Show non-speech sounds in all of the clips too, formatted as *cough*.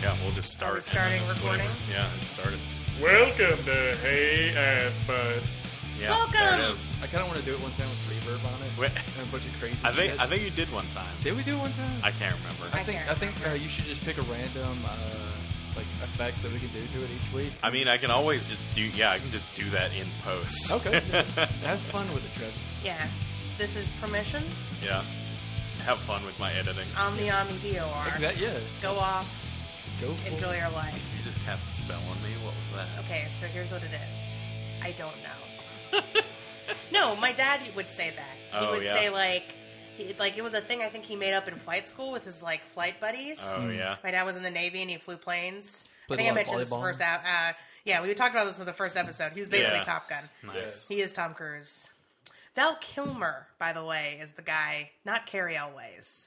start. Oh, we're starting recording? Yeah, it started. Welcome to Hey Ass Bud. Yeah, Welcome! there it is. I kind of want to do it one time with reverb on it Wait, and a bunch of crazy. I think shit. I think you did one time. did we do it one time? I can't remember. I think I think uh, you should just pick a random uh, like effects that we can do to it each week. I mean, I can always just do. Yeah, I can just do that in post. *laughs* Okay, yeah. have fun with it, Trev. Yeah. This is permission. yeah. Have fun with my editing. Omni Omni DOR. Exactly. Yeah, Go off, go for enjoy it. your life. You just cast a spell on me. What was that? Okay, so here's what it is. I don't know. *laughs* no, my dad would say that. He Oh, would yeah. say like he, like it was a thing I think he made up in flight school with his like flight buddies. Oh yeah. My dad was in the Navy and he flew planes. Played I think a I lot of mentioned this volleyball. first out. Uh, yeah, we talked about this in the first episode. He was basically Yeah. Top Gun. Nice. He is Tom Cruise. Val Kilmer, by the way, is the guy, not Carrie Elways.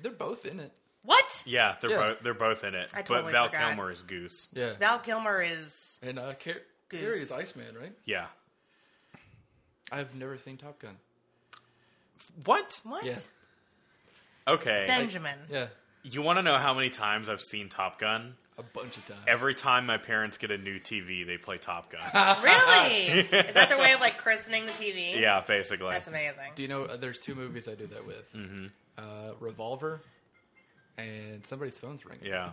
They're both in it. What? Yeah, they're Yeah. both they're both in it. I totally but Val forgot. Kilmer is Goose. Yeah, Val Kilmer is. and uh, Car- Goose. Carrie is Iceman, right? Yeah. I've never seen Top Gun. What? What? Yeah, Okay. Benjamin. *laughs* yeah, you want to know how many times I've seen Top Gun? a bunch of times. Every time my parents get a new TV, they play Top *laughs* Gun. Really? is that their way of like christening the TV? yeah, basically. That's amazing. do you know uh, there's two movies I do that with? Mm-hmm. Uh, Revolver and somebody's phone's ringing. yeah.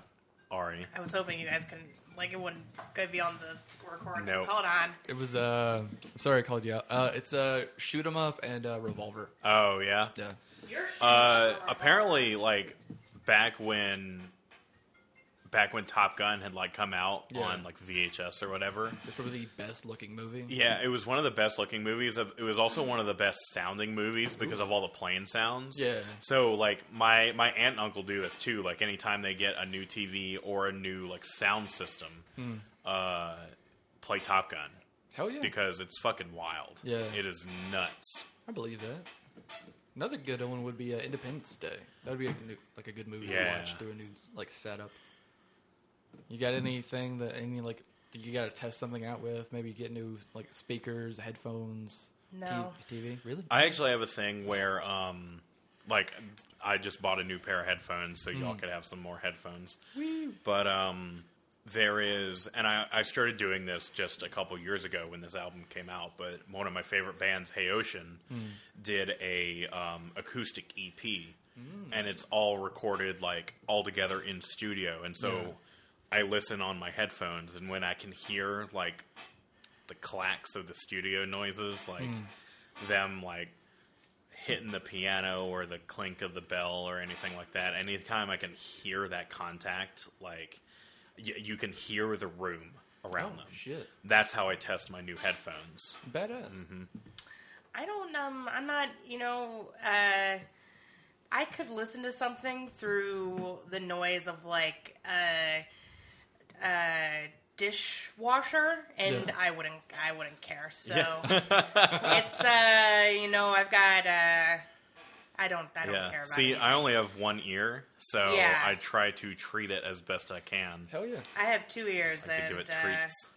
Ari. I was hoping you guys couldn't, like, it wouldn't could be on the record. No. Hold on. It was uh, I'm sorry I called you out. Uh, it's uh, shoot 'em up and uh, revolver. Oh yeah. Yeah, You're Uh, apparently, like back when, back when Top Gun had like come out Yeah. on like VHS or whatever. it's probably the best looking movie. Yeah, it was one of the best looking movies. It was also one of the best sounding movies because of all the plane sounds. Yeah. So like my my aunt and uncle do this too. Like anytime they get a new TV or a new like sound system, Hmm. uh, play Top Gun Hell yeah, because it's fucking wild. Yeah. It is nuts. I believe that. Another good one would be uh, Independence Day. That would be a new, like a good movie Yeah. to watch through a new like setup. You got anything that any like that you got to test something out with? Maybe get new like speakers, headphones. t- No. TV. Really? I actually have a thing where, um, like, I just bought a new pair of headphones, so y'all could have some more headphones. But um, there is, and I, I started doing this just a couple years ago when this album came out. But one of my favorite bands, Hey Ocean, did a um, acoustic EP, and it's all recorded like all together in studio. And so I listen on my headphones, and when I can hear like the clacks of the studio noises, like Hmm. them like hitting the piano or the clink of the bell or anything like that. Anytime I can hear that contact, like y- you can hear the room around Oh, them. shit. That's how I test my new headphones. Badass. Mm-hmm. I don't. Um, I'm not. You know, uh, I could listen to something through the noise of like a, a dishwasher, and Yeah. I wouldn't. I wouldn't care. So *laughs* it's. Uh, you know, I've got. Uh, I don't. I don't care Yeah. about. See, it. I only have one ear, so Yeah. I try to treat it as best I can. Hell yeah. I have two ears, to and give it uh, treats.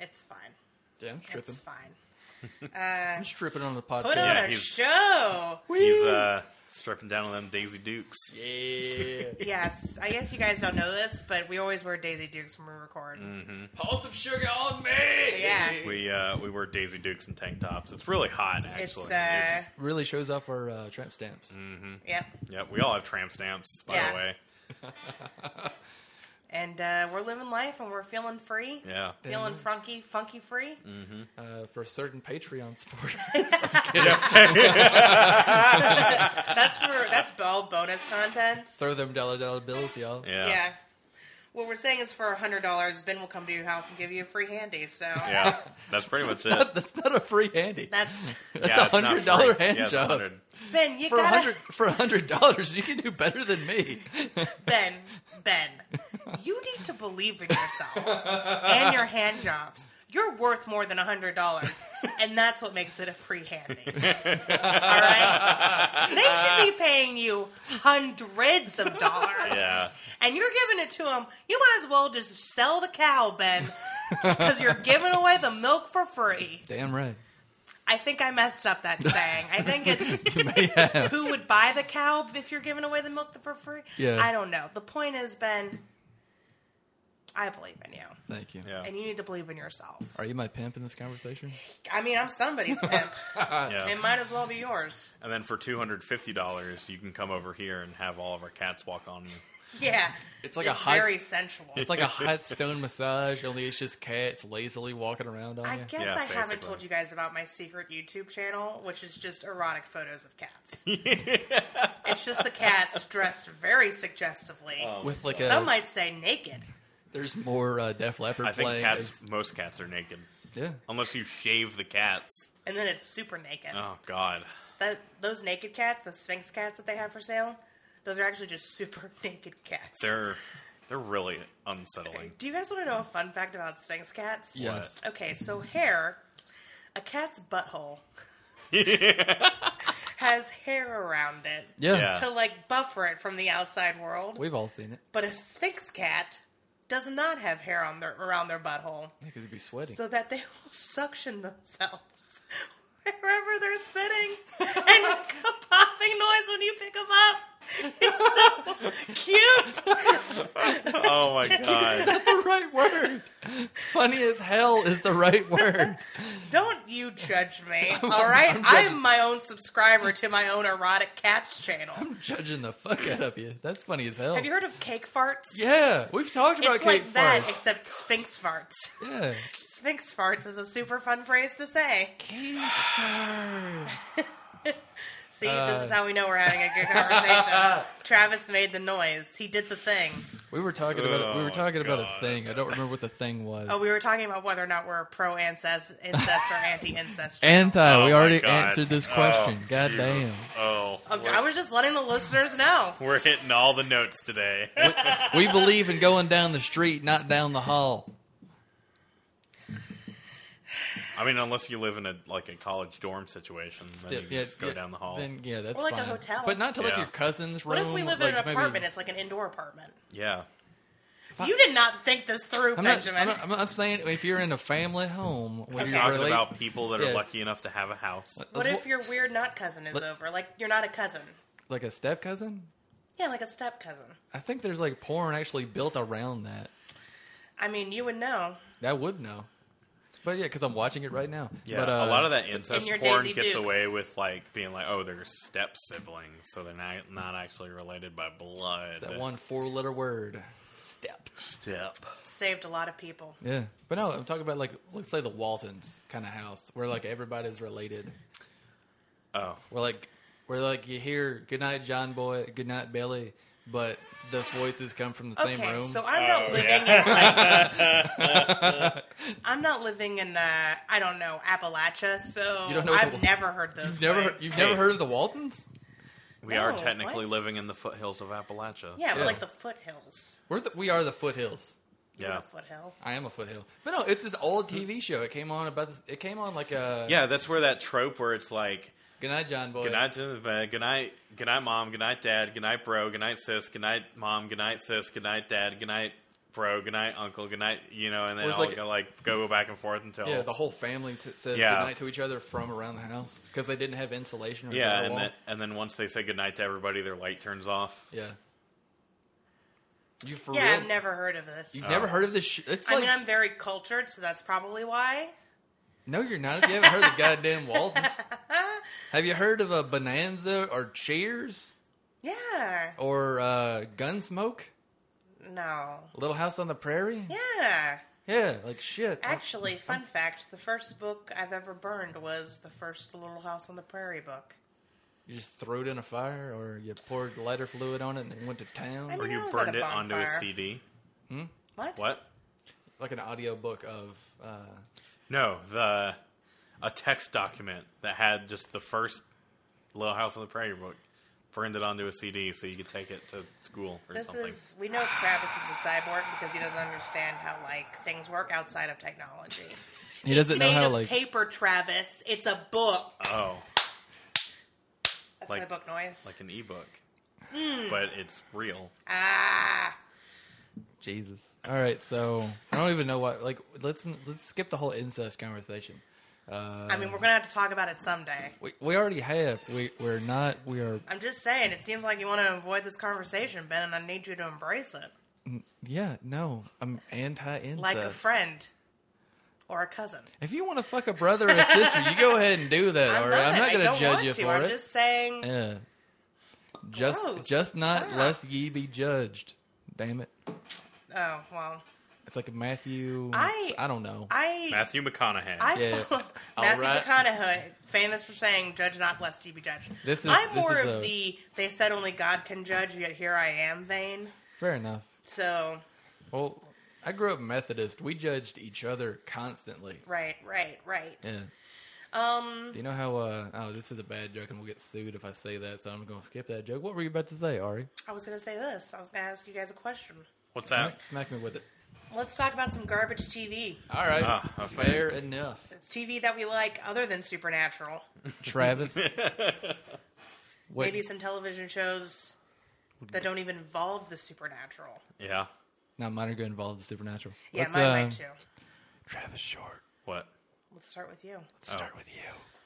it's fine. Yeah, I'm stripping. It's fine. I'm stripping on the Put podcast. on Yeah, a he's- show. He's uh, stripping down on them Daisy Dukes. Yeah. Yes, I guess you guys don't know this, but we always wear Daisy Dukes when we record. Mm. Pour some sugar on me. Yeah. We uh, we wear Daisy Dukes and tank tops. It's really hot, actually. It's, uh, Really shows off our uh, tramp stamps. Mm. *laughs* Yep. yeah, we all have tramp stamps, by Yeah. the way. and uh, we're living life and we're feeling free, Yeah. Mm. feeling funky, funky free. Uh, for certain Patreon *laughs* supporters. *laughs* That's for that's all bonus content. Throw them dollar dollar bills, y'all. Yeah. Yeah. What we're saying is for hundred dollars, Ben will come to your house and give you a free handy. So Yeah. *laughs* That's pretty much it. *laughs* That's not a free handy. that's *laughs* That's Yeah, a it's not hundred dollar free. hand Yeah, it's job. 100. Ben. You For a gotta hundred for a hundred dollars, you can do better than me. *laughs* Ben. Ben, you need to believe in yourself and your hand jobs. You're worth more than hundred dollars, and that's what makes it a free handy. All right, they should be paying you hundreds of dollars. Yeah. and you're giving it to them, you might as well just sell the cow, Ben, because you're giving away the milk for free. Damn right. *laughs* I think I messed up that saying. I think it's Yeah. who would buy the cow if you're giving away the milk for free? Yeah. I don't know. The point is, Ben, I believe in you. Thank you. Yeah. And you need to believe in yourself. Are you my pimp in this conversation? I mean, I'm *laughs* somebody's pimp. yeah. It might as well be yours. And then for two hundred fifty dollars, you can come over here and have all of our cats walk on you. Yeah. It's like a hot very s- sensual. *laughs* It's like a hot stone massage, only it's just cats lazily walking around on I you. guess Yeah, I haven't basically. told you guys about my secret YouTube channel, which is just erotic photos of *laughs* cats. it's just the cats dressed very suggestively. With like a, Some might say naked. there's more uh, Def Leppard I think playing. cats, um, most cats are naked, as- yeah, unless you shave the cats. And then it's super naked. Uh-huh. Oh God, It's that- those naked cats, the sphinx cats that they have for sale, those are actually just *laughs* super naked cats. they're they're really unsettling. *laughs* Do you guys want to know a fun fact about sphinx cats? yes, Okay, so hair, a cat's butthole has hair around it yeah. Yeah. to like buffer it from the outside world. We've all seen it. But a sphinx cat does not have hair on their around their butthole, I could be sweating. so that they will suction themselves *laughs* wherever they're sitting and make a popping noise when you pick them up. It's so cute. Oh *laughs* my God, the right word. Funny as hell is the right word. Don't you judge me, all right? *laughs* I'm I judging. am my own subscriber to my own erotic cats channel. Judging the fuck out of you. That's funny as hell. Have you heard of cake farts? yeah, we've talked about It's like cake that, farts. except sphinx farts. Yeah, Sphinx farts is a super fun phrase to say. cake farts. See, this Uh. is how we know we're having a good *laughs* conversation. Travis made the noise. He did the thing. We were talking about we Oh, were talking about a God. thing. I don't remember what the thing was. Oh, we were talking about whether or not we're pro incest, incest or anti incest. Anti. Oh we my already God. answered this question. Oh, God damn. Jesus. Oh, I was just letting the listeners know. we're hitting all the notes today. We believe in going down the street, not down the hall. I mean, unless you live in a like a college dorm situation, then Yeah, you yeah, just go yeah, down the hall. Then yeah, that's Or like a fine. hotel. but not to like Yeah. your cousin's room. What if we live in like an maybe- apartment? It's like an indoor apartment. yeah, You did not think this through, I'm not, Benjamin. I'm, not, I'm not saying if you're in a family home where I'm you talking relate. about people that are yeah. lucky enough to have a house. what Let's- if your weird not cousin is Let- over? Like, you're not a cousin. like a step cousin? Yeah, like a step cousin. I think there's like porn actually built around that. I mean, you would know. I would know. But yeah, because I'm watching it right now. Yeah, but, uh, a lot of that incest your porn Daisy gets Dukes. away with like being like, oh, they're step siblings, so they're not not actually related by blood. that one four letter word. Step. step. Saved a lot of people. Yeah, but no, I'm talking about like let's say the Waltons kind of house where like everybody's related. Oh, Where like where like you hear "Good night, John Boy," "Good night, Billy," but the voices come from the same okay, room. so I'm not living *laughs* in like, I'm not living in uh, I don't know Appalachia, so You don't know what I've the- never heard those. you've never words. you've Hey. never heard of the Waltons? we are No, technically Oh, what? living in the foothills of Appalachia. yeah, Yeah. but like the foothills. We're the, we are the foothills. yeah, the foothill. I am a foothill, but no, it's this old TV show. It came on about this. It came on like a yeah. That's where that trope where it's like, "Good night, John Boy." good night to the bed, good night, good night, mom, good night, dad, good night, bro, good night, sis, good night, mom, good night, sis, good night, dad, good night, bro, good night, uncle, good night. You know, and then Or it's all like- go, like go back and forth until Yeah, the whole family t- says Yeah. good night to each other from around the house because they didn't have insulation. Or yeah, drywall. and then, and then once they say good night to everybody, their light turns off. yeah. You for Yeah, real? I've never heard of this. You've Oh. never heard of this? Sh- it's like I mean, I'm very cultured, so that's probably why. No, you're not. If you haven't heard of goddamn *laughs* Waltons, have you heard of a Bonanza or Cheers Yeah. or uh, Gunsmoke? No. Little House on the Prairie? Yeah. Yeah, like shit. Oh. Actually, fun fact: the first book I've ever burned was the first Little House on the Prairie book. You just threw it in a fire, or you poured lighter fluid on it and went to town, I Or mean- you I was at burned a it onto a bonfire. CD. What? What? like an audio book of. Uh, No, the a text document that had just the first Little House on the Prairie book. Burned it onto a CD so you could take it to school or This something. is we know Travis is a cyborg because he doesn't understand how like things work outside of technology. *laughs* he doesn't It's know made how of like paper, Travis. It's a book. Oh, That's like- my book noise. like an ebook, Hmm. but it's real. ah, Jesus. All right, so I don't even know what. Like, let's let's skip the whole incest conversation. Uh, I mean, we're gonna have to talk about it someday. we, we already have. We we're not. We are I'm just saying, it seems like you want to avoid this conversation, Ben, and I need you to embrace it. Yeah, no, I'm anti incest. like a friend or a cousin. If you want to fuck a brother and a sister, you go ahead and do that. I'm all not. right, I'm *laughs* not I going don't to judge want you to. for I'm it. just saying. Yeah. Just, Gross. just not Stop. lest ye be judged. Damn it! Oh well, It's like Matthew. I- I don't know. I Matthew McConaughey. I Yeah. follow *laughs* All Matthew right. McConaughey, famous for saying "Judge not, lest ye be judged." This is- I'm this more is of a- the "They said only God can judge, yet here I am" vein. Fair enough. So Well, I grew up Methodist. We judged each other constantly. right, right, right. Yeah. Um, Do you know how? Uh, oh, this is a bad joke, and we'll get sued if I say that. So I'm going to skip that joke. What were you about to say, Ari? I was gonna say this. I was gonna ask you guys a question. What's that? Alright, smack me with it. Let's talk about some garbage TV. All right. Ah, okay. uh, Fair enough. It's TV that we like other than Supernatural. *laughs* Travis. Wait, Maybe some television shows that don't even involve the supernatural. Yeah. now mine are going to involve the supernatural. Yeah, Let's, mine um, might too. Travis Short. What? Let's start with you. Let's start with you.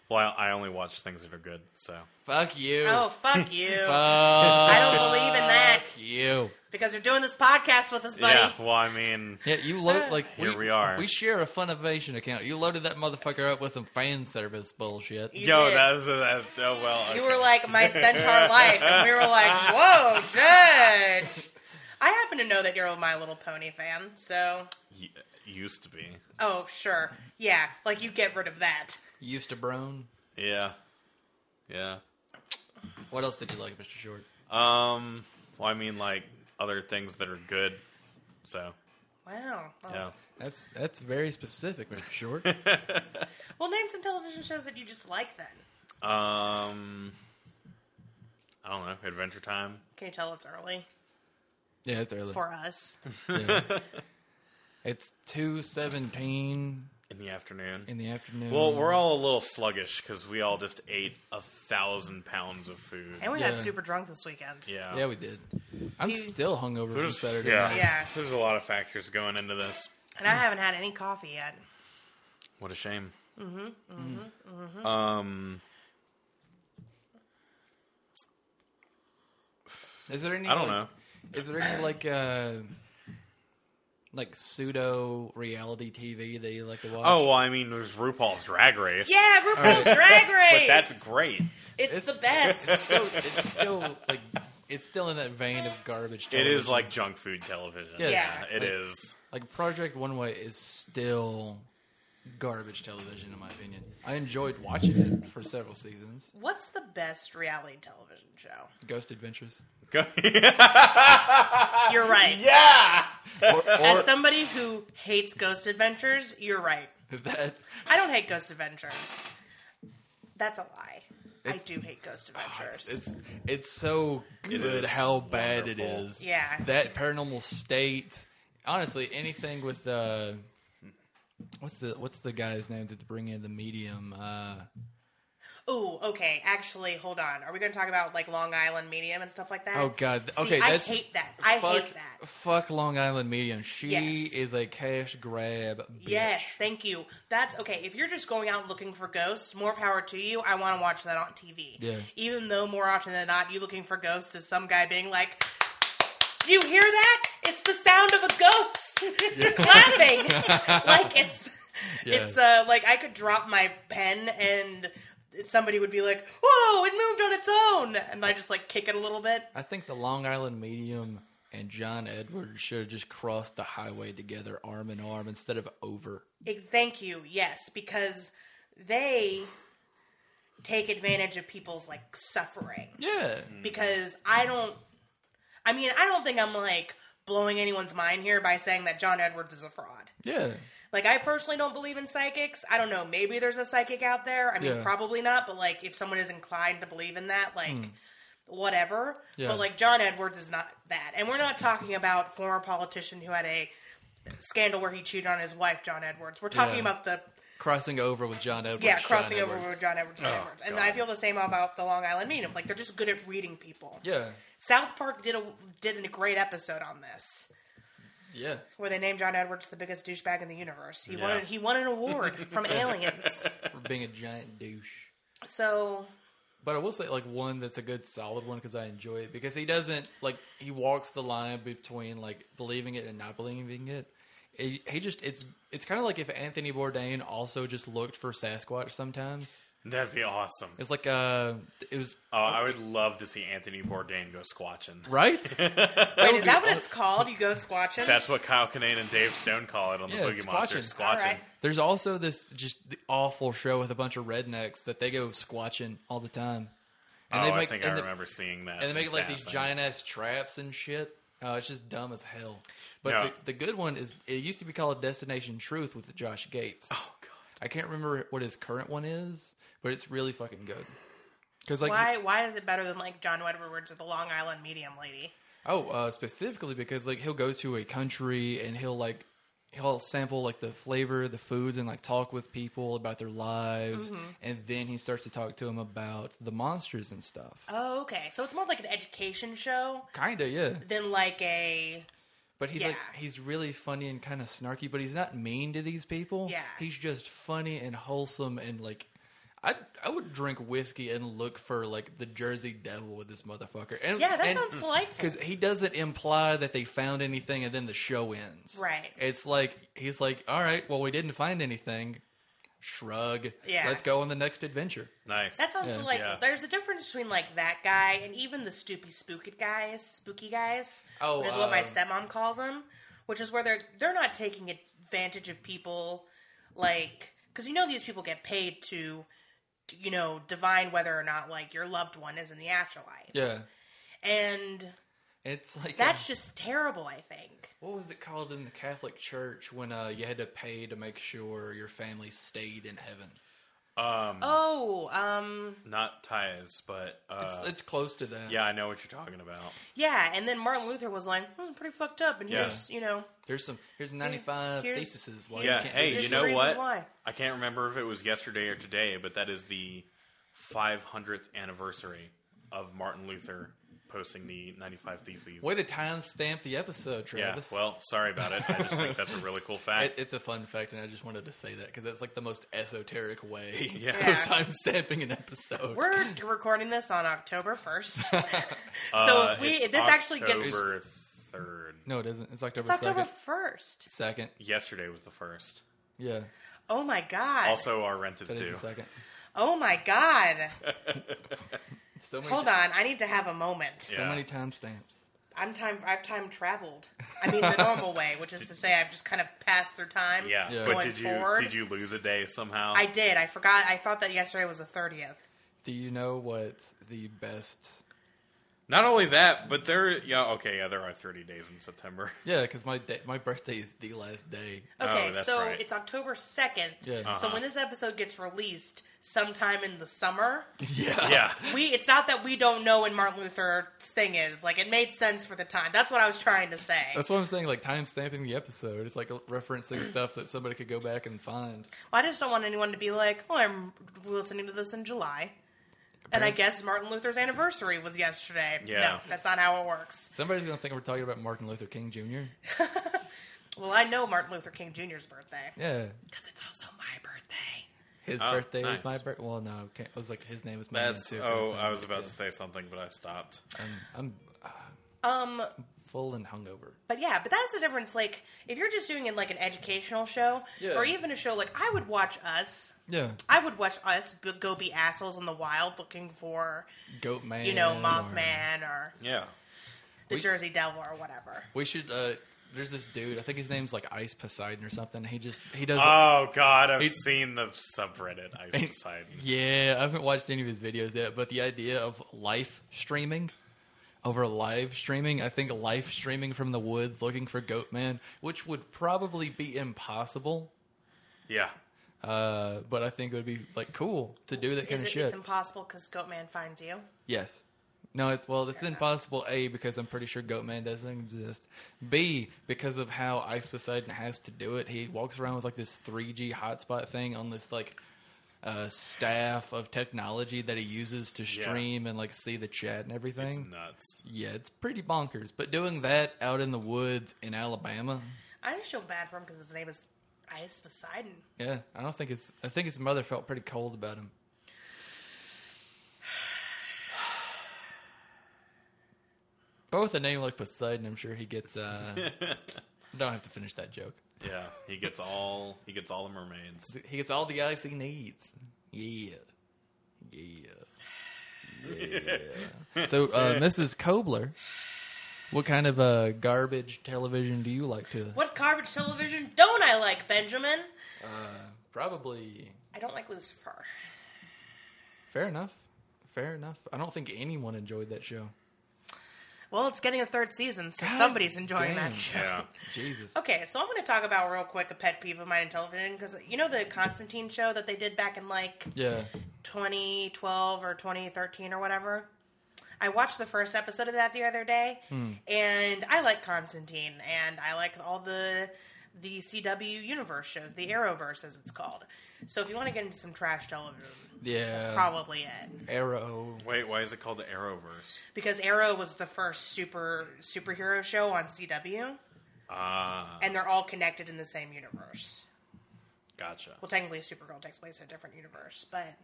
Well, I only watch things that are good. So Fuck you. Oh, fuck you. *laughs* *laughs* Fuck I don't believe in that you. because you're doing this podcast with us, buddy. yeah. Well, I mean, Yeah, you *laughs* load like Here we are. We share a Funimation account. You loaded that motherfucker up with some fan service bullshit. You yo, did. that was a, that, oh well. You okay. were like my centaur life, and we *laughs* were like, whoa, Judge. I happen to know that you're a My Little Pony fan, so. Y- used to be. Oh, sure. Yeah, like you get rid of that. You used to brown. Yeah. Yeah. What else did you like, Mr. Short? Um. Well, I mean, like other things that are good. So Wow. Well, yeah. That's that's very specific, Mr. Short. well, name some television shows that you just like then. Um. I don't know. Adventure Time. Can you tell it's early *laughs* yeah, it's early. for us? Yeah. It's two seventeen In the afternoon. in the afternoon. well, we're all a little sluggish because we all just ate a thousand pounds of food. And we Yeah. got super drunk this weekend. Yeah. yeah, we did. I'm You- still hungover from There's- Saturday night. Yeah. There's a lot of factors going into this. And I haven't had any coffee yet. What a shame. Mm-hmm. Mm. Mm-hmm. Um, Is there any? I don't like- know. Is there any like uh like pseudo reality TV that you like to watch? Oh, well, I mean, there's RuPaul's Drag Race. Yeah, RuPaul's Drag Race. But that's great. it's, It's- the best. *laughs* still, it's still like it's still in that vein of garbage. It Television. is like junk food television. Yeah. Yeah. it Like- is. *laughs* like Project One Way is still garbage television in my opinion. I enjoyed watching it for several seasons. What's the best reality television show? *laughs* Ghost Adventures. Uh, You're right. yeah. Or, or As somebody who hates Ghost Adventures, you're right. *laughs* that I don't hate Ghost Adventures. That's a lie. I It's- Ah, do hate Ghost Adventures. it's it's so good is how bad it wonderful. is. Yeah. That paranormal state. Honestly, anything with uh what's the what's the guy's name to bring in the medium? Uh Ooh, okay. Actually, hold on. Are we going to talk about like Long Island Medium and stuff like that? oh god. See, okay, I that's hate that. I fuck, hate that. Fuck Long Island Medium. She Yes. is a cash grab bitch. Yes, thank you. That's okay. If you're just going out looking for ghosts, more power to you. I want to watch that on TV. Yeah. Even though more often than not, you looking for ghosts is some guy being like, "Do you hear that? It's the sound of a ghost *laughs* *laughs* clapping. like it's, Yeah. it's uh, like I could drop my pen and." Somebody would be like, "Whoa! It moved on its own," and I just like kick it a little bit. I think the Long Island Medium and John Edwards should have just crossed the highway together arm in arm instead of over. Ex- Thank you. Yes, because they take advantage of people's like suffering. Yeah. Because I don't. I mean, I don't think I'm like blowing anyone's mind here by saying that John Edwards is a fraud. Yeah. Like, I personally don't believe in psychics. I don't know. Maybe there's a psychic out there. I mean, Yeah. probably not. But like, if someone is inclined to believe in that, like. Whatever, Hmm. Yeah. but like John Edwards is not that, and we're not talking about former politician who had a scandal where he cheated on his wife, John Edwards. We're talking Yeah. about the Crossing over with John Edwards. yeah, John crossing over Edwards. with John Edwards. John Edwards. And I feel the same about the Long Island Medium. Like they're just good at reading people. Yeah. South Park did a did a great episode on this Yeah. where they named John Edwards the biggest douchebag in the universe. He Yeah. won *laughs* he won an award from Aliens. For being a giant douche. So But I will say, like one that's a good solid one because I enjoy it because he doesn't like he walks the line between like believing it and not believing it. He, he just it's it's kind of like if Anthony Bourdain also just looked for Sasquatch sometimes. That'd be awesome. It's like uh, it was Oh, I would love to see Anthony Bourdain go squatching. right. *laughs* Wait, is that what it's called? You go squatching? That's what Kyle Kinane and Dave Stone call it on the Yeah, Boogie Monster. squatching. Squatching. Alright. There's also this just the awful show with a bunch of rednecks that they go squatching all the time, and oh, they make I think and I the- remember seeing that. and they make like these passing. giant ass traps and shit. Oh, it's just dumb as hell. But No. the, the good one is it used to be called Destination Truth with Josh Gates. Oh god, I can't remember what his current one is, but it's really fucking good. Because like, why? Why is it better than like John Edwards or the Long Island Medium Lady? oh, uh, specifically because like he'll go to a country and he'll like he'll sample like the flavor, the foods, and like talk with people about their lives, and then he starts to talk to them about the monsters and stuff. Oh, okay. So it's more like an education show Kinda, yeah. than like a. But he's like Yeah. he's really funny and kind of snarky, but he's not mean to these people. Yeah. he's just funny and wholesome and like. I I would drink whiskey and look for like the Jersey Devil with this motherfucker. And, Yeah, that and, sounds delightful. because he doesn't imply that they found anything and then the show ends. Right. It's like he's like, all right, well we didn't find anything. Shrug. Yeah. Let's go on the next adventure. Nice. That sounds Yeah. delightful. Yeah. There's a difference between like that guy and even the stoopy, spooked guys, spooky guys, Oh, which is what my um, stepmom calls them, which is where they're they're not taking advantage of people, like because you know these people get paid to, you know, divine whether or not like your loved one is in the afterlife, Yeah. and It's like that's just terrible. I think. what was it called in the Catholic Church when uh, you had to pay to make sure your family stayed in heaven? um, Oh, um, not tithes, but uh, It's, it's close to that. yeah, I know what you're talking about. yeah. And then Martin Luther was like, hmm, pretty fucked up, and Yeah. here's you know, Here's some. Here's 95 Here's- theses. Why Yeah, you can't hey, do here's you this. the know reasons what? why. I can't remember if it was yesterday or today, but that is the 500th anniversary of Martin Luther posting the 95 Theses. Way to timestamp the episode, yeah, Travis. well, sorry about it. I just think that's a really *laughs* cool It, fact. it's a fun fact, and I just wanted to say that because that's like the most esoteric way *laughs* Yeah. of Yeah. timestamping an *laughs* episode. We're recording this on October 1st. so Uh, if we it's if this actually gets it's October 3rd. no, it isn't. It's October October 2nd. 1st. Second, Yesterday was the first. yeah, Oh my god. Also, our rent is that is due. the second. oh my god. *laughs* So many, Hold on, I need to have a moment. so Yeah. many timestamps. I'm time I've time traveled. I mean the normal way, which is to say I've just kind of passed through time. Yeah, Yeah. but Going did you forward. did you lose a day somehow? I did. I forgot. I thought that yesterday was the 30th. Do you know what the best? Not only that, but there. Yeah, okay, yeah, there are 30 days in September. Yeah, because my day, my birthday is the last day. *laughs* Okay, Oh, that's so right. Uh-huh. it's October 2nd. Yeah. So when this episode gets released sometime in the summer, Yeah, *laughs* Yeah, We it's not that we don't know when Martin Luther's thing is. Like it made sense for the time. That's what I was trying to say. Well, That's what I'm saying. Like timestamping the episode, it's like referencing stuff that somebody could go back and find. I just don't want anyone to be like, "Oh, I'm listening to this in July." And I Apparent- guess Martin Luther's anniversary was yesterday. No, Yeah. that's not how it works. Somebody's gonna think we're talking about Martin Luther King Jr. *laughs* Well, I know Martin Luther King Jr.'s birthday Yeah, because it's also my birthday. his Oh, birthday nice. is my birthday. Well, no, okay. I was like his name is my that's. name too. Oh, I was about to say something, but I stopped. I'm Um, full and hungover. but yeah, but that's the difference. Like, if you're just doing it like an educational show, Yeah. or even a show like I would watch Us. Yeah, I would watch Us b- go be assholes in the wild looking for Goat Man. you know, or- Mothman or Yeah, the We- Jersey Devil or whatever. We should. uh There's this dude. I think his name's like Ice Poseidon or something. He just he does. Oh God, I've It- seen the subreddit *laughs* Ice Poseidon. yeah, I haven't watched any of his videos yet, but the idea of live streaming over live streaming, I think live streaming from the woods looking for Goat Man, which would probably be impossible. Yeah, Uh, but I think it would be like cool to do that kind Is of it, shit. it's impossible because Goatman finds you. Yes. No, it's well, it's impossible. A because I'm pretty sure Goatman doesn't exist. B because of how Ice Poseidon has to do it. He walks around with like this 3G hotspot thing on this like uh, staff of technology that he uses to stream and like see the chat and it's everything. nuts. yeah, it's pretty bonkers. But doing that out in the woods in Alabama, I just feel bad for him because his name is Ice Poseidon. *sighs* yeah, I don't think it's. I think his mother felt pretty cold about him. But with a name like Poseidon, I'm sure he gets. Uh, I don't have to finish that joke. Yeah, he gets all he gets all the mermaids. He gets all the guys he needs. Yeah, yeah, yeah. so, uh, Mrs. Kobler, what kind of uh, garbage television do you like to? What garbage television don't I like, Benjamin? Probably. I don't like Lucifer. Fair enough. Fair enough. I don't think anyone enjoyed that show. Well, it's getting a third season, so God somebody's enjoying damn. that show. Yeah, Jesus. Okay, so I'm going to talk about real quick a pet peeve of mine in television because you know the Constantine show that they did back in like Yeah. 2012 or 2013 or whatever. I watched the first episode of that the other day, and I like Constantine, and I like all the the CW universe shows, the Arrowverse as it's called. So if you want to get into some trash television, Yeah. that's probably it. Arrow. Wait, why is it called the Arrowverse? because Arrow was the first super superhero show on CW, Ah, and they're all connected in the same universe. gotcha. Well, technically, Supergirl takes place in a different universe, but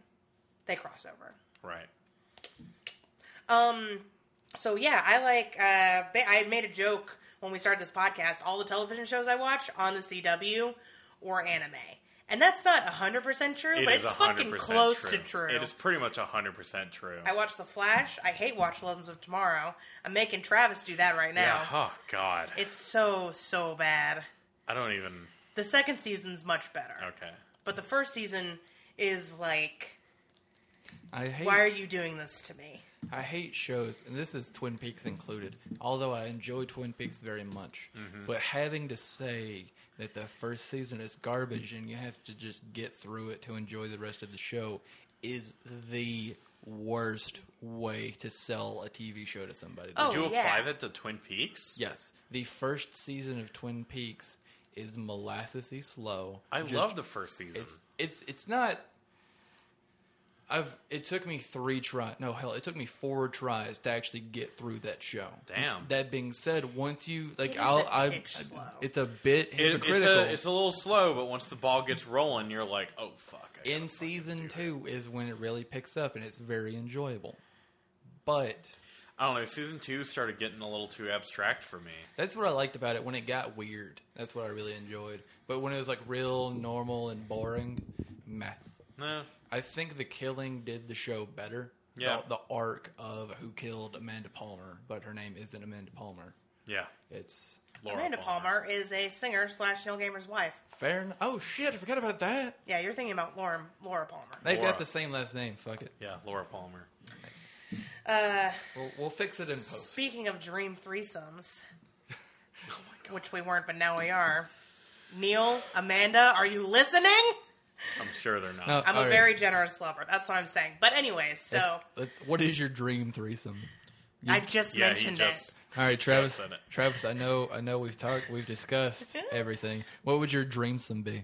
they cross over. Right. Um, So yeah, I like. Uh, ba- I made a joke when we started this podcast. All the television shows I watch on the CW or anime, and that's not hundred percent true, but is it's fucking 100% close to true. It is pretty much hundred percent true. I watch The Flash. I hate Watch Legends of Tomorrow. I'm making Travis do that right now. yeah. Oh God, It's so so bad. I don't even. The second season's much better. Okay. But the first season is like, I hate. why are you doing this to me? I hate shows, and this is Twin Peaks included. Although I enjoy Twin Peaks very much, Mm-hmm. but having to say that the first season is garbage and you have to just get through it to enjoy the rest of the show is the worst way to sell a TV show to somebody. Oh, Did you apply yeah. that to Twin Peaks? Yes, the first season of Twin Peaks is molassesy slow. I Just love the first season. it's it's it's not I've it took me three try no hell it took me four tries to actually get through that show. Damn. That being said, once you like It is I'll a I, tick slow. it's a bit It- it's, hypocritical. a, it's a little slow, but once the ball gets rolling, you're like, oh fuck. I gotta In fucking do season this. two is when it really picks up and it's very enjoyable. But I don't know. Season two started getting a little too abstract for me. That's what I liked about it. When it got weird, that's what I really enjoyed. But when it was like real normal and boring, meh. Nah. I think the killing did the show better. Yeah. The, the arc of who killed Amanda Palmer, but her name isn't Amanda Palmer. Yeah. It's Laura Amanda Palmer. is a singer slash Neil Gamer's wife. fair. En- oh shit! I forgot about that. Yeah, you're thinking about Laura, Laura Palmer. They've Laura. got the same last name. Fuck it. Yeah, Laura Palmer. We'll, we'll fix it in post. Speaking of dream threesomes, which we weren't, but now we are. Neil, Amanda, are you listening? I'm sure they're not. No, I'm all a right. very generous lover. That's what I'm saying. But anyways, so That's- that's- What is your dream threesome? I just yeah, he mentioned just. it. All right, Travis. said it. Travis, I know, I know. We've talked, we've discussed everything. What would your dreamsome be?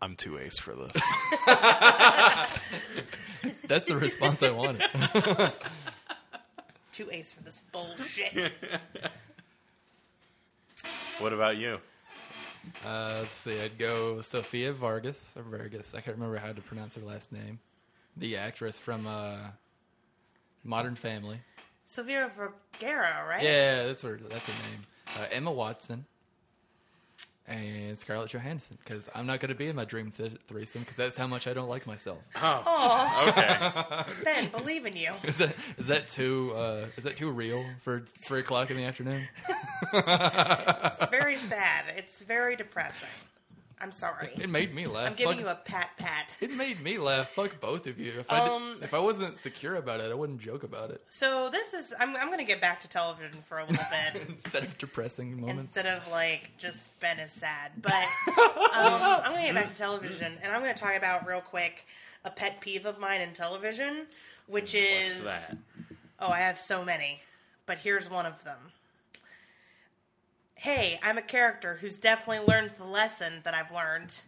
I'm too ace for this. That's the response I wanted. Two A's for this bullshit. *laughs* what about you? Uh, let's see. I'd go Sophia Vargas or Vargas. I can't remember how to pronounce her last name. The actress from uh, Modern Family. So Vera Vergara, right? Yeah, that's what. her- That's her name. Uh, Emma Watson and Scarlett Johansson. Because I'm not going to be in my dream th- threesome. Because that's how much I don't like myself. *laughs* Aw, Okay. Ben, believe in you. Is that is that too uh, is that too real for three o'clock in the afternoon? It's very sad. It's very depressing. I'm sorry. It made me laugh. I'm giving Fuck- you a pat pat. it made me laugh. Fuck both of you. If I, did- Um, if I wasn't secure about it, I wouldn't joke about it. *laughs* So this is I'm I'm gonna get back to television for a little bit Instead of depressing moments. instead of like just Ben *laughs* is sad, but um, I'm gonna get back to television and I'm gonna talk about real quick a pet peeve of mine in television, which is What's that? oh I have so many, but here's one of them. Hey, I'm a character who's definitely learned the lesson that I've learned.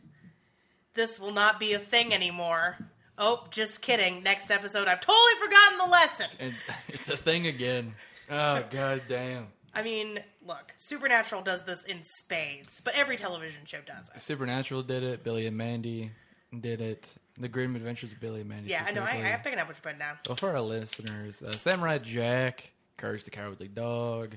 This will not be a thing anymore. Oh, just kidding. Next episode, I've totally forgotten the lesson. and *laughs* it's a thing again. Oh god damn. I mean, look, Supernatural does this in spades, but every television show does it. Supernatural did it, Billy and Mandy did it. The Grim Adventures of Billy, man. Yeah, I know. I, I specifically. am picking up what you're putting down. Well, for our listeners, uh, Samurai Jack, Courage the Cowardly Dog,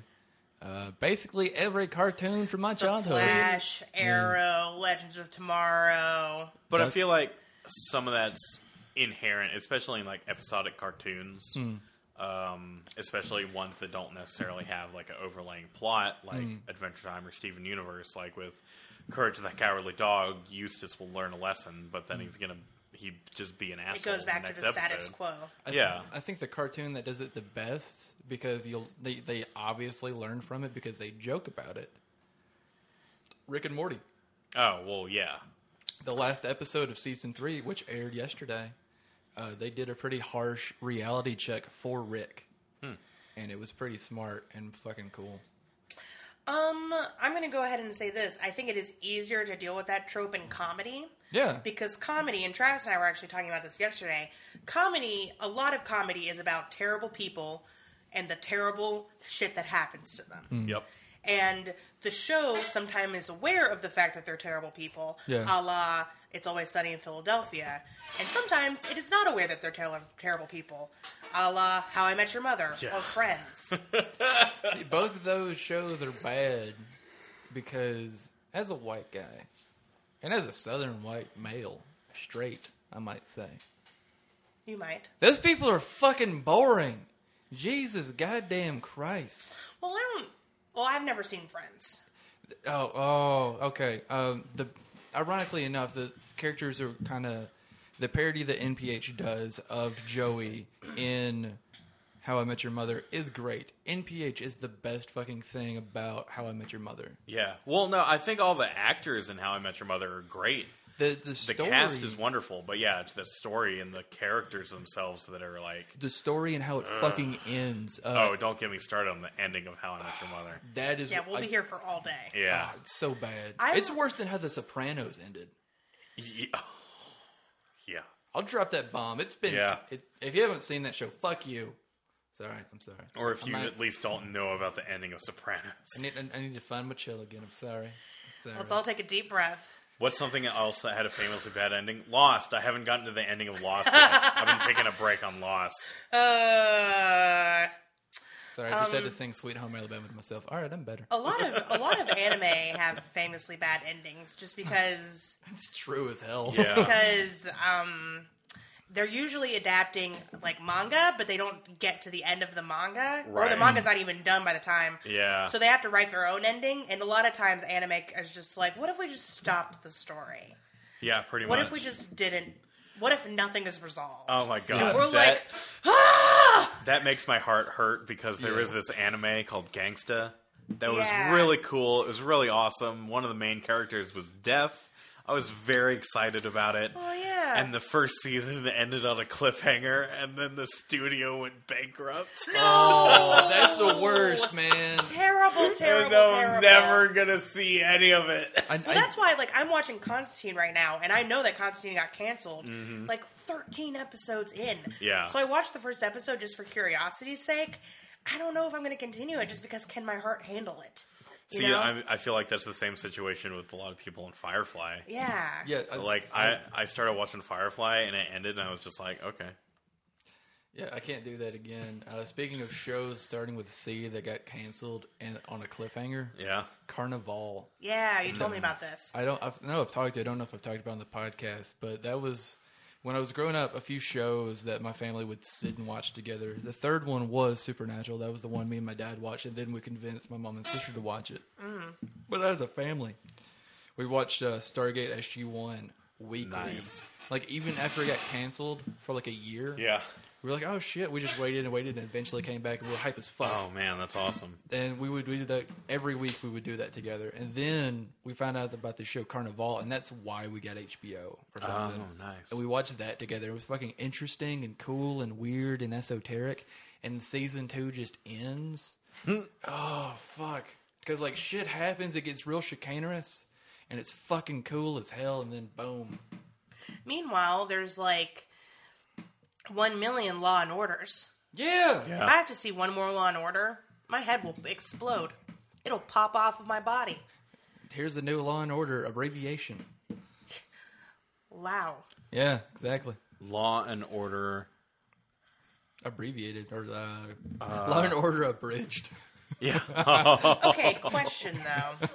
uh, basically every cartoon from my The childhood. Flash, Arrow, Legends of Tomorrow. But I That- feel like some of that's inherent, especially in like episodic cartoons, um, especially ones that don't necessarily have like an overlaying plot, like Adventure Time or Steven Universe. Like with Courage of the Cowardly Dog, Eustace will learn a lesson, but then he's gonna he just be an asshole. It goes back in the to next the status episode. quo. I Yeah. I think the cartoon that does it the best because you'll they, they obviously learn from it because they joke about it. Rick and Morty, Oh well, yeah. the last episode of season three, which aired yesterday, uh, they did a pretty harsh reality check for Rick, and it was pretty smart and fucking cool. Um, I'm going to go ahead and say this. I think it is easier to deal with that trope in comedy. Yeah, because comedy and Travis and I were actually talking about this yesterday. Comedy, a lot of comedy is about terrible people and the terrible shit that happens to them. Yep. And the show sometimes is aware of the fact that they're terrible people, Yeah. a la It's Always Sunny in Philadelphia. And sometimes it is not aware that they're ter- terrible people, a la How I Met Your Mother Yeah. or *laughs* Friends. both of those shows are bad because as a white guy and as a southern white male straight i might say you might. those people are fucking boring jesus goddamn christ Well, I don't. Well, I've never seen Friends. oh oh okay um the ironically enough the characters are kind of the parody that nph does of joey in how i met your mother is great nph is the best fucking thing about how i met your mother Yeah. Well, no, I think all the actors in How I Met Your Mother are great. the the, The story, cast is wonderful, but yeah, it's the story and the characters themselves that are like the story and how it fucking ends. Uh, Oh, don't get me started on the ending of How I Met Your Mother. that is Yeah, we'll I- be here for all day. Yeah. ah, it's so bad. I it's don't- worse than how The Sopranos ended. Ye- *sighs* Yeah. I'll drop that bomb. It's been Yeah. it, if you haven't seen that show, fuck you. Sorry, I'm sorry. Or if you I, might- at least don't know about the ending of Sopranos. I need I need to find my chill again. I'm sorry. I'm sorry. Let's all take a deep breath. What's something else that had a famously bad ending? Lost. I haven't gotten to the ending of *laughs* Lost yet. I've been taking a break on Lost. Uh, sorry. I just Um, had to sing "Sweet Home Alabama" to myself. All right, I'm better. a lot of a lot of anime have famously bad endings, just because It's true as hell. *laughs* Yeah. because um, they're usually adapting like manga, but they don't get to the end of the manga, or Right. the manga's not even done by the time. Yeah. So they have to write their own ending, and a lot of times anime is just like, what if we just stopped the story? Yeah, pretty What much. if we just didn't? What if nothing is resolved? Oh my god. Or that, like, ah! that makes my heart hurt because there Yeah. was this anime called Gangsta that Yeah. was really cool. It was really awesome. One of the main characters was deaf. I was very excited about it. Oh yeah. And the first season ended on a cliffhanger, and then the studio went bankrupt. Oh, that's the worst, *laughs* man. terrible, terrible, and I'm terrible. never gonna see any of it. I, Well, I- that's why, like, I'm watching Constantine right now, and I know that Constantine got canceled, like, 13 episodes in. Mm-hmm. Yeah. So I watched the first episode just for curiosity's sake. I don't know if I'm going to continue it, just because can my heart handle it? You See, know? I, I feel like that's the same situation with a lot of people in Firefly. yeah. yeah, I- Like I, I started watching Firefly and it ended, and I was just like, okay, Yeah, I can't do that again. Uh, speaking of shows starting with C that got canceled and on a cliffhanger, yeah, Carnival. Yeah, you told me about this. I don't I've, no, I've talked. to- I don't know if I've talked about it on the podcast, but that was when I was growing up. A few shows that my family would sit and watch together. The third one was Supernatural. That was the one me and my dad watched, and then we convinced my mom and sister to watch it. But as a family, we watched uh, Stargate SG One weekly. Nice. Like even after it got canceled for like a year, yeah. we were like, oh shit, we just waited and waited and eventually came back and we were hype as fuck. Oh man, that's awesome. And we would we did that every week we would do that together. And then we found out about the show Carnival and that's why we got HBO or something. Oh, nice. And we watched that together. It was fucking interesting and cool and weird and esoteric. And season two just ends. oh fuck. Because like shit happens, it gets real chicanerous and it's fucking cool as hell and then boom. Meanwhile, there's like 1 million Law and Orders. Yeah. Yeah. If I have to see one more Law and Order, my head will explode. It'll pop off of my body. Here's the new Law and Order abbreviation. Wow. Yeah, exactly. Law and Order. Abbreviated or uh, Law and Order abridged. Yeah. *laughs* Okay, question though.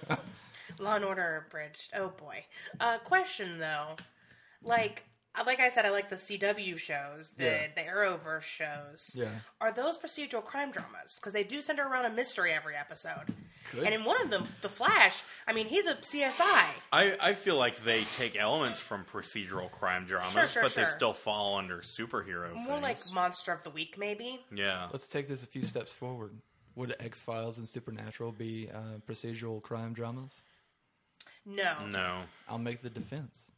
Law and Order abridged. Oh boy. Uh, question though. Like, uh, like I said, I like the CW shows, the Yeah. the Arrowverse shows. Yeah. Are those procedural crime dramas? Because they do center around a mystery every episode. Good. And in one of them, The Flash. I mean, he's a CSI. *laughs* I, I feel like they take elements from procedural crime dramas, Sure, sure, but they sure. still fall under superhero. More like things. Monster of the Week, maybe. yeah. Let's take this a few steps forward. Would X Files and Supernatural be uh, procedural crime dramas? No. No, I'll make the defense.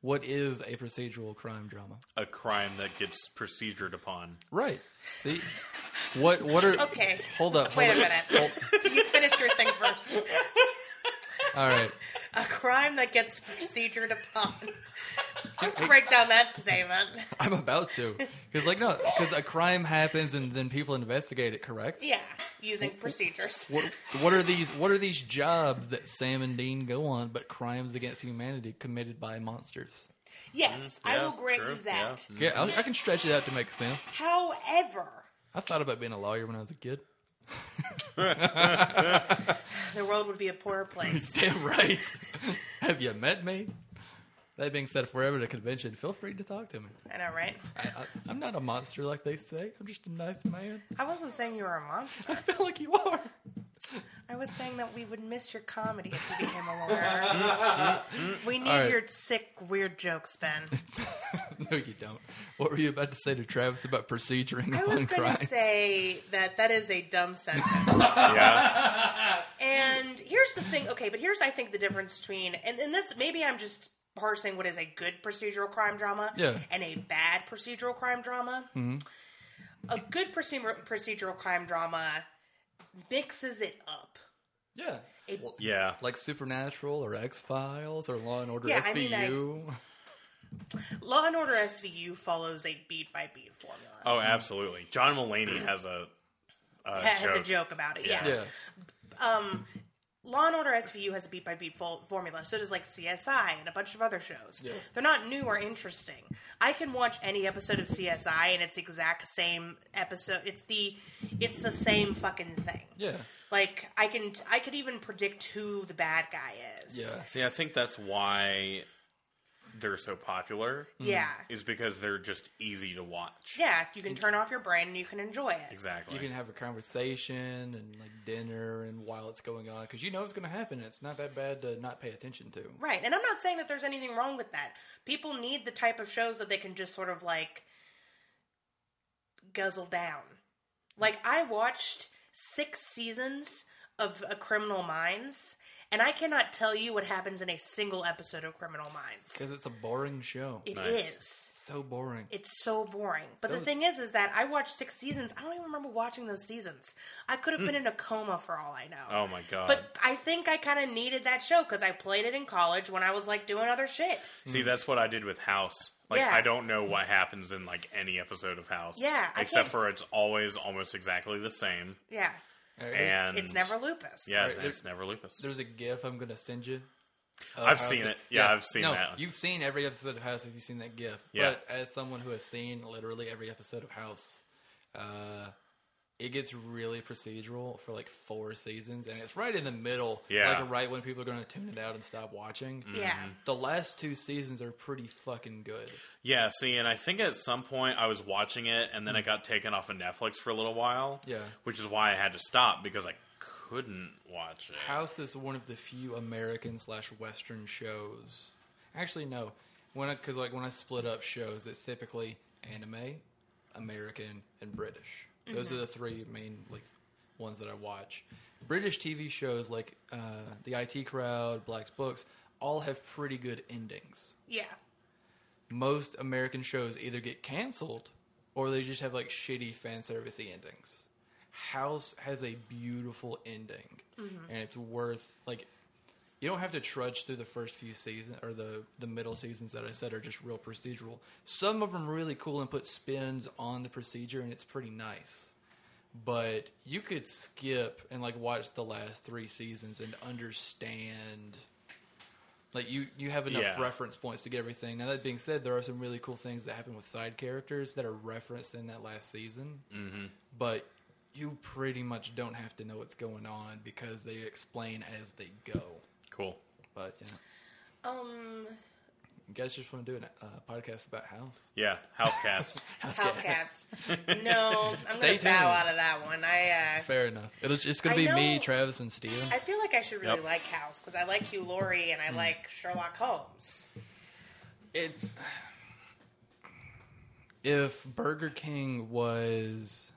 What is a procedural crime drama? a crime that gets procedured upon. Right. See, what what are? Okay. *laughs* Hold up. Wait a hold up, minute. hold- So you finish your thing first. all right. A crime that gets procedured upon. *laughs* Let's break down that statement. I'm about to, because like no, because a crime happens and then people investigate it. Correct. Yeah, using procedures. What what are these what are these jobs that Sam and Dean go on, but crimes against humanity committed by monsters? Yes, I Mm-hmm. Yeah, will grant true, you that. yeah. Okay, I, I can stretch it out to make sense. However, I thought about being a lawyer when I was a kid. *laughs* the world would be a poorer *laughs* place. Damn right. Have you met me? That being said, if we're ever at a convention, feel free to talk to me. I know, right? I, I, I'm not a monster like they say. I'm just a nice man. I wasn't saying you were a I monster. feel like you are. *laughs* I was saying that we would miss your comedy if you became a lawyer. we need All right. your sick, weird jokes, Ben. no, you don't. What were you about to say to Travis about proceduring I on was going crimes? to say that that is a dumb sentence. yeah. And here's the thing, okay, but here's I think the difference between and, and this maybe I'm just parsing what is a good procedural crime drama Yeah. and a bad procedural crime drama. A good procedur- procedural crime drama mixes it up. *laughs* yeah. It, Yeah. Like Supernatural or X Files or Law and Order Yeah, I mean, SVU. Law and Order SVU follows a beat by beat formula. Oh, absolutely. John Mulaney has a, a has joke. a joke about it. Yeah. Yeah. *laughs* yeah. Law and Order SVU has a beat by beat fol- formula. So does like CSI and a bunch of other shows. They're not new or interesting. I can watch any episode of CSI and it's the exact same episode. It's the it's the same fucking thing. Yeah. Like I can I could even predict who the bad guy is. Yeah. See, I think that's why they're so popular. Yeah. Is because they're just easy to watch. Yeah, you can turn off your brain and you can enjoy it. Exactly. You can have a conversation and like dinner and while it's going on because you know it's going to happen. It's not that bad to not pay attention to. Right. And I'm not saying that there's anything wrong with that. People need the type of shows that they can just sort of like guzzle down. Like I watched 6 seasons of A Criminal Minds and I cannot tell you what happens in a single episode of Criminal Minds. Because it's a boring show. It is. Nice. so boring. It's so boring. But the So- thing is is that I watched 6 seasons. I don't even remember watching those seasons. I could have been in a coma for all I know. oh my god. Um, But I think I kind of needed that show because I played it in college when I was like doing other shit. See, that's what I did with House. Like, Yeah. I don't know what happens in like any episode of House. Yeah, I except can't- for it's always almost exactly the same, Yeah. All right, there's- and It's never lupus. Yeah, Right, it's there's- never lupus. Uh, There's a GIF I'm gonna send you. of I've House seen that- it. Yeah, I've seen no, that. You've seen every episode of House if you've seen that GIF. Yeah. But as someone who has seen literally every episode of House, uh, it gets really procedural for like four seasons, and it's right in the middle. Yeah. Mm. Like right when people are gonna tune it out and stop watching. Yeah. The last two seasons are pretty fucking good. Yeah, see, and I think at some point I was watching it, and Mm. then it got taken off of Netflix for a little while. Yeah. which is why I had to stop because I couldn't watch it. House is one of the few American slash Western shows. Actually, no, when because like when I split up shows, it's typically anime, American, and British. Those are the three main like ones that I watch. British TV shows like uh, the IT Crowd, Black's Books, all have pretty good endings. Yeah. Most American shows either get canceled or they just have like shitty fan servicey endings. House has a beautiful ending, and it's worth like you don't have to trudge through the first few seasons or the the middle seasons that I said are just real procedural. Some of them really cool and put spins on the procedure, and it's pretty nice. But you could skip and like watch the last three seasons and understand Like you, you have enough Yeah. reference points to get everything. Now that being said, there are some really cool things that happen with side characters that are referenced in that last season. Mm-hmm. But you pretty much don't have to know what's going on because they explain as they go. Cool. But you, know, Um, you guys just want to do a uh, podcast *laughs* about house. Yeah, house cast. Housecast. *laughs* no, I'm *laughs* Stay gonna bow out tuned. of that one. I uh, *laughs* Fair enough. It's just going I to be me, know- Travis, and Steven. I feel like I should really Yep. like House because I like Hugh Laurie and I Mm. like Sherlock Holmes. It's if Burger King was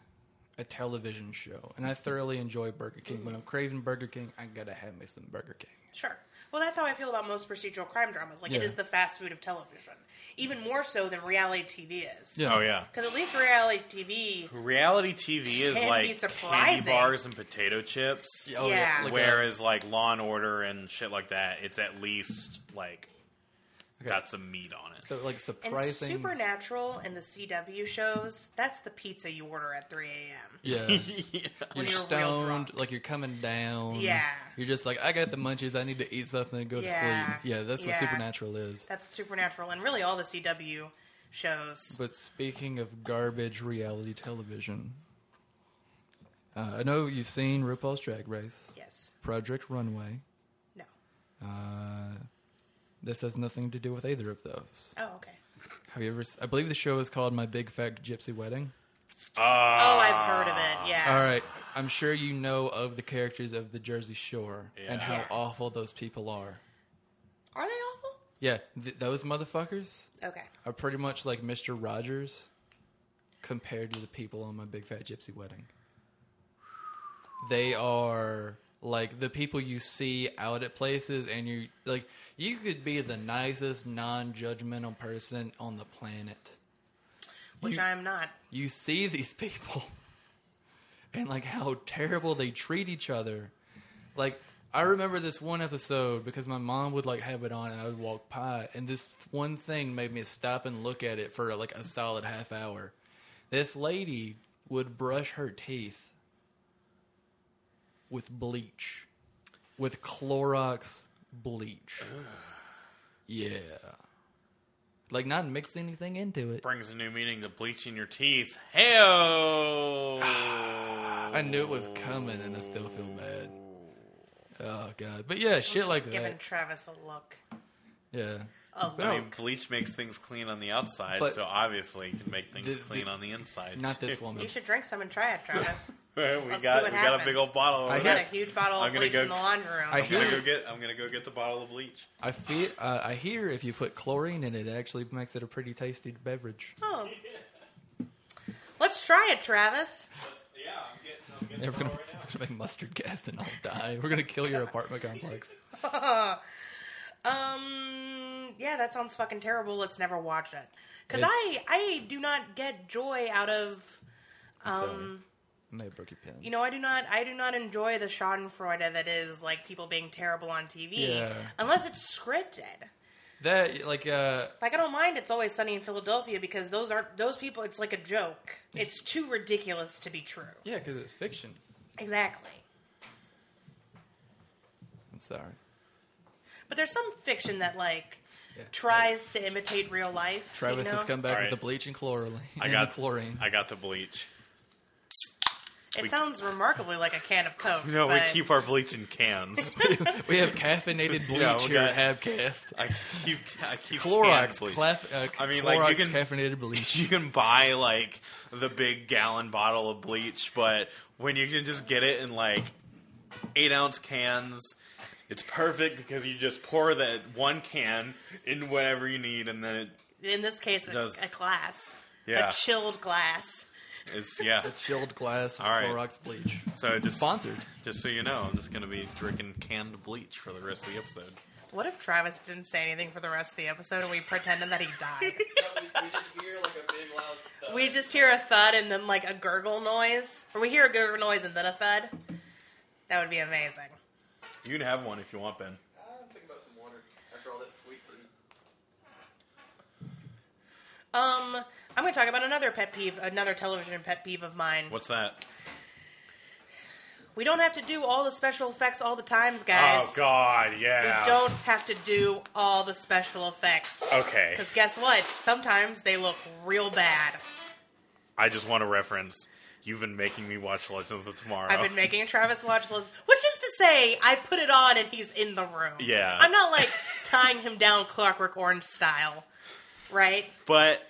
a television show, and I thoroughly enjoy Burger King. When I'm craving Burger King, I gotta have me some Burger King. Sure. Well, that's how I feel about most procedural crime dramas. Like Yeah. it is the fast food of television, even more so than reality TV is. Yeah. Oh yeah. Because at least reality TV, Reality TV is Can be like candy surprising. bars and potato chips. Oh, Yeah. like a- Whereas like Law and Order and shit like that, it's at least like Okay. got some meat on it. so like and surprising. Supernatural and the CW shows, that's the pizza you order at 3 a.m. *laughs* yeah, yeah. you're, When you're real stoned, drunk. like you're coming down. Yeah. you're just like I got the munchies. I need to eat something and go to Yeah. sleep. Yeah, that's what Yeah. Supernatural is. That's Supernatural and really all the CW shows. But speaking of garbage reality television, uh, I know you've seen RuPaul's Drag Race, yes. Project Runway. No. Uh, this has nothing to do with either of those. Oh, okay. Have you ever? s- I believe the show is called My Big Fat Gypsy Wedding. Uh, Oh, I've heard of it. Yeah. All right, I'm sure you know of the characters of the Jersey Shore and Yeah. how Yeah. awful those people are. Ah. Are they awful? Yeah, th- those motherfuckers Okay. are pretty much like Mister Rogers compared to the people on My Big Fat Gypsy Wedding. They are like the people you see out at places, and you like you could be the nicest, non-judgmental person on the planet. Which You- I'm not. you see these people *laughs* and like how terrible they treat each other. Like I remember this one episode because my mom would like have it on and I would walk by and this one thing made me stop and look at it for like a solid half hour. This lady would brush her teeth with bleach. With Clorox bleach. yeah. Like not mix anything into it. brings a new meaning to bleaching your teeth. Heyo. *sighs* *laughs* I knew it was coming, and I still feel bad. Oh god, but yeah, shit Just like giving that. Travis a look. Oh, Yeah, A look. I mean, bleach makes things clean on the outside, But- so obviously it can make things Th- th- clean on the inside. not this too. woman. You should drink some and try it, *laughs* Travis. *laughs* we Let's got see we what got a happens. big old bottle. Over I I there. got a huge bottle I'm of gonna bleach go- in the laundry room. I I'm gonna hear, go get. I'm gonna go get the bottle of bleach. I feel, uh, I hear if you put chlorine in it, it actually makes it a pretty tasty beverage. Oh. Let's try it, Travis. Yeah, I'm getting. I'm getting Yeah, we're gonna, *laughs* we're gonna make mustard gas, and I'll die. We're gonna kill your apartment complex. Um, yeah, that sounds fucking terrible. Let's never watch it. Because I, It's- I do not get joy out of, um, I may have broke your pen. you know, I do not, I do not enjoy the Schadenfreude that is like people being terrible on TV, Yeah. unless it's scripted. that like uh, Like I don't mind it's always sunny in Philadelphia because those aren't those people it's like a joke. It's too ridiculous to be true. yeah, because it's fiction. Exactly. I'm sorry. But there's some fiction that like Yeah. tries to imitate real life. Travis you know? has come back with Alright. the bleach and chlorine. I *laughs* and got the chlorine. I got the bleach. It We- sounds remarkably like a can of *laughs* Coke. No, but we keep our bleach in cans. we have caffeinated *laughs* bleach Yeah, we here at Habcast. I keep. I keep canned Clorox, bleach. clef, uh, I mean, Clorox like, you can- caffeinated *laughs* bleach. you can buy like the big gallon bottle of bleach, but when you can just get it in like eight ounce cans, it's perfect because you just pour that one can in whatever you need, and then it in this case a, Does- a glass. Yeah. A chilled glass. is yeah. chilled glass and All right. Clorox bleach. So just Sponsored. just so you know, I'm just gonna be drinking canned bleach for the rest of the episode. What if Travis didn't say anything for the rest of the episode and we pretended that he *laughs* died? we just hear a thud and then like a gurgle noise. Or we hear a gurgle noise and then a thud. That would be amazing. You can have one if you want, Ben. Um, I'm going to talk about another pet peeve, another television pet peeve of mine. What's that? We don't have to do all the special effects all the times, guys. Oh God, We yeah. don't have to do all the special effects. *laughs* Okay. Because guess what? Sometimes they look real bad. I just want to reference. You've been making me watch Legends of Tomorrow. I've been making a Travis watch list, which is to say, I put it on and he's in the room. Yeah. I'm *laughs* not like tying him down Clockwork Orange style, right? but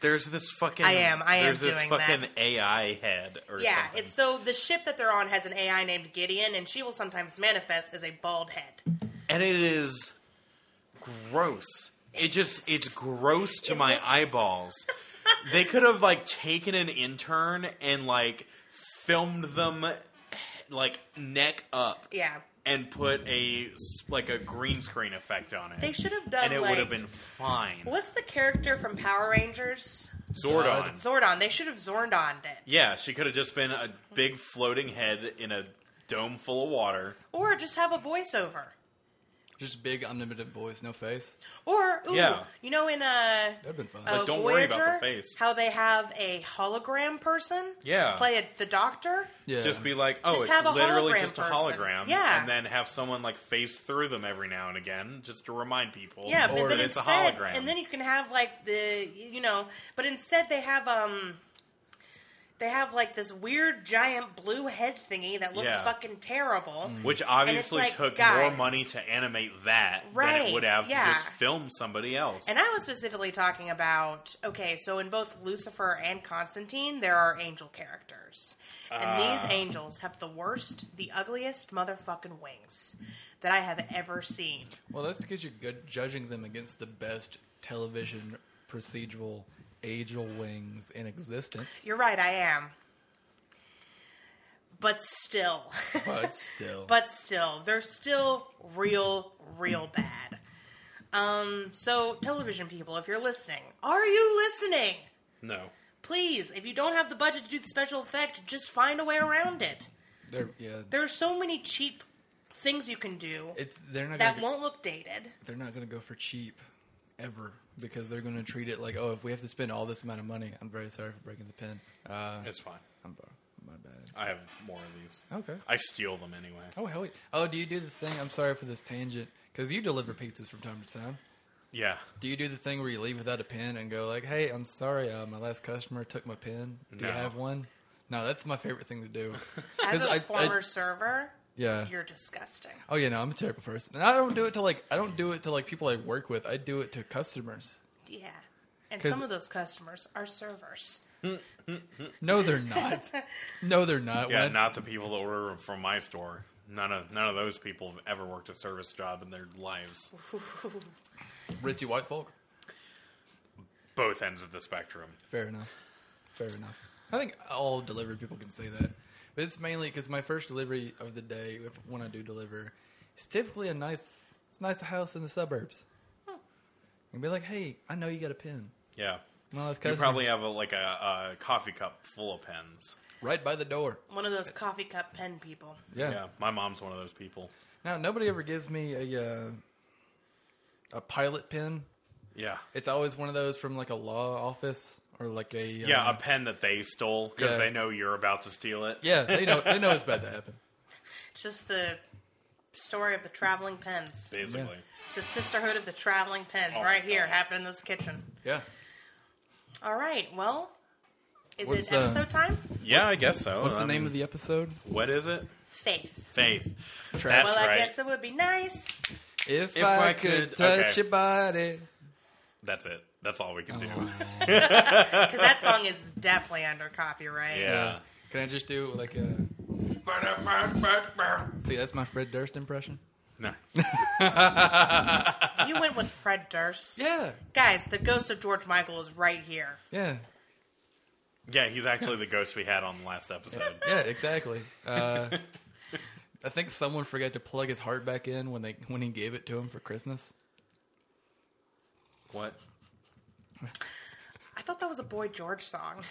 there's this fucking. I am- I am There's this doing fucking that. AI head or yeah. something. It's so the ship that they're on has an AI named Gideon, and she will sometimes manifest as a bald head. and it is gross. It just it's gross to It my looks- eyeballs. *laughs* they could have like taken an intern and like filmed them like neck up Yeah. and put a s- like a green screen effect on it. They should have done. and it would have like- been fine. What's the character from Power Rangers? Zordon. Zordon. They should have Zordoned it. yeah, she could have just been a big floating head in a dome full of water. Or just have a voiceover. Just big, unlimited voice, no face. Or, ooh, Yeah. you know, in a. That'd been fun. uh, Like, don't worry about the Voyager, face. How they have a hologram person Yeah. play a, the doctor. yeah. Just be like, oh, Just have a it's literally hologram just a person. hologram. Yeah. And then have someone like face through them every now and again just to remind people Yeah, but that then it's instead, a hologram. and then you can have like the you know, but instead they have um, they have like this weird giant blue head thingy that looks Yeah. Mm. fucking terrible. *laughs* Which obviously like, took guys- more money to animate that than Right, it would have yeah. to just film somebody else. And I was specifically talking about okay, so in both Lucifer and Constantine, there are angel characters. And Ah. these angels have the worst, the ugliest motherfucking wings that I have ever seen. well, that's because you're good judging them against the best television procedural angel wings *laughs* in existence. You're right, I am. But still, *laughs* But still, but still, they're still real, real bad. Um, so television people, if you're listening, are you listening? no. Please, if you don't have the budget to do the special effect, just find a way around it. they're yeah, There are so many cheap things you can do it's they're not that gonna, won't look dated. they're not going to go for cheap ever because they're going to treat it like oh if we have to spend all this amount of money I'm very sorry for breaking the pen. Uh, It's fine. I'm sorry, my bad. I have more of these. Okay. I steal them anyway. Oh hell yeah. Oh, do you do the thing? I'm sorry for this tangent because you deliver pizzas from time to time. Yeah. Do you do the thing where you leave without a pen and go like, "Hey, I'm sorry, uh, my last customer took my pen. Do No. you have one?" No, that's my favorite thing to do. *laughs* As *laughs* 'Cause a I- Uh. I- former server, yeah. you're disgusting. Oh yeah, no, I'm a terrible person, and I don't do it to like I don't do it to like people I work with. I do it to customers. Yeah. And 'Cause- some of those customers are servers. No, *laughs* they're not. no, they're not. Yeah, When- not the people that order from my store. None of none of those people have ever worked a service job in their lives. ritzy white folk. Both ends of the spectrum. Fair enough. Fair enough. I think all delivery people can say that. But it's mainly because my first delivery of the day, if, when I do deliver, it's typically a nice, it's a nice house in the suburbs. And be like, hey, I know you got a pen. Yeah. My last You customer, probably have a, like a, a coffee cup full of pens. right by the door. One of those coffee cup pen people. Yeah. Yeah, my mom's one of those people. Now nobody ever gives me a uh, a pilot pen. Yeah. It's always one of those from like a law office or like a uh, Yeah, a pen that they stole because Yeah. they know you're about to steal it. yeah. They know they know it's about to happen. It's just the story of the traveling pens. Basically. The sisterhood of the traveling pen Oh my right here God. happening in this kitchen. Yeah. All right, well, is What's, it uh, episode time? Yeah, I guess so. Um, What's the name of the episode? What is it? Faith. Faith. Travis. That's well, I right. guess it would be nice. If, If I, I could, could- touch okay. your body. That's it. That's all we can Oh, do. *laughs* Because that song is definitely under copyright. Yeah. Can I just do *laughs* like a? See, that's my Fred Durst impression. *laughs* No. You went with Fred Durst. Yeah, Guys, the ghost of George Michael is right here. yeah, Yeah, he's actually the ghost we had on the last episode. yeah, exactly. Uh, *laughs* I think someone forgot to plug his heart back in when they when he gave it to him for Christmas. *laughs* what? I thought that was a Boy George song.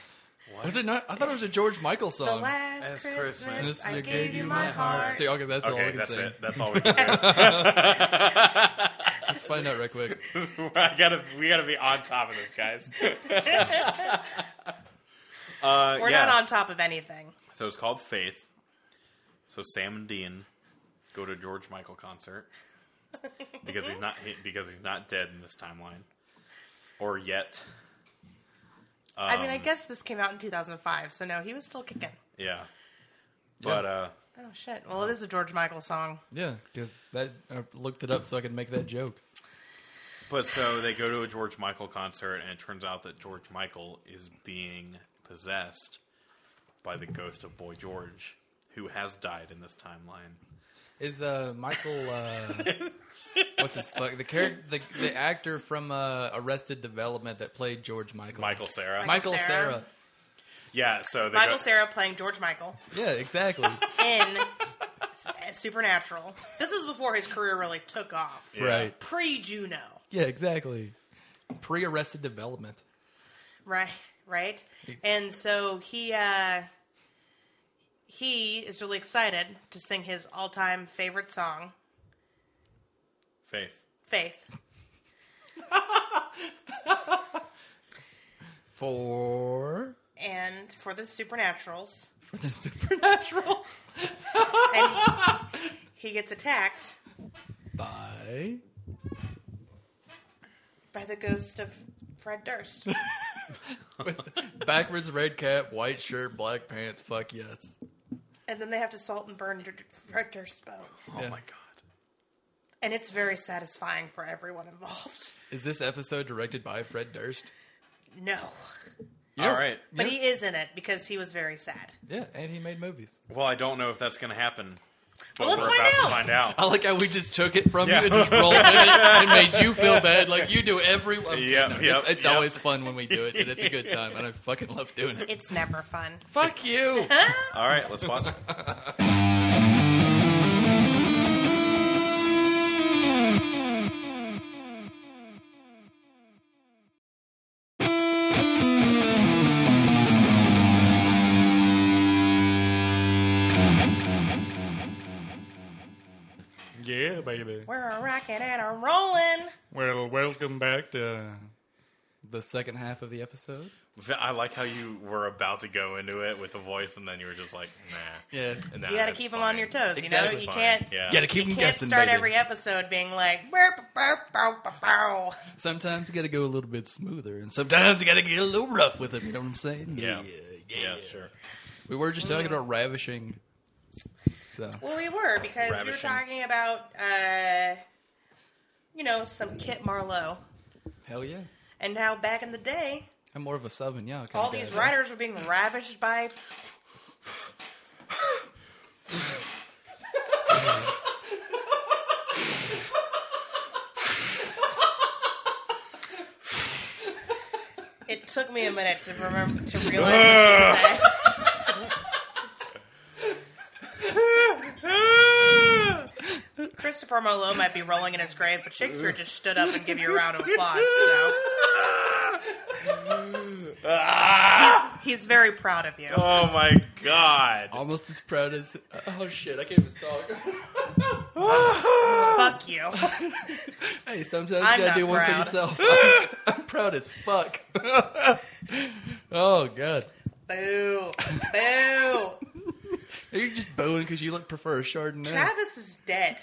Was it not? I thought it was a George Michael The song. last That's Christmas, Christmas. I gave you my heart. See, okay, that's all I Okay, can that's say. it. That's all we can *laughs* do. Let's find out right quick. I gotta, we gotta be on top of this, *laughs* guys. *laughs* uh, We're yeah. Uh, not on top of anything. So it's called Faith. So Sam and Dean go to a George Michael concert because he's not he- because he's not dead in this timeline, or yet. I mean, I guess this came out in 2005, so no, he was still kicking. Yeah, but uh, Oh shit! Well, it is a George Michael song. Yeah, because that I looked it up so I could make that joke. but so they go to a George Michael concert, and it turns out that George Michael is being possessed by the ghost of Boy George, who has died in this timeline. Is uh Michael *laughs* uh what's his fuck the character the, the actor from uh Arrested Development that played George Michael Michael Sarah. Mike- Michael Sarah Cera. yeah, so they Michael go, Sarah playing George Michael yeah exactly in S- Supernatural. This is before his career really took off. *laughs* Yeah. right Pre Juno, yeah exactly pre Arrested Development right? Right. And so he uh, he is really excited to sing his all-time favorite song, Faith. Faith. *laughs* for and for the supernaturals, for the Supernaturals and he, he gets attacked by by the ghost of Fred Durst. with backwards red cap white shirt black pants fuck yes and then they have to salt and burn Dur- Fred Durst's bones. Oh Yeah. my god. And it's very satisfying for everyone involved. is this episode directed by Fred Durst No. You know- All right. But you he is in it because he was very sad. know- yeah and he made movies Well, I don't know if that's going to happen, but Well, let's we're find about out. to find out. I like how we just took it from Yeah. you and just rolled *laughs* with it and made you feel bad. Like you do every. I'm kidding. Yep, No, yep, it's it's yep. always fun when we do it, and it's a good time, and I fucking love doing it. It's never fun. Fuck you. All right, let's watch *laughs* it. Yeah, baby. We're a rocking and a rolling. Well, welcome back to. the second half of the episode. I like how you were about to go into it with the voice, and then you were just like, nah. Yeah. And that- You gotta that's keep them fine. on your toes. You know, Exactly. you Fine. can't. Yeah. Yeah, to keep You them can't guessing, start baby. every episode being like, burp, burp, burp, burp, burp. Sometimes you got to go a little bit smoother, and sometimes you got to get a little rough with it. You know what I'm saying? Yeah. yeah. Yeah, sure. We were just talking about ravishing. So Well, we were because we were Ravishing. talking about, uh, you know, some Kit Marlowe, hell yeah. and how back in the day, I'm more of a Sauvignon. Kind all of guy, these though. writers were being ravished by. *laughs* It took me a minute to remember to realize what she said. Christopher Marlowe might be rolling in his grave, but Shakespeare just stood up and gave you a round of applause. So he's very proud of you. Oh my god. Almost as proud as. Oh shit! I can't even talk. *laughs* Fuck you. Hey, sometimes I'm you not gotta do one for proud. yourself. *laughs* *laughs* I'm proud as fuck. *laughs* oh god, Boo. Boo. you're just booing because you look prefer a chardonnay Travis is dead.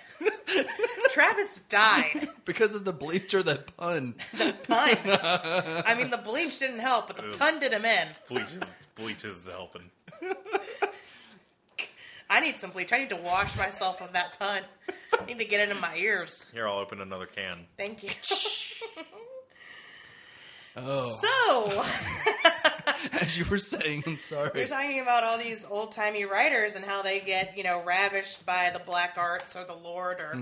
Travis died. because of the bleacher that pun. Pun. I mean, the bleach didn't help, but the pun did him in. Bleach is, bleach is helping. I need some bleach. I need to wash myself of that pun. I need to get it in my ears. Here, I'll open another can. Thank you. *laughs* Oh, *laughs* So. as you were saying, I'm You're sorry. talking about all these old timey writers and how they get, you know, ravished by the black arts or the Lord or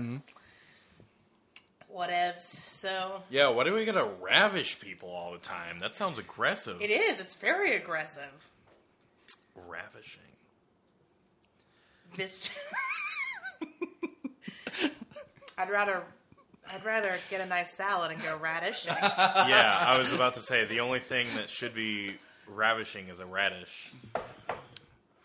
whatevs. So Yeah, why do we gotta ravish people all the time? That sounds aggressive. it is. It's very aggressive. Ravishing. Mist- *laughs* I'd rather. I'd rather get a nice salad and go radish. Yeah, I was about to say the only thing that should be ravishing is a radish.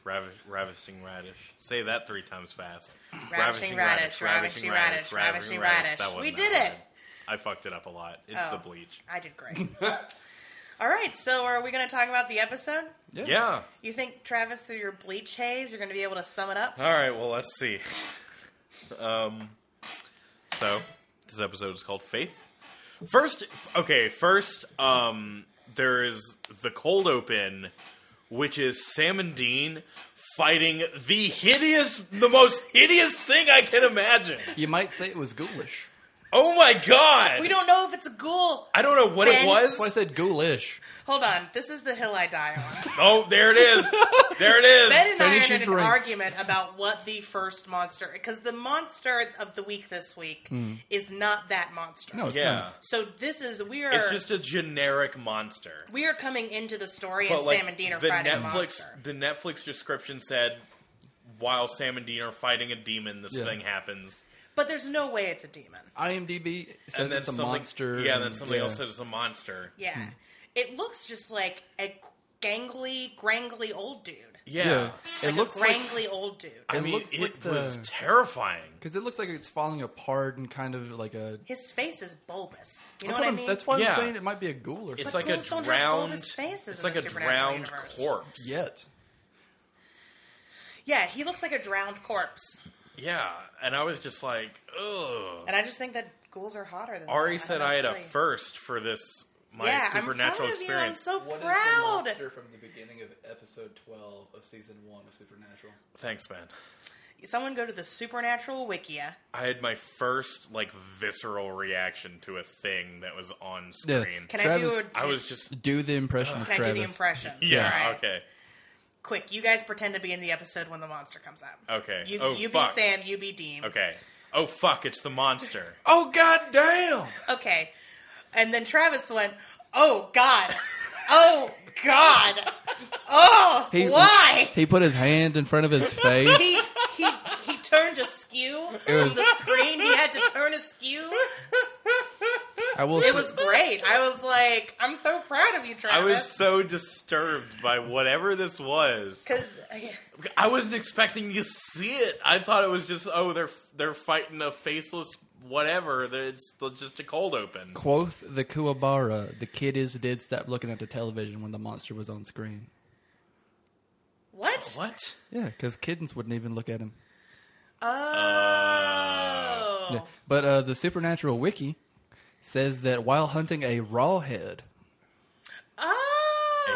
Ravish, ravishing radish. Say that three times fast. Ravishing radish, ravishing radish, ravishing radish. That wasn't We that did bad. it. I fucked it up a lot. It's Oh. the bleach. I did great. All All right, so are we going to talk about the episode? Yeah. You think Travis, through your bleach haze, you're going to be able to sum it up? Uh, All right. Well, let's see. Um, so this episode is called Faith. First, okay. First, um, there is the cold open, which is Sam and Dean fighting the hideous, the most hideous thing I can imagine. You might say it was ghoulish. Oh my god! We don't know if it's a ghoul. I don't know what it Ben. was. That's why I said ghoulish. Hold on, this is the hill I die *laughs* on. Oh, there it is. there it is. *laughs* Ben and I Finish had an your drinks. argument about what the first monster, because the monster of the week this week is not that monster. Hmm. No, it's yeah. not. So this is we are It's just a generic monster. we are coming into the story, But and like Sam and Dean are the fighting a Netflix, monster. the Netflix description said, while Sam and Dean are fighting a demon, this Yeah. thing happens, But there's no way it's a demon. IMDb says and then it's a something, monster. Yeah, and then and- somebody yeah. else said it's a monster. Yeah, Hmm. it looks just like a gangly, grangly old dude. Yeah, Yeah. It Like looks a like grangly old dude. I It mean, looks it like the- was terrifying. because it looks like it's falling apart and kind of like a. His face is bulbous. You know that's, what I I'm- mean? that's why Yeah. I'm saying it might be a ghoul or It's something. like a ghouls don't have drowned, bulbous faces it's in like the a supernatural drowned universe. corpse. Yet. Yeah, he looks like a drowned corpse. yeah. And I was just like, ugh. And I just think that ghouls are hotter than Ari that. said don't know I had what a to tell you. first for this my yeah, supernatural I'm proud experience. Of you. I'm so proud. from the beginning of episode 12 of season 1 of Supernatural? Thanks, man. Someone go to the supernatural uh, wikia. I had my first like visceral reaction to a thing that was on Yeah. screen. Can I Travis- do? A, I was just Do the impression of Can Travis. I do the impression? *laughs* yeah. All right. Okay. Quick, you guys pretend to be in the episode when the monster comes up. Okay. You, Oh, you be fuck. Sam. You be Dean. Okay. Oh fuck! It's the monster. *laughs* Oh, god damn! Okay. And then Travis went, "Oh God, oh God, oh *laughs* He- why?" He put his hand in front *laughs* of his face. he he he turned askew It on was- the screen. He had to turn askew. I *laughs* will It say- was great. I was like, I'm so proud of you, I was Travis. so disturbed by whatever this was. Because I wasn't expecting to see it. I thought it was just oh they're they're fighting a faceless whatever. That It's just a cold open. Quoth the Kuwabara, the kid is dead, stopped looking at the television when the monster was on screen. what? What? Yeah, because kittens wouldn't even look at him. Oh, Yeah. But uh, the Supernatural Wiki says that while hunting a rawhead, oh, A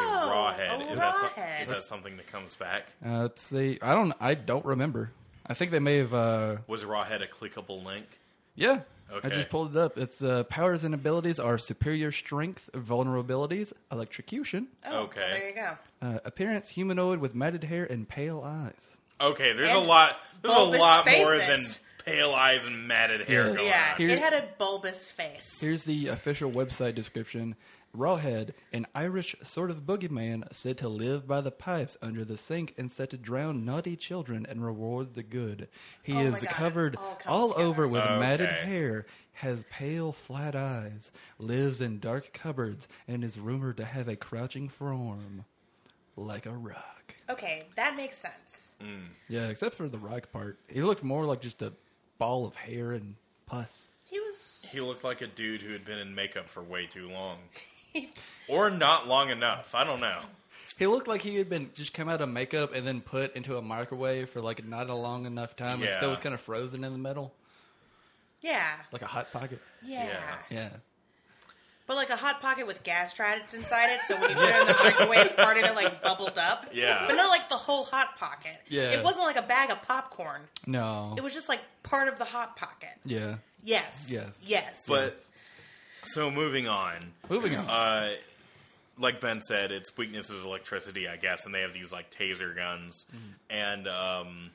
rawhead. A is, that so- rawhead. is that something that comes back? uh, let's see, I don't, I don't remember. I think they may have. Uh, Was rawhead a clickable link? yeah, Okay. I just pulled it up. It's uh, powers and abilities are superior strength, vulnerabilities, electrocution, Oh, Okay. well, there you go. uh, appearance humanoid with matted hair and pale eyes. Okay, there's a And lot. There's a bulbous lot more than faces. pale eyes and matted hair Yeah. going Yeah, on. Here- it had a bulbous face. Here's the official website description. Rawhead, an Irish sort of boogeyman said to live by the pipes under the sink and said to drown naughty children and reward the good. He Oh my is God, it covered all comes all together. over with matted Okay. hair, has pale, flat eyes, lives in dark cupboards, and is rumored to have a crouching form like a rock. Okay, that makes sense. Mm. Yeah, except for the rock part. He looked more like just a ball of hair and pus. He was. He looked like a dude who had been in makeup for way too long, *laughs* or not long enough. I don't know. He looked like he had been just come out of makeup and then put into a microwave for like not a long enough time and Yeah. still was kind of frozen in the middle, Yeah, like a hot pocket. yeah, Yeah. Yeah. But like a hot pocket with gas trapped inside it, so when you put it in the microwave, part of it like bubbled up. Yeah. But not like the whole hot pocket. Yeah. It wasn't like a bag of popcorn. No. It was just like part of the hot pocket. yeah. Yes. Yes. Yes. But so moving on, Moving on. uh, like Ben said, its weakness is electricity, I guess, and they have these like taser guns, and um,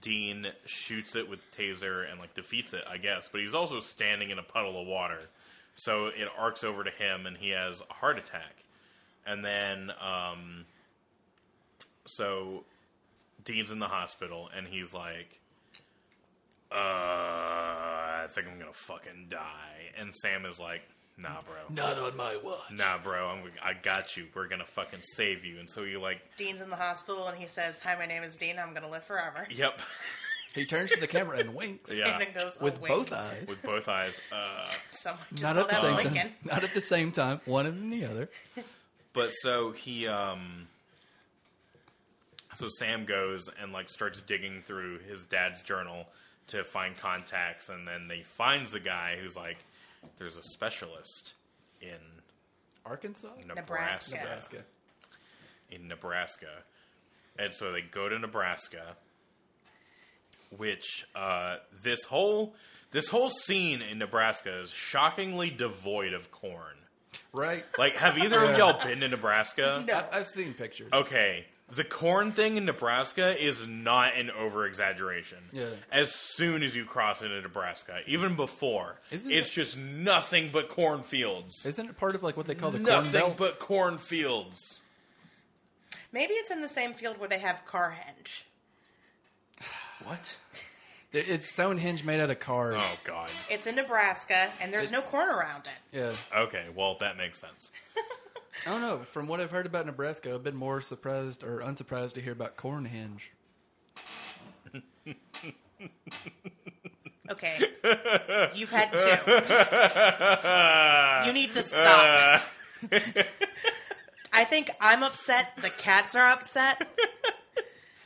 Dean shoots it with the taser and like defeats it, I guess. But he's also standing in a puddle of water, so it arcs over to him, and he has a heart attack, and then um, so Dean's in the hospital, and he's like. Uh, I think I'm gonna fucking die. And Sam is like, "Nah, bro, not on my watch. nah, bro, I'm, I got you. We're gonna fucking save you. And so you like, Dean's in the hospital and he says, "Hi, my name is Dean. I'm gonna live forever." *laughs* yep, He turns to the camera and winks yeah, And then goes with oh, wink. both eyes. *laughs* with both eyes. Uh, Someone just not call at the that same Lincoln. time. Not at the same time. One and the other. But so he, um, so Sam goes and like starts digging through his dad's journal to find contacts, and then they finds the guy who's like, "There's a specialist in Arkansas? Nebraska, Nebraska. in Nebraska," and so they go to Nebraska, which uh, this whole this whole scene in Nebraska is shockingly devoid of corn. Right. Like, have either of Yeah. y'all been to Nebraska? No. I, I've seen pictures. Okay. The corn thing in Nebraska is not an over exaggeration. Yeah. As soon as you cross into Nebraska, even before, Isn't it's it- just nothing but cornfields. Isn't it part of like what they call the corn Nothing belt? but cornfields. Maybe it's in the same field where they have Carhenge. what? There- It's Stonehenge made out of cars. Oh God. It's in Nebraska, and there's no corn around it. Yeah. Okay. Well, that makes sense. I don't know. From what I've heard about Nebraska, I've been more surprised or unsurprised to hear about Cornhenge. *laughs* Okay, you've had two. You need to *laughs* stop. I think I'm upset. The cats are upset.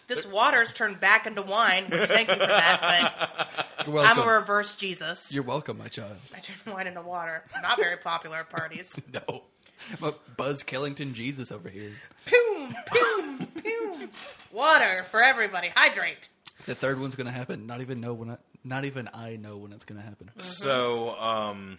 This water's turned back into wine. Which thank you for that, You're but welcome. I'm a reverse Jesus. You're welcome, my child. I turn wine into water. Not very popular at parties. No. I'm a Buzz Killington Jesus over here. Poom, poom, poom. Water for everybody. Hydrate. The third one's gonna happen. Not even know when. I, not even I know when it's gonna happen. Mm-hmm. So um,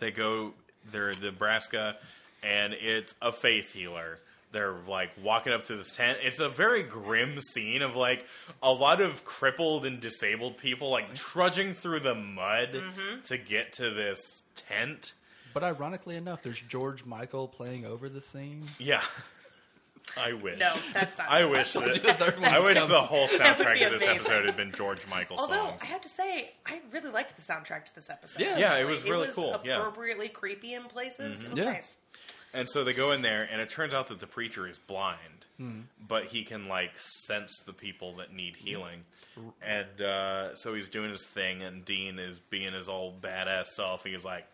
they go. They're the Nebraska, and it's a faith healer. They're like walking up to this tent. It's a very grim scene of like a lot of crippled and disabled people like trudging through the mud Mm-hmm. to get to this tent. But ironically enough, there's George Michael playing over the scene. Yeah, I wish. No, that's not. *laughs* I *laughs* wish you the that, third one's I wish coming. the whole That would be soundtrack of this amazing. episode had been George Michael Although songs. I have to say, I really liked the soundtrack to this episode. Yeah. Yeah, it actually. was really cool, yeah. Appropriately creepy in places. It was Yeah. nice. And so they go in there, and it turns out that the preacher is blind, but he can like sense the people that need healing. And uh, so he's doing his thing, and Dean is being his old badass self. He's like,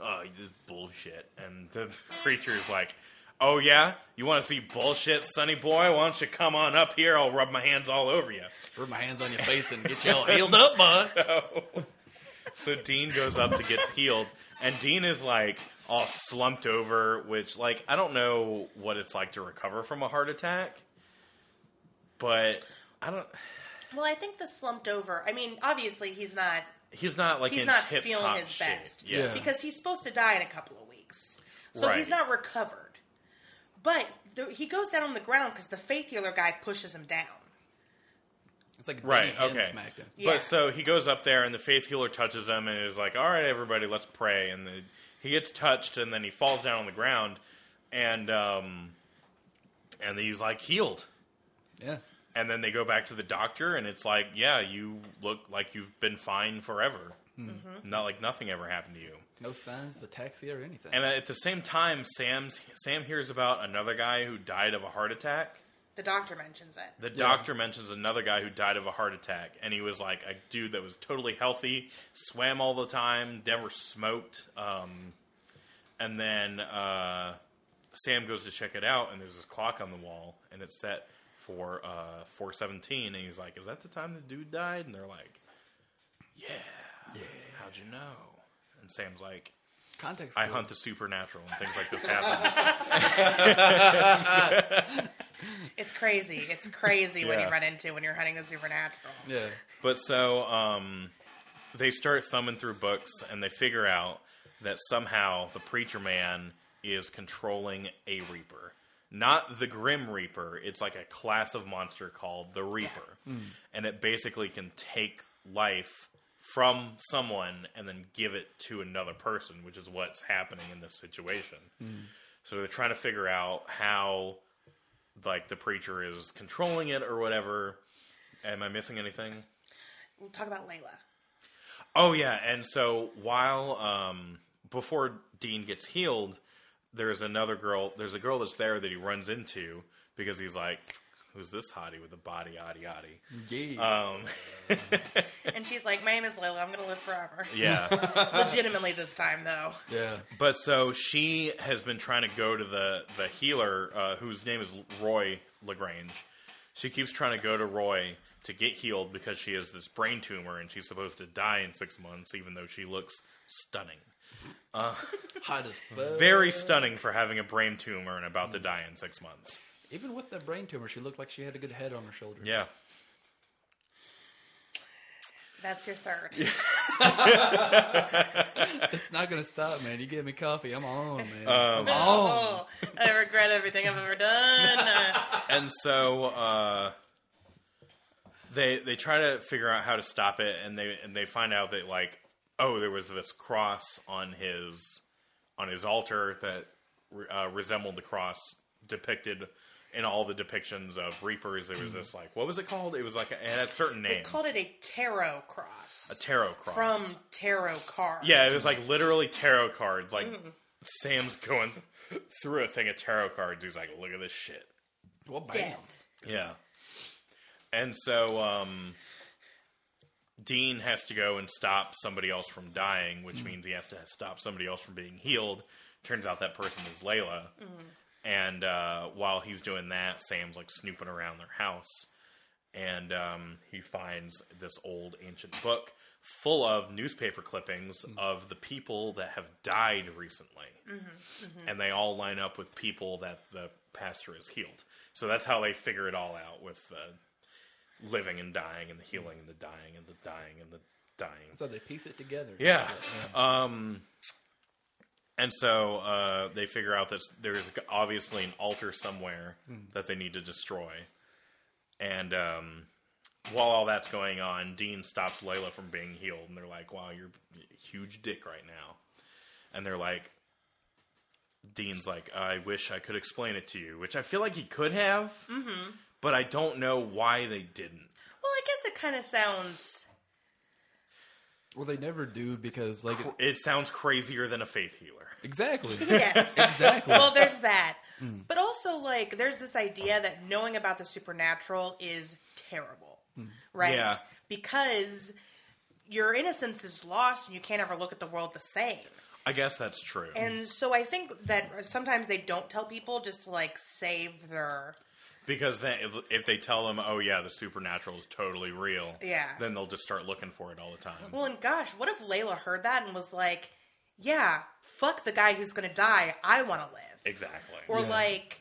"Oh, this is bullshit," and the *laughs* preacher is like. Oh yeah, you want to see bullshit, Sonny boy? Why don't you come on up here? I'll rub my hands all over you. Rub my hands on your face and get y'all healed up, *laughs* bud. So Dean goes up to gets healed, and Dean is like all slumped over, which like I don't know what it's like to recover from a heart attack, but I don't. Well, I think the slumped over. I mean, obviously he's not. He's not like He's in not tip feeling top his shape. best Yeah. Yeah. because he's supposed to die in a couple of weeks, so Right. he's not recovered. But the, he goes down on the ground because the faith healer guy pushes him down. It's like Right, Benny Hinn okay. smacked him. Yeah. But so he goes up there, and the faith healer touches him, and is like, "All right, everybody, let's pray." And the, he gets touched, and then he falls down on the ground, and um, and he's like healed. Yeah. and then they go back to the doctor and it's like yeah you look like you've been fine forever not like nothing ever happened to you No signs of ataxia or anything. and at the same time sam's sam hears about another guy who died of a heart attack The doctor mentions it. the doctor mentions another guy who died of a heart attack and he was like a dude that was totally healthy swam all the time never smoked um, and then uh, sam goes to check it out and there's this clock on the wall and it's set for uh, 417 and he's like is that the time the dude died and they're like yeah yeah how'd you know and sam's like Context. I clues. hunt the supernatural and things like this happen. It's crazy. It's crazy when you Yeah. run into when you're hunting the supernatural. Yeah. But so um, they start thumbing through books and they figure out that somehow the preacher man is controlling a reaper. Not the Grim Reaper, it's like a class of monster called the Reaper. And it basically can take life from someone and then give it to another person, which is what's happening in this situation. So they're trying to figure out how like the preacher is controlling it or whatever. Am I missing anything? We'll talk about Layla. Oh yeah, and so while um, before Dean gets healed, there's another girl. There's a girl that's there that he runs into because he's like, who's this hottie with the body, yaddy, yaddy? Yeah. Um, And she's like, my name is Layla. I'm going to live forever. yeah. *laughs* Legitimately this time, though. yeah. *laughs* But so she has been trying to go to the the healer, uh, whose name is Roy Lagrange. She keeps trying to go to Roy to get healed because she has this brain tumor and she's supposed to die in six months, even though she looks stunning, Hot as fuck. very stunning for having a brain tumor and about to die in six months. Even with that brain tumor, she looked like she had a good head on her shoulders. Yeah, That's your third. *laughs* It's not gonna stop, man. You give me coffee, I'm on, man. Uh, I'm on. Oh, I regret everything I've *laughs* ever done. Uh, and so uh, they they try to figure out how to stop it, and they and they find out that like oh there was this cross on his on his altar that re- uh, resembled the cross depicted in all the depictions of reapers. There was this like what was it called? It was like a, it had a certain they name, called it a tarot cross. a tarot cross From tarot cards. yeah, it was like literally tarot cards. Like Mm. Sam's going through a thing of tarot cards. He's like, look at this shit. Well, bam. Death. Yeah. And so um, Dean has to go and stop somebody else from dying, which means he has to stop somebody else from being healed. Turns out that person is Layla. And uh, while he's doing that, Sam's like snooping around their house. And um, he finds this old ancient book full of newspaper clippings of the people that have died recently Mm-hmm. and they all line up with people that the pastor has healed. So that's how they figure it all out with uh, living and dying and the healing and the dying and the dying and the dying. So they piece it together. Yeah. Um, and so uh, they figure out that there's obviously an altar somewhere that they need to destroy. And um, while all that's going on, Dean stops Layla from being healed. And they're like, wow, you're a huge dick right now. And they're like, Dean's like, I wish I could explain it to you, which I feel like he could have, mm-hmm. but I don't know why they didn't. Well, I guess it kind of sounds. Well, they never do because, like, It sounds crazier than a faith healer. exactly, *laughs* Yes. exactly. well, there's that. But also, like, there's this idea that knowing about the supernatural is terrible, right? Yeah. Because your innocence is lost and you can't ever look at the world the same. I guess that's true. And so I think that sometimes they don't tell people just to, like, save their. Because then, if, if they tell them, "Oh yeah, the supernatural is totally real," Yeah. then they'll just start looking for it all the time. Well, and gosh, what if Layla heard that and was like, yeah, fuck the guy who's going to die. I want to live. exactly. or Yeah. like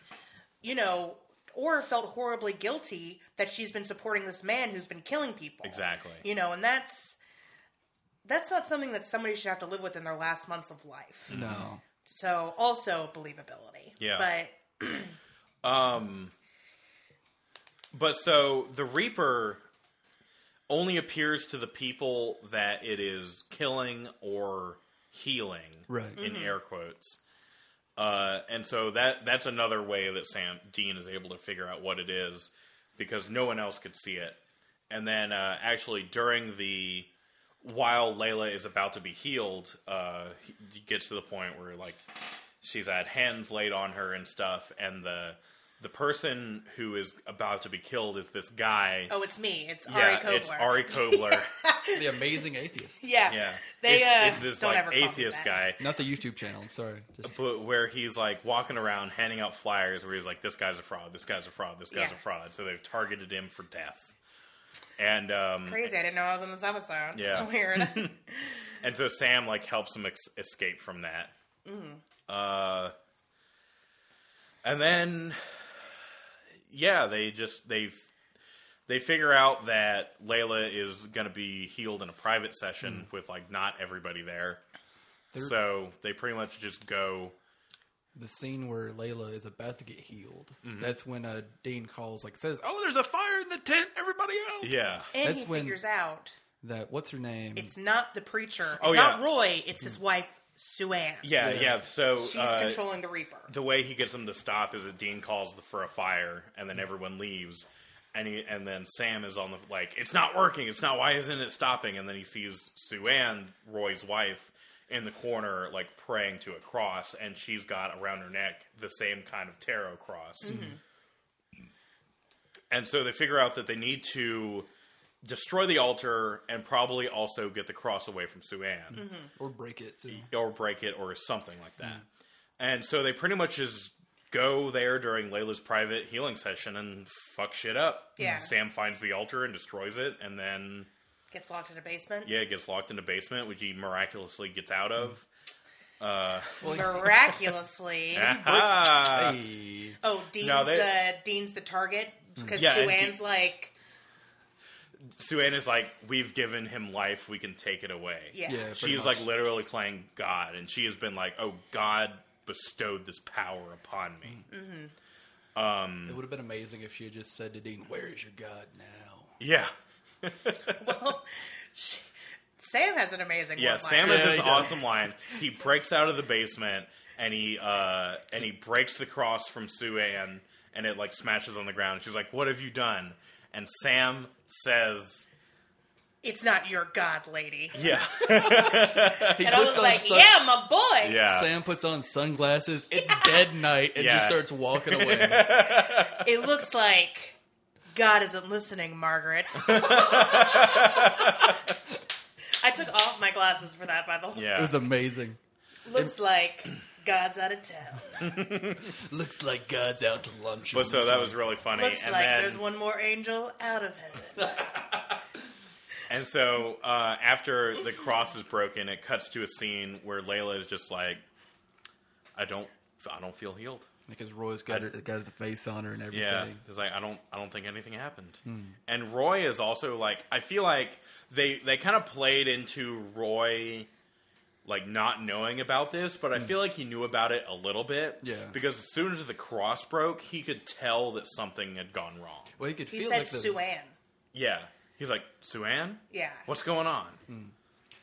you know or felt horribly guilty that she's been supporting this man who's been killing people Exactly. you know and that's that's not something that somebody should have to live with in their last months of life no, so also believability Yeah. but but so the Reaper only appears to the people that it is killing or healing, Right. In Mm-hmm. air quotes. Uh, and so that that's another way that Sam Dean is able to figure out what it is because no one else could see it. And then uh, actually during the while Layla is about to be healed, uh, he gets to the point where like she's had hands laid on her and stuff, and the the person who is about to be killed is this guy. oh it's me it's ari yeah, kobler it's Ari Kobler. the amazing *laughs* atheist. yeah yeah, they it's, uh it's this don't like ever call me atheist that. guy. Not the YouTube channel. I'm sorry. Just, But where he's like walking around handing out flyers where he's like, this guy's a fraud, this guy's a fraud, this guy's Yeah. a fraud. So they've targeted him for death. And um, crazy i didn't know i was in this episode Yeah. *laughs* it's weird and so Sam like helps him ex- escape from that. Uh, and then, yeah, they just they they figure out that Layla is going to be healed in a private session with like not everybody there. They're- so they pretty much just go. the scene where Layla is about to get healed. Mm-hmm. That's when uh, Dean calls, like, says, "Oh, there's a fire in the tent. Everybody out!" Yeah, and That's he when- figures out That what's her name? it's not the preacher it's Oh, not yeah. roy it's his wife sue ann yeah, yeah. So she's uh, controlling the reaper the way he gets them to stop is that Dean calls for a fire, and then everyone leaves, and he and then Sam is on the like, it's not working, it's not. Why isn't it stopping? And then he sees Sue Ann, Roy's wife, in the corner, like praying to a cross, and she's got around her neck the same kind of tarot cross. And so they figure out that they need to destroy the altar and probably also get the cross away from Sue Ann or break it. So. or break it or something like Mm. that. And so they pretty much just go there during Layla's private healing session and fuck shit up. Yeah. Sam finds the altar and destroys it and then Gets locked in a basement. yeah, *laughs* gets locked in a basement which he miraculously gets out of. Miraculously. Ah-ha! Hey. Oh, Dean's No, they- Mm. the Dean's the target because Yeah, Sue and Ann's Dean- like, Sue Ann is like, We've given him life, we can take it away. yeah, Yeah. She pretty is much. like literally playing God, and she has been like, "Oh, God bestowed this power upon me." Mm. mm. It would have been amazing if she had just said to Dean, "Where is your God now?" Yeah, Sam has an amazing yeah. one. Sam has Yeah, this he does. awesome line. He breaks out of the basement and he uh, and he breaks the cross from Sue Ann, and it like smashes on the ground. She's like, "What have you done?" And Sam says, It's not your God, *laughs* lady. "Yeah, He And I was like, sun- yeah, my boy. yeah." Sam puts on sunglasses. It's dead night and Uh, Yeah. just starts walking *laughs* away. It looks like God isn't *laughs* listening, Margaret. I took off my glasses for that, by the way. yeah. it was amazing. Looks like God's out of town. Looks like God's out to lunch. but so that was really funny. Looks and like then, there's one more angel out of heaven. And so uh, after the cross is broken, it cuts to a scene where Layla is just like, "I don't, I don't feel healed." because Roy's got her, got the face on her and everything. Yeah, it's like I don't, I don't think anything happened. And Roy is also like, I feel like they they kind of played into Roy like not knowing about this, but I feel like he knew about it a little bit. Yeah. because as soon as the cross broke, he could tell that something had gone wrong. Well, you could He feel said like the, Sue Ann. Yeah, he's like, Sue Ann, Yeah. what's going on?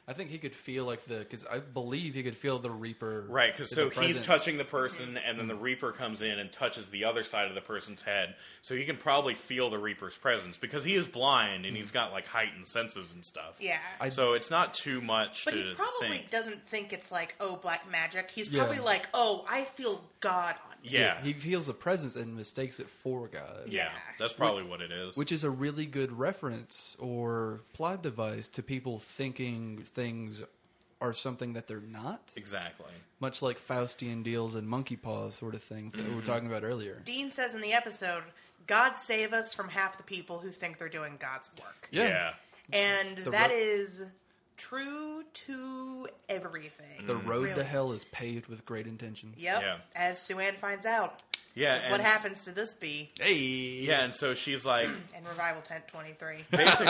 I think he could feel like the because I believe he could feel the Reaper. Right, because in so the he's presence. Mm-hmm. touching the person, and then the Reaper comes in and touches the other side of the person's head, so he can probably feel the Reaper's presence because he is blind and he's got like heightened senses and stuff. Yeah. Mm-hmm. I- So it's not too much But to he probably think. doesn't think it's like, oh, black magic. He's Yeah. probably like, oh, I feel God on me. yeah, yeah, he feels the presence and mistakes it for God. Yeah. that's probably what it is. Which is a really good reference or plot device to people thinking things are something that they're not, exactly. much like Faustian deals and monkey paws sort of things that we were Mm-hmm. talking about earlier. Dean says in the episode, God save us from half the people who think they're doing God's work. Yeah. And The that ro- is true to everything. The road Really. to hell is paved with great intentions. Yep. Yeah. As Sue Ann finds out, Yeah, is what and- happens to this bee Hey, Yeah, and so she's like, in Revival Tent 23. basically,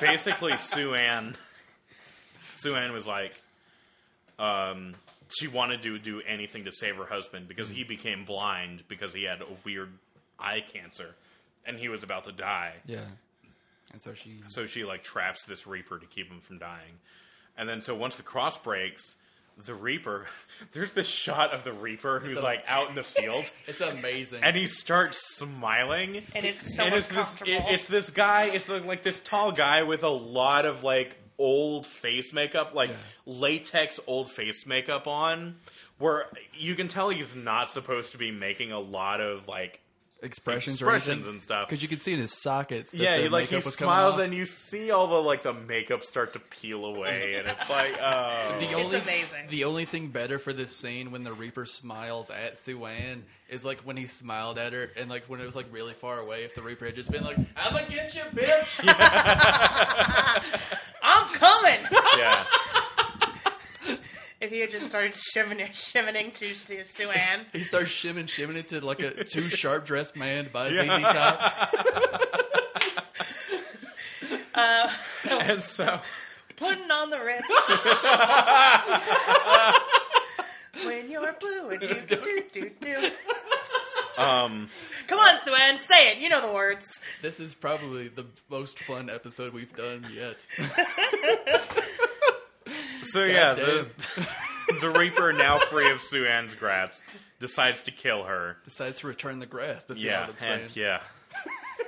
basically Sue Ann. Sue Ann was like, um, she wanted to do anything to save her husband because he became blind because he had a weird eye cancer, and he was about to die. yeah. And so she So she like traps this Reaper to keep him from dying, and then so once the cross breaks. The Reaper, *laughs* there's this shot of the Reaper who's a- like out in the field, It's amazing. and he starts smiling, And it's so and it's this, uncomfortable. it- it's this guy, it's like, like this tall guy with a lot of like old face makeup, like Yeah. latex old face makeup on, where you can tell he's not supposed to be making a lot of like. expressions, expressions or anything. and stuff. Because you could see in his sockets. That Yeah, the he like he makeup was coming off. smiles and you see all the like the makeup start to peel *laughs* away, and it's like, oh, The It's amazing. The only thing better for this scene when the Reaper smiles at Sue Ann is like when he smiled at her and like when it was like really far away. If the Reaper had just been like, "I'm gonna get you, bitch," I'm coming! *laughs* yeah, if he had just started shimming, shimming to Sue Sue Ann. *laughs* he starts shimming, shimming into like a too sharp dressed man by his easy top. and so putting on the *laughs* Ritz. when you're blue and you do do do. Um, Um, come on, Sue Ann, say it. You know the words. This is probably the most fun episode we've done yet. so *laughs* yeah, the, Damn. the Reaper now free of Sue Ann's grasp decides to kill her. Decides to return the grass. If you know Yeah, what I'm saying. and yeah,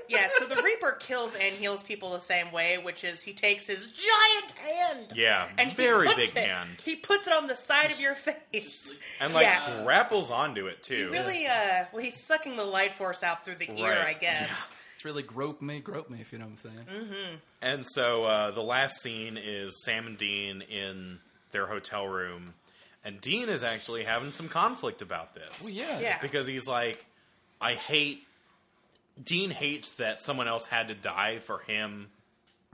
Yeah, so the Reaper kills and heals people the same way, which is he takes his giant hand. *laughs* yeah, And he very puts big it- hand. He puts it on the side of your face. and like Yeah. grapples onto it too. He really, uh, well, he's sucking the life force out through the ear, Right. I guess. It's really grope me, grope me, if you know what I'm saying. And so uh, the last scene is Sam and Dean in their hotel room, and Dean is actually having some conflict about this. Well, Oh, yeah. Yeah. Because he's like, I hate. Dean hates that someone else had to die for him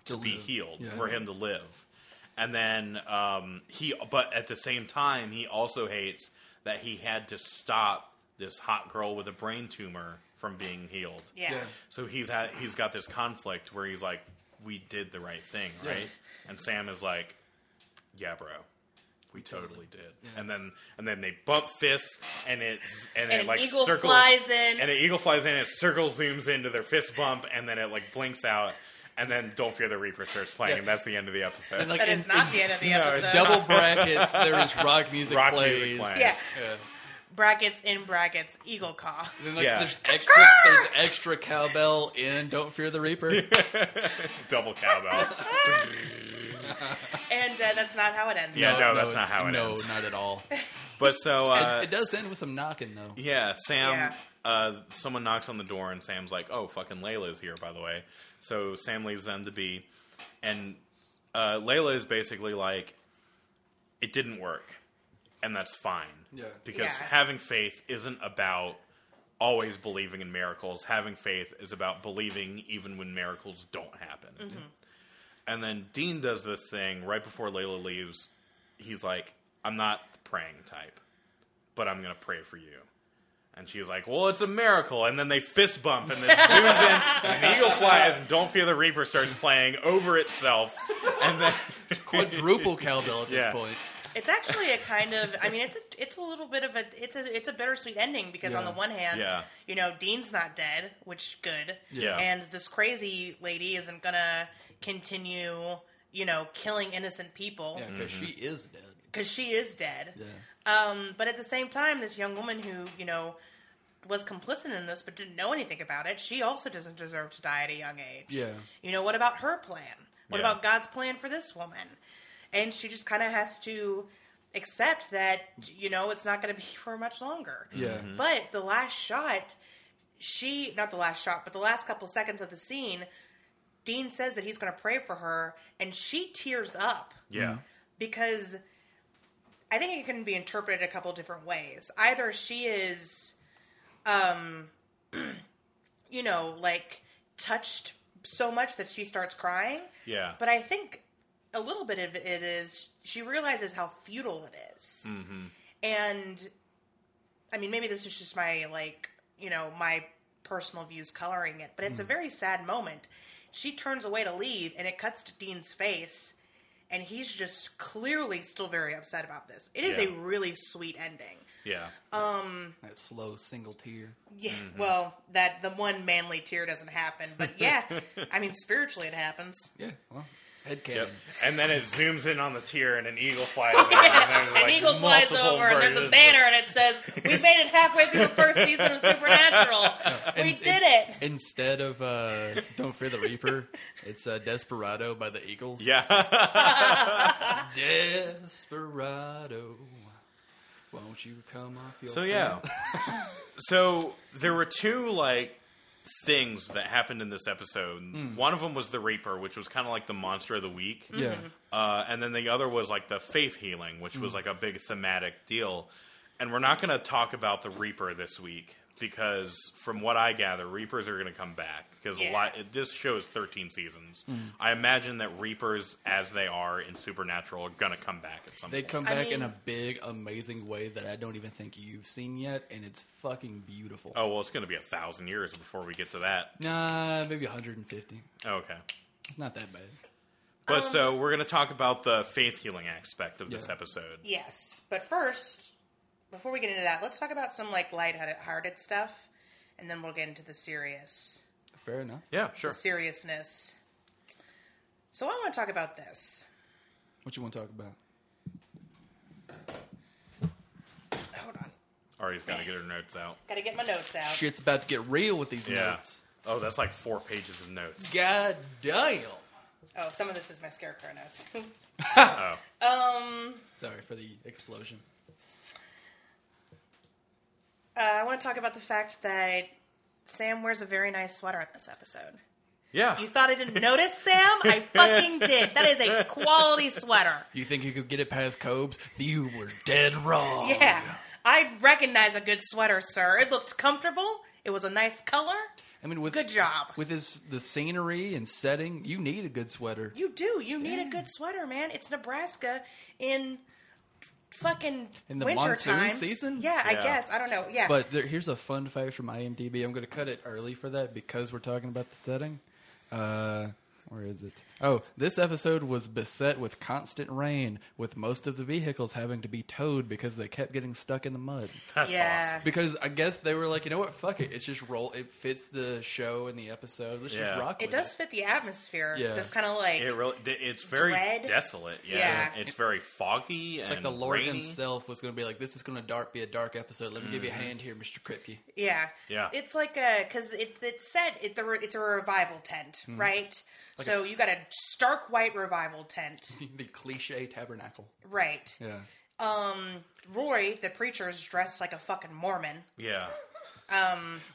To be live. healed, Yeah. for him to live. And then um, he, but at the same time, he also hates that he had to stop this hot girl with a brain tumor from being healed. Yeah. Yeah. So he's had he's got this conflict where he's like, "We did the right thing, right?" And Sam is like, "Yeah, bro, we totally, did." And then and then they bump fists, and it and, And it an like eagle circles flies in. and an eagle flies in, and it circle zooms into their fist bump, and then it like blinks out, and then "Don't Fear the Reaper" starts playing, Yeah. and that's the end of the episode. And like That in, is not the end of the No, it's episode. double brackets, there is rock music Rock plays. music playing. Yeah. Yeah. Brackets in brackets. Eagle caw. Then like Yeah. there's extra there's extra cowbell in Don't Fear the *laughs* Reaper. *laughs* double *laughs* cowbell. And uh, that's not how it ends. Yeah. no, that's it's- not how it no, ends. not at *laughs* all. but so uh, it, it does end with some knocking though. *laughs* Yeah, Sam. Yeah. Uh, someone knocks on the door, and Sam's like, "Oh, fucking Layla's here, by the way." So Sam leaves them to be, and uh, Layla is basically like, "It didn't work, and that's fine." Yeah. because Yeah. having faith isn't about always believing in miracles. Having faith is about believing even when miracles don't happen. And then Dean does this thing right before Layla leaves. He's like, "I'm not the praying type, but I'm gonna pray for you." And she's like, "Well, it's a miracle." And then they fist bump, and then zooms in, and the eagle flies, and "Don't Fear the Reaper" starts playing over itself, and then *laughs* Quadruple cowbell at this Yeah. point. It's actually a kind of. I mean, it's a, it's a little bit of a. It's a it's a bittersweet ending because on Yeah. the one hand, Yeah. you know, Dean's not dead, which good. Yeah. And this crazy lady isn't gonna continue, you know, killing innocent people Yeah, because Mm-hmm. she is dead. because she is dead. Yeah. Um, but at the same time, this young woman who you know was complicit in this but didn't know anything about it, she also doesn't deserve to die at a young age. Yeah. You know, what about her plan? What Yeah. about God's plan for this woman? And she just kind of has to accept that, you know, it's not going to be *laughs* for much longer. Yeah. Mhm. But the last shot, she, not the last shot, but the last couple seconds of the scene, Dean says that he's going to pray for her, and she tears up yeah, because I think it can be interpreted a couple different ways. Either she is, um, *clears throat* you know, like touched so much that she starts crying. yeah, But I think a little bit of it is she realizes how futile it is. And I mean, maybe this is just my, like, you know, my personal views coloring it, but it's a very sad moment. She turns away to leave, and it cuts to Dean's face, and he's just clearly still very upset about this. It is Yeah. a really sweet ending. yeah. That slow single tear. Yeah, well, that the one manly tear doesn't happen, but yeah, I mean, spiritually it happens. Yeah. Well, head Yep. cannon. And then it zooms in on the tier, and an eagle *laughs* flies over. And there's, An like, eagle flies multiple over, and there's a versions. banner, and it says, "We made it halfway through the first season of *laughs* Supernatural. We In- did in- it." Instead of uh, Don't Fear the Reaper, it's uh, Desperado by the Eagles. Yeah, Desperado. Won't you come off your *laughs* So yeah. phone? *laughs* so there were two like things that happened in this episode. One of them was the Reaper, which was kind of like the monster of the week. Yeah. Mm-hmm. Uh, and then the other was like the faith healing, which Mm. was like a big thematic deal. And we're not going to talk about the Reaper this week because, from what I gather, Reapers are going to come back because Yeah. a lot. This show is 13 seasons. Mm. I imagine that Reapers, as they are in Supernatural, are going to come back at some. They point. come I back in mean- a big, amazing way that I don't even think you've seen yet, and it's fucking beautiful. Oh well, it's going to be a thousand years before we get to that. Nah, maybe 150. Okay. It's not that bad. But so we're going to talk about the faith healing aspect of this Um, Yeah. episode. Yes, but first, before we get into that, let's talk about some like light-hearted stuff, and then we'll get into the serious Fair enough. Yeah, sure. seriousness. So I want to talk about this. What you want to talk about? Hold on, Ari's got to get her notes out. gotta get my notes out. Shit's about to get real with these Yeah. notes. Oh, that's like four pages of notes. God damn. Oh, some of this is my scarecrow notes. *laughs* Oops. Oh. Sorry for the explosion. Uh, I want to talk about the fact that Sam wears a very nice sweater this episode. Yeah. You thought I didn't notice, Sam? I fucking did. That is a quality sweater. You think you could get it past Cobes? You were dead wrong. *laughs* Yeah. I recognize a good sweater, sir. It looked comfortable. It was a nice color. I mean, with Good job. with his the scenery and setting, you need a good sweater. You do. You need a good sweater, man. It's Nebraska in fucking In the winter monsoon times. season? Yeah, I Yeah. guess. I don't know. Yeah. *laughs* But there, here's a fun fact from IMDb. I'm going to cut it early for that because we're talking about the setting. Uh, where is it? Oh, this episode was beset with constant rain, with most of the vehicles having to be towed because they kept getting stuck in *laughs* the mud. That's yeah. Because I guess they were like, you know what? Fuck it. It's just roll. It fits the show and the episode. Let's just Yeah. rock. It with does fit the atmosphere. Yeah. Just kind of like It really, th- it's very Dread. desolate. Yeah. Yeah. It's very foggy It's and like the Lord rainy. himself was going to be like, this is going to dark be a dark episode. Let me give you a Mm-hmm. hand here, Mister Kripke. *laughs* Yeah. Yeah. It's like a because it it's said it, the, re- it's a revival tent, Hmm. right? so you got a stark white revival tent, the cliche tabernacle. right? Yeah. Roy, the preacher, is dressed like a fucking Mormon. Yeah.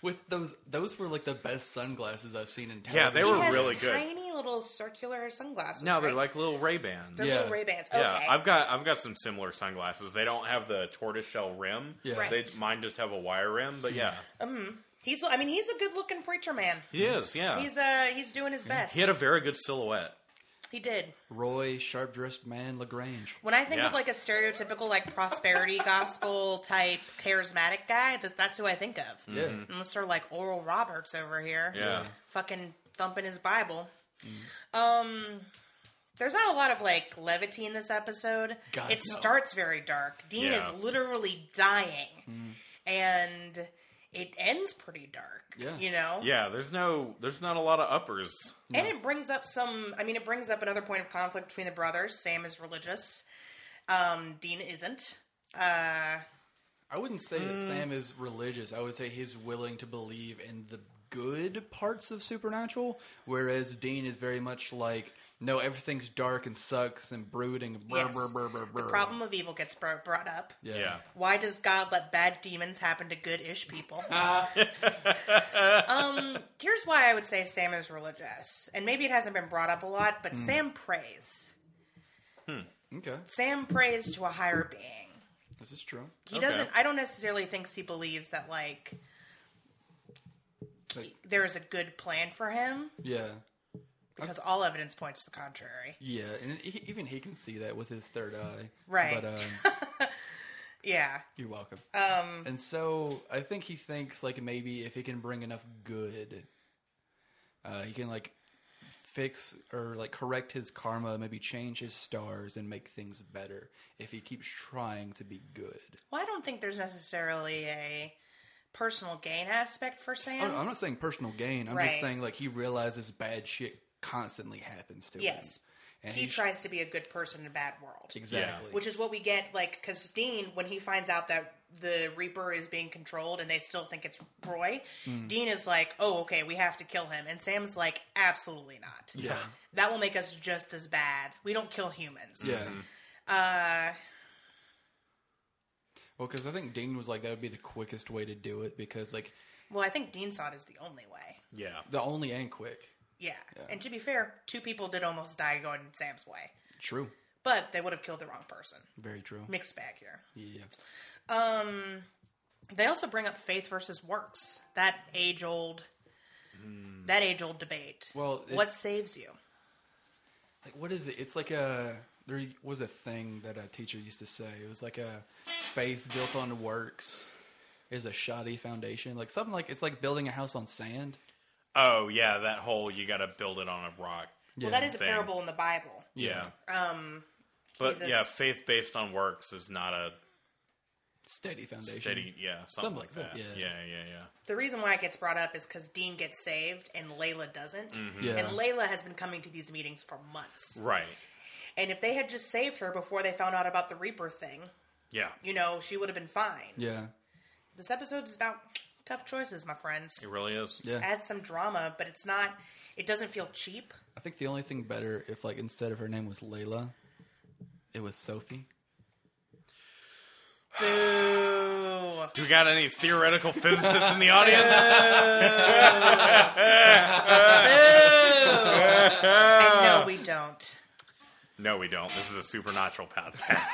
With those, those were like the best sunglasses I've seen in television. Yeah, they were He has really good. Tiny little circular sunglasses. No, they're right? like little Ray Bans. They're Yeah. little Ray Bans. Okay. Yeah, I've got I've got some similar sunglasses. They don't have the tortoiseshell rim. Yeah. Right. they mine just have a wire rim. But yeah, He's I mean he's a good looking preacher man. he is. Yeah, He's uh he's doing his best. he had a very good silhouette. he did. Roy, sharp dressed man, Lagrange. When I think of Yeah. like a stereotypical like prosperity gospel type charismatic guy, that, that's who I think of. Mm-hmm. Yeah. Unless they're like Oral Roberts over here. Yeah. Fucking thumping his Bible. Um there's not a lot of like levity in this episode. God, it no. starts very dark. Dean Yeah. is literally dying. And it ends pretty dark. Yeah. You know? Yeah, there's no there's not a lot of uppers. And it brings up some. I mean, it brings up another point of conflict between the brothers. Sam is religious. Um, Dean isn't. Uh, I wouldn't say Mm. that Sam is religious. I would say he's willing to believe in the good parts of supernatural, whereas Dean is very much like, no, everything's dark and sucks and brooding. Brr, Yes. brr, brr, brr, The brr. problem of evil gets bro- brought up. Yeah. Yeah, Why does God let bad demons happen to good-ish *laughs* people? Ah. *laughs* um, here's why I would say Sam is religious, and maybe it hasn't been brought up a lot, Hmm. but Sam prays. Okay. Sam prays to a higher being. This is true. He Okay. doesn't. I don't necessarily think he believes that like Like- there is a good plan for him. yeah. because all evidence points to the contrary. Yeah. And he, even he can see that with his third eye. Right. But, *laughs* um, Yeah, you're welcome. Um, and so I think he thinks, like, maybe if he can bring enough good, uh, he can, like, fix or like correct his karma maybe change his stars and make things better if he keeps trying to be good well, I don't think there's necessarily a personal gain aspect for Oh, Sam. no, I'm not saying personal gain. I'm Right. just saying like he realizes bad shit constantly happens to him. yes, and he sh- tries to be a good person in a bad world, exactly. which is what we get. Like, because Dean, when he finds out that the Reaper is being controlled and they still think it's Roy, Hmm. Dean is like, "Oh, okay, we have to kill him," and Sam's like, "Absolutely not. yeah, That will make us just as bad. We don't kill humans." yeah. Mm-hmm. Uh, well, because I think Dean was like that would be the quickest way to do it because like Well, I think Dean saw it as the only way. yeah, the only and quick. Yeah. And to be fair, two people did almost die going Sam's way. True. but they would have killed the wrong person. Very true. Mixed bag here. Yeah. They also bring up faith versus works. That age old, that age old debate. Hmm. Well, it's- what saves you? like what is it? It's like a there was a thing that a teacher used to say. It was like a faith built on works is a shoddy foundation. Like something like it's like building a house on sand. Oh yeah, that whole you got to build it on a rock. well, that is a thing. parable in the Bible. Yeah. Um, But Jesus. yeah, faith based on works is not a Steady foundation. steady. Yeah, something, Something like that. like that, Yeah, yeah. yeah, yeah. the reason why it gets brought up is because Dean gets saved and Layla doesn't. Mm-hmm. Yeah. And Layla has been coming to these meetings for months. Right. And if they had just saved her before they found out about the Reaper thing, Yeah. you know, she would have been fine. Yeah. This episode is about tough choices, my friends. It really is. Yeah. Add some drama, but it's not. It doesn't feel cheap. I think the only thing better if like instead of her name was Layla, it was Sophie. Boo. Do we got any theoretical physicists in the *laughs* audience? And no, we don't. No, we don't. This is a supernatural podcast.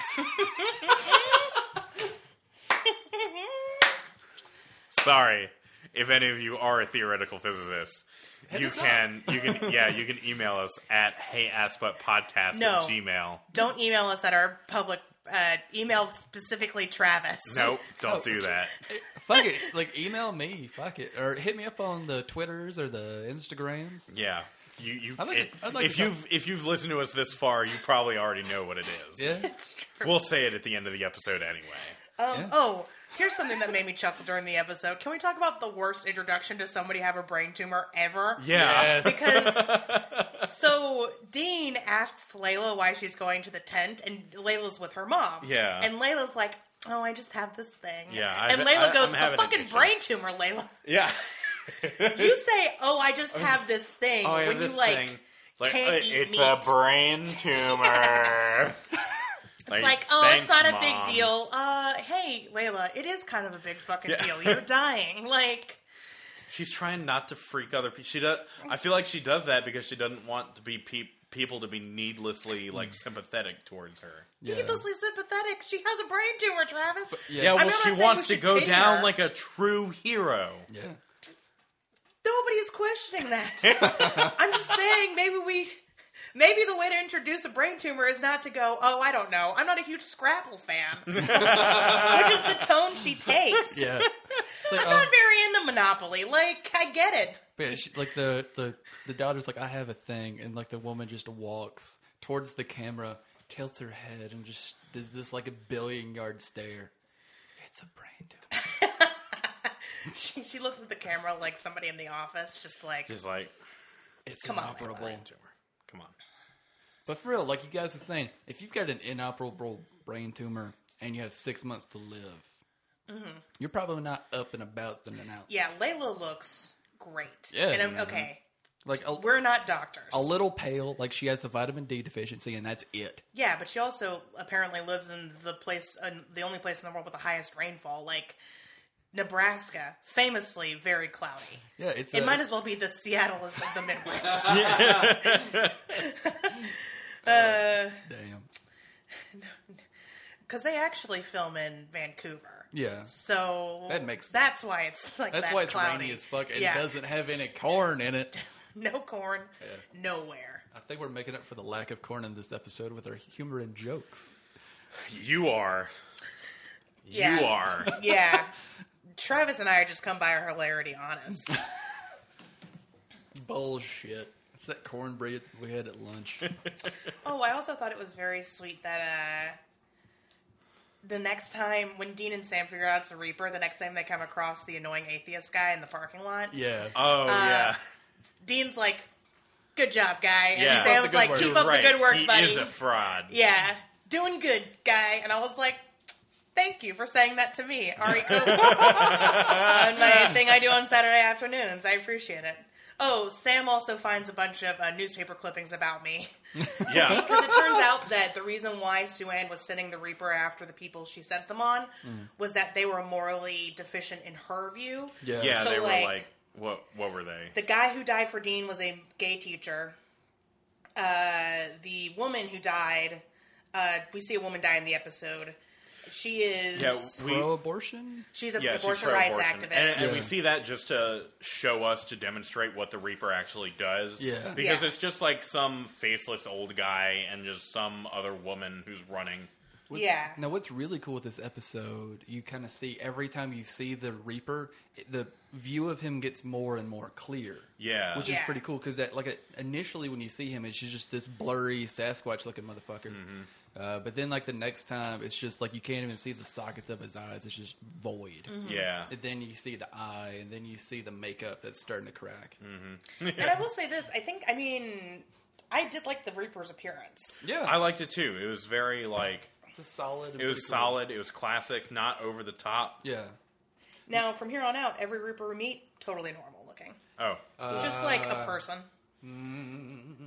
*laughs* Sorry, if any of you are a theoretical physicist, you us up. can you can yeah you can email us at heyassbuttpodcast No. at gmail. Don't email us at our public uh, email specifically Travis. Nope, don't do that. Fuck it. Like email me. Fuck it. Or hit me up on the Twitters or the Instagrams. Yeah. You, you, I'd like if, to- I'd like if to talk- you've if you've listened to us this far, you probably already know what it is. *laughs* Yeah. *laughs* It's true. We'll say it at the end of the episode anyway. Um, Yeah. Oh, here's something that made me chuckle during the episode. Can we talk about the worst introduction to somebody have a brain tumor ever? Yeah. Yes. Because so Dean asks Layla why she's going to the tent, and Layla's with her mom. Yeah. and Layla's like, "Oh, I just have this thing." Yeah, I- and Layla I- goes, I'm "A having fucking addiction." brain tumor, Layla." *laughs* Yeah. You say, "Oh, I just have this thing," Oh, yeah, when this you like. thing. Like, can't uh, eat it's meat. a brain tumor. like, Like, oh, *laughs* it's thanks, not a Mom. big deal. Uh, hey, Layla, it is kind of a big fucking Yeah. deal. *laughs* You're dying. Like, She's trying not to freak other people. She does. I feel like she does that because she doesn't want to be pe- people to be needlessly like sympathetic towards her. Yeah. needlessly sympathetic. She has a brain tumor, Travis. Yeah. Yeah, I'm well, not she saying we wants to should go pity down her. like a true hero. Yeah. Nobody is *laughs* questioning that. I'm just saying maybe we maybe the way to introduce a brain tumor is not to go, "Oh, I don't know. I'm not a huge *laughs* Scrabble fan." Which is the tone she takes. Yeah. *laughs* *laughs* It's like, I'm um, not very into Monopoly. Like, I get it. *laughs* but yeah, she, like the, the the daughter's like, I have a thing, and like the woman just walks towards the camera, tilts her head, and just does this like a billion yard stare. It's a brain *laughs* tumor. She, she looks at the camera like somebody in the office just like She's like, It's Come on, come inoperable. brain tumor. Come on. But for real, like you guys were saying, if you've got an inoperable brain tumor and you have six months to live, Mm-hmm. you're probably not up and about and out. Yeah, Layla looks great. Yeah, And I'm, yeah. okay, Like a, we're not doctors. a little pale, like she has the vitamin D deficiency, and that's it. Yeah, but she also apparently lives in the place, uh, the only place in the world with the highest rainfall, like Nebraska, famously very cloudy. Yeah, it's It a, might as well be the Seattle as like the *laughs* Midwest. damn. Because they actually film in Vancouver. Yeah, So That makes that's why it's like that's that why it's cloudy. rainy as fuck and yeah, doesn't have any corn in it. *laughs* no corn, nowhere. I think we're making up for the lack of corn in this episode with our humor and jokes. You are. Yeah. You are. *laughs* Yeah, *laughs* Travis and I are just come by our hilarity, honest. Bullshit. It's that cornbread we had *laughs* at lunch. Oh, I also thought it was very sweet that uh, the next time when Dean and Sam figure out it's a Reaper, the next time they come across the annoying atheist guy in the parking lot, Yeah. Oh Uh, yeah. Dean's like, "Good job, guy," and Yeah. Keep up Sam's the like, good work. "Keep You're up the good work, he buddy." is a fraud. *laughs* yeah, doing good, guy. And I was like, "Thank you for saying that to me, Ari *laughs* Cooper." on my thing I do on Saturday afternoons, I appreciate it. Oh, Sam also finds a bunch of uh, newspaper clippings about me. Yeah. Because it turns out that the reason why Sue Ann was sending the Reaper after the people she sent them on was that they were morally deficient in her view. Yeah. Yeah, So, they like- were like, what? What were they? The guy who died for Dean was a gay teacher. Uh, the woman who died, uh, we see a woman die in the episode. She is yeah, we, Pro abortion. she's an yeah, she's abortion rights pro-abortion. activist. and, and we Yeah. see that just to show us to demonstrate what the Reaper actually does. Yeah. because Yeah. it's just like some faceless old guy and just some other woman who's running. yeah. Now, what's really cool with this episode, you kind of see every time you see the Reaper, it- the view of him gets more and more clear. Yeah, Which Yeah. is pretty cool because, like, it- initially when you see him, it's just this blurry Sasquatch-looking motherfucker. Mm-hmm. Uh, but then, like, the next time, it's just like you can't even see the sockets of his eyes; it's just void. Mm-hmm. yeah, And then you see the eye, and then you see the makeup that's starting to crack. Mm. And I will say this, I think, I mean, I did like the Reaper's appearance. Yeah, I liked it too. It was very like it's a solid. it was solid. It was classic, not over the top. Yeah, Now, from here on out, every Reaper we meet, totally normal looking. Oh, Uh, Just Uh, mm. like a person.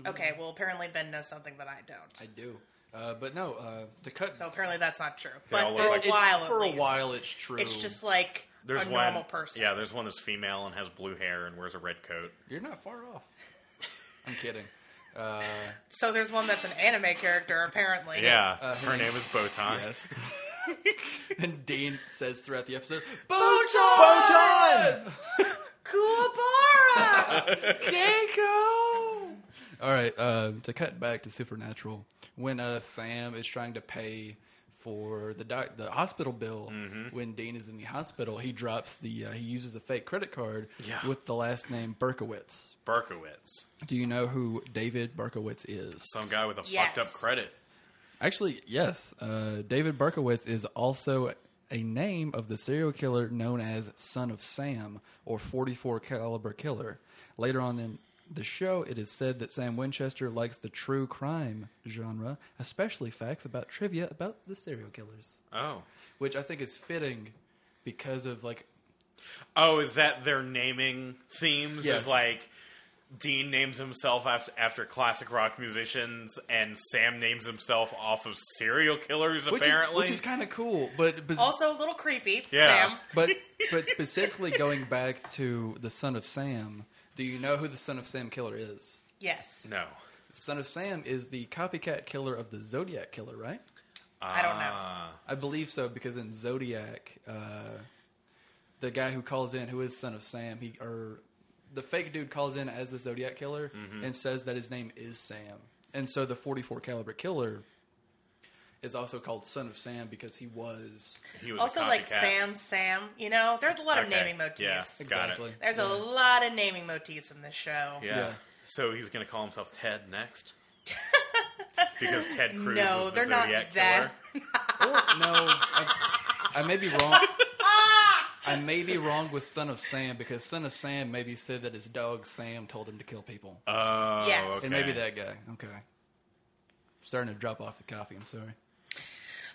Okay, well, apparently Ben knows something that I don't. I do. Uh, but no, uh, the cut So apparently that's not true. They But all for a look like- while, at for a least, while it's true. it's just like There's a one, normal person. Yeah, there's one that's female and has blue hair and wears a red coat. you're not far *laughs* off. I'm kidding. Uh, So there's one that's an anime character apparently. Yeah, Uh, her her name- name is Botan. yes. and Dean says throughout the episode, Botan! Kuwabara! *laughs* Gecko. All right. Um, to cut back to Supernatural, when uh, Sam is trying to pay for the doc- the hospital bill, when Dean is in the hospital, he drops the uh, he uses a fake credit card Yeah. with the last name Berkowitz. Berkowitz, Do you know who David Berkowitz is? some guy with a Yes. fucked up credit. Actually, yes. Uh, David Berkowitz is also a name of the serial killer known as Son of Sam or 44 caliber killer. Later on in the show, it is said that Sam Winchester likes the true crime genre, especially facts about trivia about the serial killers, Oh, which I think is fitting because of like oh, is that their naming themes? Yes. Is like Dean names himself after, after classic rock musicians, and Sam names himself off of serial killers. which apparently, is, which is kind of cool, but, but Also a little creepy, Yeah. Sam. but but specifically going back to the Son of Sam, do you know who the Son of Sam killer is? Yes. no, Son of Sam is the copycat killer of the Zodiac killer, right? I don't know. Ah. I believe so because in Zodiac, uh, the guy who calls in, who is Son of Sam, he or the fake dude calls in as the Zodiac killer Mm-hmm. and says that his name is Sam, and so the 44 caliber killer is also called Son of Sam because he was He was Also a like copycat. Sam, Sam. You know, there's a lot of Okay, naming motifs. yeah. Got it. exactly. There's a Yeah. lot of naming motifs in this show. Yeah. Yeah. So he's going to call himself Ted *laughs* next. because Ted Cruz No, was the they're not Zodiac that- killer. Or, no, I, I may be wrong. I may be wrong with Son of Sam because Son of Sam maybe said that his dog Sam told him to kill people. Oh, Yes. okay. And maybe that guy. Okay. Starting to drop off the coffee. I'm sorry.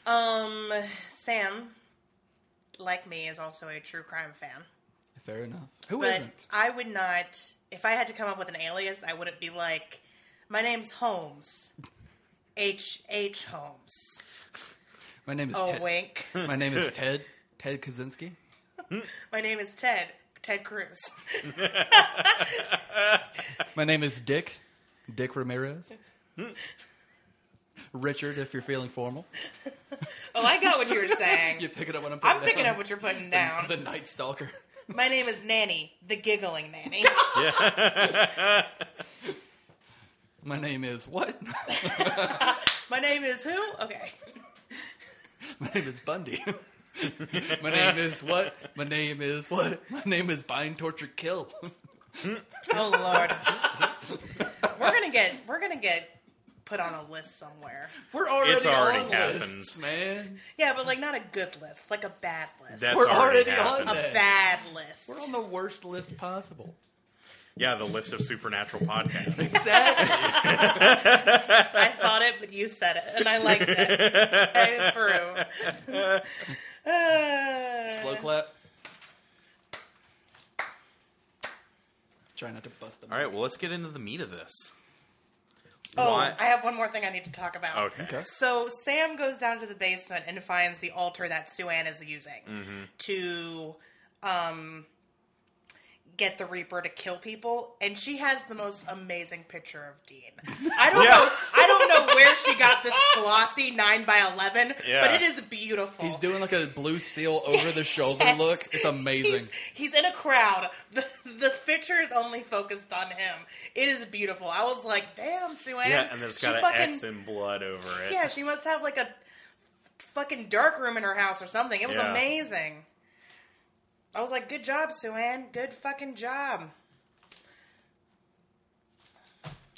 Um, Sam, like me, is also a true crime fan. Fair enough. Who But not I would not, if I had to come up with an alias, I wouldn't be like, my name's Holmes. H. H. Holmes. My name is Oh, Ted. wink. *laughs* My name is Ted. Ted Kaczynski. my name is Ted. Ted Cruz. My name is Dick. *laughs* Dick Ramirez. Richard, if you're feeling formal, Oh, I got what you were saying. *laughs* you picking up what I'm putting I'm picking down? up what you're putting down. the Night Stalker. My name is Nanny, the giggling nanny. *laughs* My name is what? *laughs* My name is who? Okay. My name is Bundy. *laughs* *laughs* My name is what? My name is what? My name is Bind, Torture, Kill. *laughs* Oh lord. *laughs* we're gonna get we're gonna get put on a list somewhere. We're already It's already on happened. lists, man. Yeah, but like not a good list, like a bad list. That's We're already already on happened. a that. bad list. We're on the worst list possible. Yeah, the list of supernatural *laughs* podcasts. Exactly. I thought it, but you said it, and I liked it. I through. Slow clap. Try not to bust them. All right, well, let's get into the meat of this. Oh, Why- I have one more thing I need to talk about. Okay. Okay. So Sam goes down to the basement and finds the altar that Sue Ann is using Mm-hmm. to um, get the Reaper to kill people, and she has the most amazing picture of Dean. I don't Yeah. know. I don't know where she got this glossy nine by eleven, Yeah. but it is beautiful. He's doing like a blue steel over the shoulder Yes. look. It's amazing. He's, he's in a crowd. The, the picture is only focused on him. It is beautiful. I was like, damn, Sue Ann. Yeah, and there's she got an fucking- X in blood over it. Yeah, she must have like a fucking dark room in her house or something. It was Yeah. amazing. I was like, good job, Sue Ann. Good fucking job.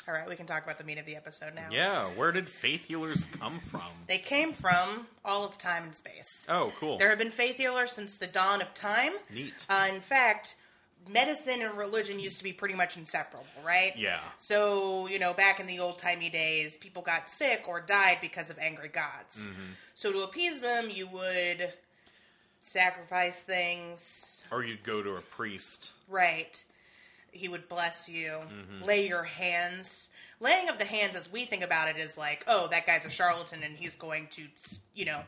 All right, we can talk about the meat of the episode now. Yeah, where did faith healers come from? They came from all of time and space. Oh, cool. There have been faith healers since the dawn of time. Neat. Uh, in fact, medicine and religion used to be pretty much inseparable, right? Yeah. So, you know, back in the old timey days, people got sick or died because of angry gods. So, to appease them, you would sacrifice things, Or you'd go to a priest. right? He would bless you, Mm-hmm. lay your hands. Laying of the hands, as we think about it, is like, oh, that guy's a charlatan and he's going to, you know,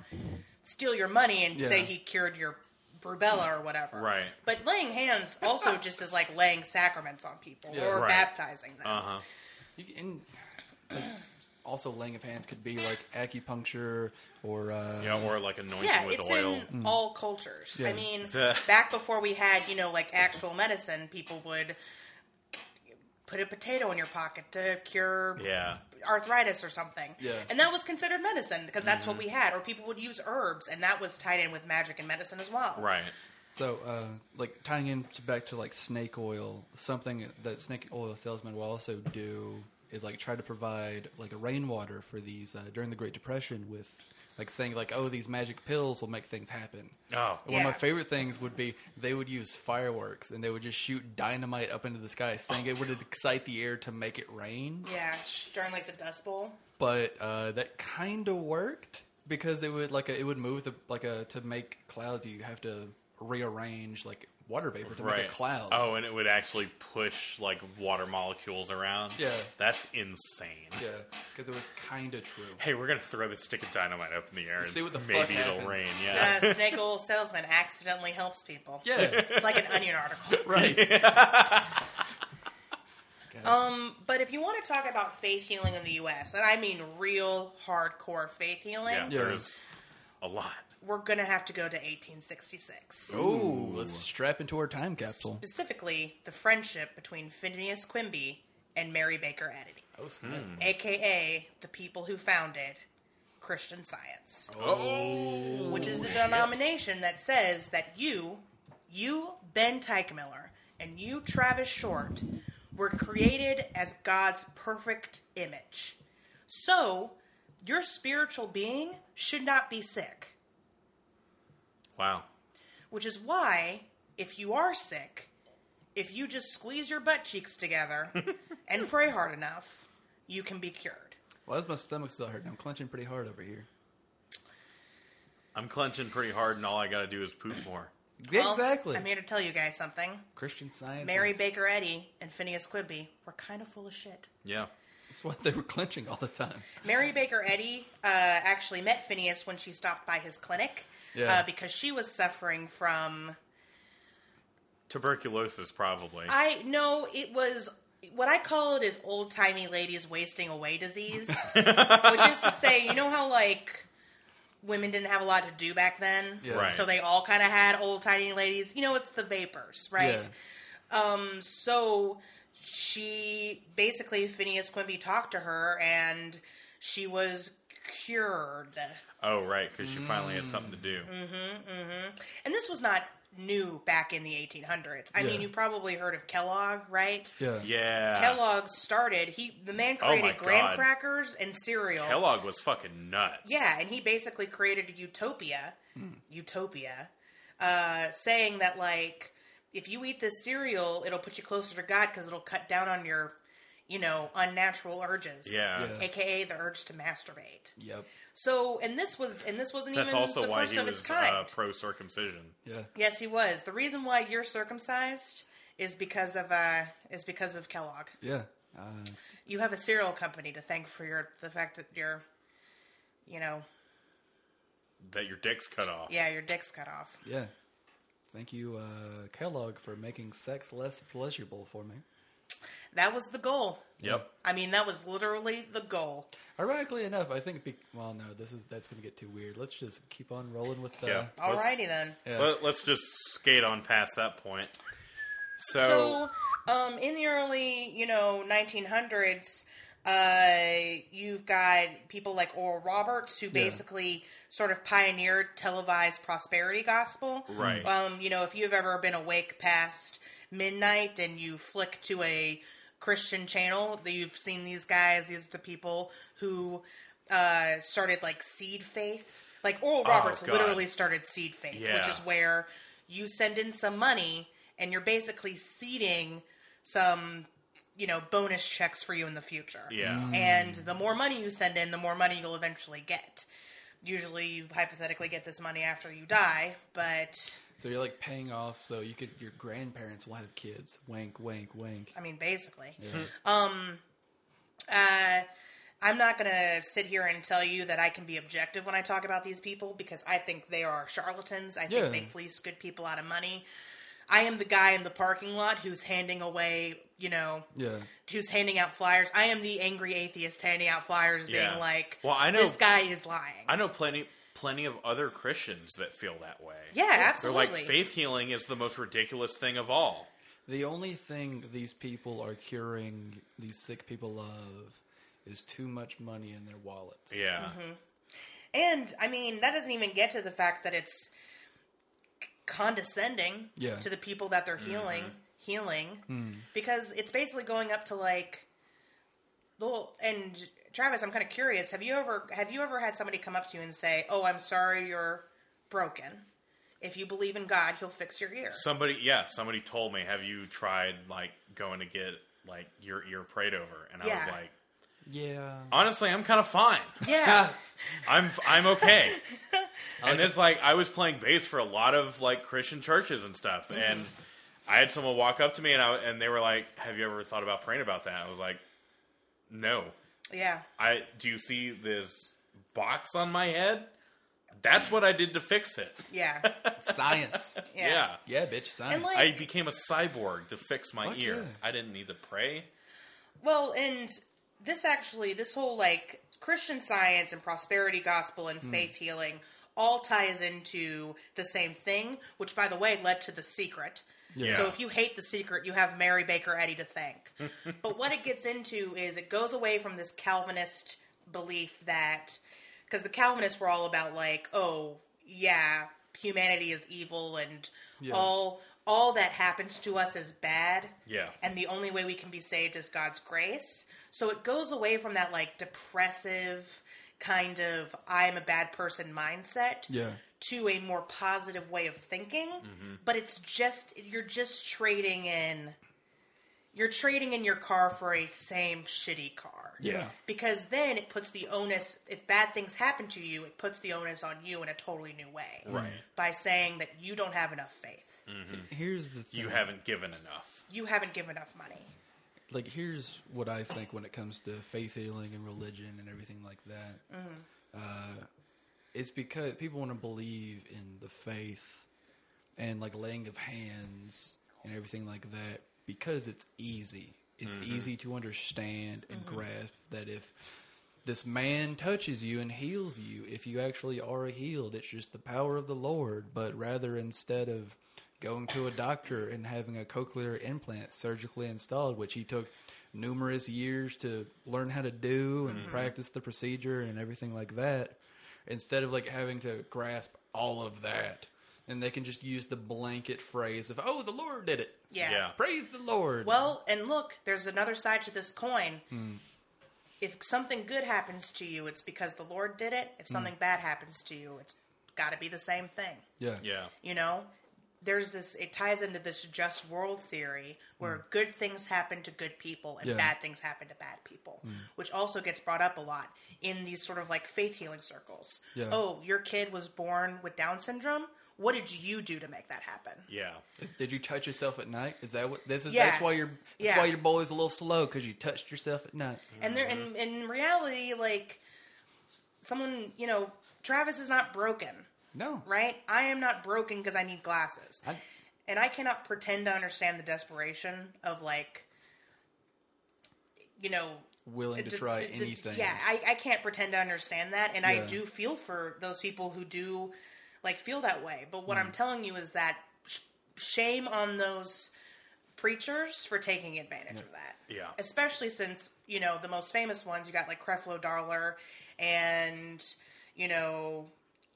steal your money and say Yeah. he cured your rubella or whatever. Right. But laying hands also just is like laying sacraments on people Yeah. or Right. baptizing them. Uh huh. You can, and, like, also, laying of hands could be like acupuncture or uh, Yeah, or like anointing Yeah, with it's oil. in all cultures. I Yeah. mean, *laughs* The- back before we had, you know, like actual medicine, people would put a potato in your pocket to cure Yeah. arthritis or something. Yeah. And that was considered medicine because that's what we had. Or people would use herbs, and that was tied in with magic and medicine as well. Right. So, uh, like tying in to back to like snake oil, something that snake oil salesmen will also do is like try to provide like rainwater for these uh, during the Great Depression with like saying like, oh, these magic pills will make things happen. Oh. One of my Yeah. favorite things would be they would use fireworks and they would just shoot dynamite up into the sky, saying it would excite the air to make it rain. Yeah. During like the Dust Bowl. But uh, that kind of worked because it would like it would move the like a to make clouds. You have to rearrange like water vapor to Right. make a cloud. Oh, and it would actually push like water molecules around. Yeah. That's insane. Yeah, because it was kind *laughs* of true. Hey, we're gonna throw this stick of dynamite up in the air and See what the maybe fuck it'll happens. rain. Yeah. Uh, snake oil salesman accidentally helps people. Yeah, It's like an onion article. *laughs* *laughs* right. Um, but if you want to talk about faith healing in the U.S., and I mean real hardcore faith healing, Yeah. Yeah. There's a lot. we're gonna have to go to 1866. Ooh, let's strap into our time Hmm. capsule. Specifically, the friendship between Phineas Quimby and Mary Baker Eddy, Oh snap! aka the people who founded Christian Science, Oh. which is the denomination that says that you, you Ben Teichmiller, and you Travis Short, were created as God's perfect image. So, your spiritual being should not be sick. Wow. Which is why, if you are sick, if you just squeeze your butt cheeks together and pray hard enough, you can be cured. Why does my stomach still hurt? I'm clenching pretty hard over here. I'm clenching pretty hard, and all I gotta do is poop more. Well, exactly. I'm here to tell you guys something. Christian science. Mary is- Baker Eddy and Phineas Quimby were kind of full of shit. Yeah. That's why they were clenching all the time. Mary Baker Eddy uh, actually met Phineas when she stopped by his clinic Yeah. uh, because she was suffering from. Tuberculosis, probably. I know it was what I call it is old timey ladies wasting away *laughs* disease, which is to say, you know how like women didn't have a lot to do back then, Yeah. Right. so they all kind of had old timey ladies. You know, it's the vapors, right? Um, so she basically Phineas Quimby talked to her, and she was cured. oh, right, because she finally had something to do. Mm-hmm. And this was not new back in the 1800s. I mean, Yeah. you probably heard of Kellogg, right? Yeah. Yeah. Kellogg started. He the man Oh my created graham God. crackers and cereal. Kellogg was fucking nuts. Yeah, and he basically created a utopia, Hmm. utopia, uh, saying that like if you eat this cereal, it'll put you closer to God because it'll cut down on your, you know, unnatural urges. Yeah. Yeah. aka the urge to masturbate. Yep. So, and this was, and this wasn't That's even also the why first he of its was kind. uh, pro circumcision. Yeah. yes, he was. The reason why you're circumcised is because of uh, is because of Kellogg. Yeah. Uh, you have a cereal company to thank for your the fact that your you know That your dick's cut off. yeah your dick's cut off yeah. Thank you, uh, Kellogg, for making sex less pleasurable for me. that was the goal Yep. i mean that was literally the goal Ironically enough, I think. Be- well, no, this is that's going to get too weird. Let's just keep on rolling with the. Yeah. Let's- alrighty then Yeah. Let, us just skate on past that point. So, so um in the early you know 1900s uh you've got people like oral roberts who basically sort of pioneered televised prosperity gospel Right. um you know if you've ever been awake past midnight and you flick to a christian channel that you've seen these guys these are the people who uh started like seed faith like oral roberts Oh, God. literally started seed faith which Yeah. is where you send in some money and you're basically seeding some you know bonus checks for you in the future yeah. and the more money you send in the more money you'll eventually get usually you hypothetically get this money after you die but So you're like paying off so you could your grandparents will have kids. Wank, wank, wank. I mean, basically. Hmm. Um, uh, I'm not going to sit here and tell you that I can be objective when I talk about these people because I think they are charlatans. I Yeah. think they fleece good people out of money. I am the guy in the parking lot who's handing away, you know, Yeah. who's handing out flyers. I am the angry atheist handing out flyers, being Yeah. like, Well, I know- this guy is lying." I know plenty plenty of other Christians that feel that way. yeah, They're absolutely. like faith healing is the most ridiculous thing of all. The only thing these people are curing these sick people of is too much money in their wallets. Yeah. Mm-hmm. And I mean, that doesn't even get to the fact that it's condescending Yeah. to the people that they're Mm-hmm. healing, healing, Hmm. because it's basically going up to like the and Travis, I'm kind of curious. Have you ever have you ever had somebody come up to you and say, "Oh, I'm sorry, you're broken. If you believe in God, He'll fix your ear." Somebody, yeah, somebody told me, "Have you tried like going to get like your ear prayed over?" And I was Yeah. like, Yeah. "Honestly, I'm kind of fine. *laughs* yeah, I'm I'm okay." *laughs* I and like it's like I was playing bass for a lot of like Christian churches and stuff, and I had someone walk up to me and I and they were like, "Have you ever thought about praying about that?" I was like, "No." yeah. I do you see this box on my head? That's what I did to fix it. *laughs* Yeah, *laughs* science. yeah, yeah. yeah, bitch, science. And like, I became a cyborg to fix my Fuck ear. yeah. I didn't need to pray. Well, and this actually, this whole like Christian science and prosperity gospel and Hmm. faith healing all ties into the same thing, which by the way led to The Secret. Yeah. So if you hate The Secret, you have Mary Baker Eddy *laughs* to thank. but what it gets into is it goes away from this Calvinist belief that, because the Calvinists were all about like, oh, yeah, humanity is evil and Yeah. all. All that happens to us is bad, Yeah. and the only way we can be saved is God's grace. So it goes away from that like depressive kind of I'm a bad person mindset yeah. to a more positive way of thinking, but it's just you're just trading in you're trading in your car for a same shitty car. Yeah. Because then it puts the onus if bad things happen to you, it puts the onus on you in a totally new way. Right. By saying that you don't have enough faith. Here's the thing. You haven't given enough. You haven't given enough money. like here's what I think when it comes to faith healing and religion and everything like that. Uh, it's because people want to believe in the faith and like laying of hands and everything like that because it's easy. It's easy to understand and grasp that if this man touches you and heals you, if you actually are healed, it's just the power of the Lord. But rather, instead of going to a doctor and having a cochlear implant surgically installed, which he took numerous years to learn how to do and practice the procedure and everything like that, instead of like having to grasp all of that, and they can just use the blanket phrase of, oh, the Lord did it. Yeah. Praise the Lord. Well, and look, there's another side to this coin. Hmm. If something good happens to you, it's because the Lord did it. Hmm. If something bad happens to you, it's got to be the same thing. yeah. Yeah. You know, there's this, it ties into this just world theory where good things happen to good people and Hmm. Yeah. Hmm. bad things happen to bad people, which also gets brought up a lot in these sort of like faith healing circles. Yeah. Oh, your kid was born with Down syndrome. What did you do to make that happen? Yeah. Is- Did you touch yourself at night? Is that what this is? Yeah. That's why your that's Yeah. why your bowl is a little slow because you touched yourself at night. And there, Mm-hmm. in, in reality, like someone, you know, Travis is not broken, No, right? I am not broken because I need glasses, I- and I cannot pretend to understand the desperation of like, you know, willing to d- try d- d- anything. Yeah, I, I can't pretend to understand that, and I Yeah. do feel for those people who do like feel that way. But what Mm. I'm telling you is that sh- shame on those preachers for taking advantage of that. Yeah. especially since you know the most famous ones you got like Creflo Dollar and you know.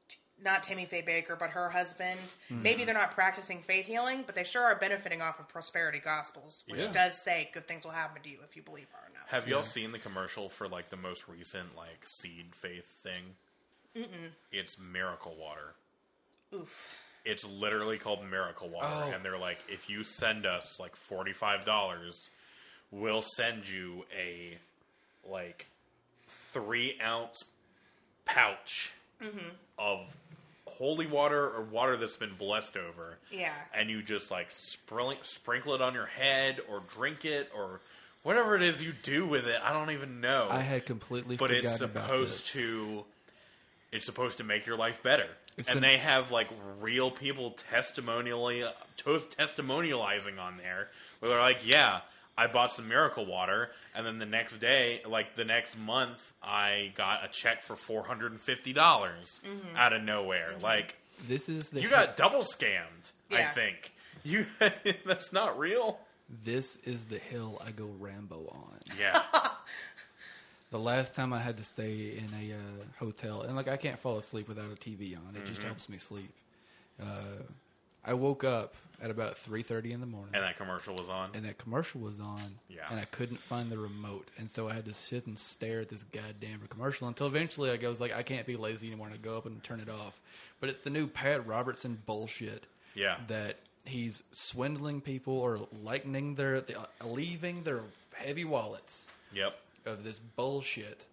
t- Not Tammy Faye Baker, but her husband. Mm-hmm. Maybe they're not practicing faith healing, but they sure are benefiting off of prosperity gospels, which Yeah. does say good things will happen to you if you believe hard enough. Have y'all seen the commercial for like the most recent like seed faith thing? Mm-mm. It's miracle water. Oof. It's literally called miracle water, Oh. and they're like, if you send us like forty five dollars, we'll send you a like three ounce pouch of holy water or water that's been blessed over. Yeah. And you just like sprinkle, sprinkle it on your head or drink it or whatever it is you do with it. I don't even know. I had completely but forgotten it's about supposed this. to it's supposed to make your life better. It's and the- they have like real people testimonially to- testimonializing on there where they're like, "Yeah, I bought some miracle water, and then the next day, like the next month, I got a check for four hundred and fifty dollars out of nowhere." Like This is the you got double scammed, I Yeah. think. You *laughs* that's not real. this is the hill I go Rambo on. Yeah, The last time I had to stay in a uh, hotel, and like I can't fall asleep without a TV on. It just Mm-hmm. helps me sleep. Uh, I woke up at about three thirty in the morning, and that commercial was on. and that commercial was on, Yeah. and I couldn't find the remote, and so I had to sit and stare at this goddamn commercial until eventually I goes like I can't be lazy anymore, and I go up and turn it off. But it's the new Pat Robertson bullshit. Yeah. that he's swindling people or lightening their, the, uh, leaving their heavy wallets Yep. of this bullshit,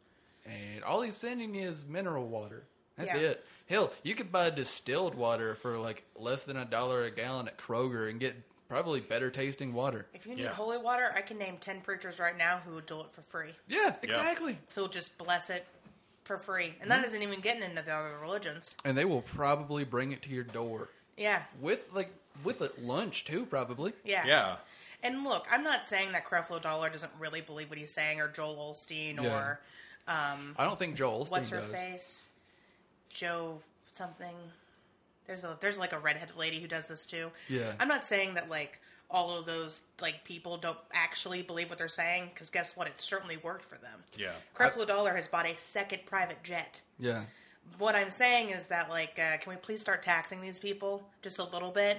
and all he's sending is mineral water. That's Yeah. it. Hell, you could buy distilled water for like less than a dollar a gallon at Kroger and get probably better tasting water. If you need Yeah. holy water, I can name 10 preachers right now who would do it for free. Yeah, exactly. Who'll just bless it for free. And Hmm. that isn't even getting into the other religions. And they will probably bring it to your door Yeah. with like with a lunch too, probably. Yeah. Yeah. And look, I'm not saying that Creflo Dollar doesn't really believe what he's saying or Joel Olstein Yeah. or I don't think Joel Olstein what's her does. face? Joe something. There's a there's like a redheaded lady who does this too. Yeah. I'm not saying that like all of those like people don't actually believe what they're saying because guess what? It certainly worked for them. Yeah. Creflo Dollar has bought a second private jet. Yeah, What I'm saying is that like, uh, can we please start taxing these people just a little bit?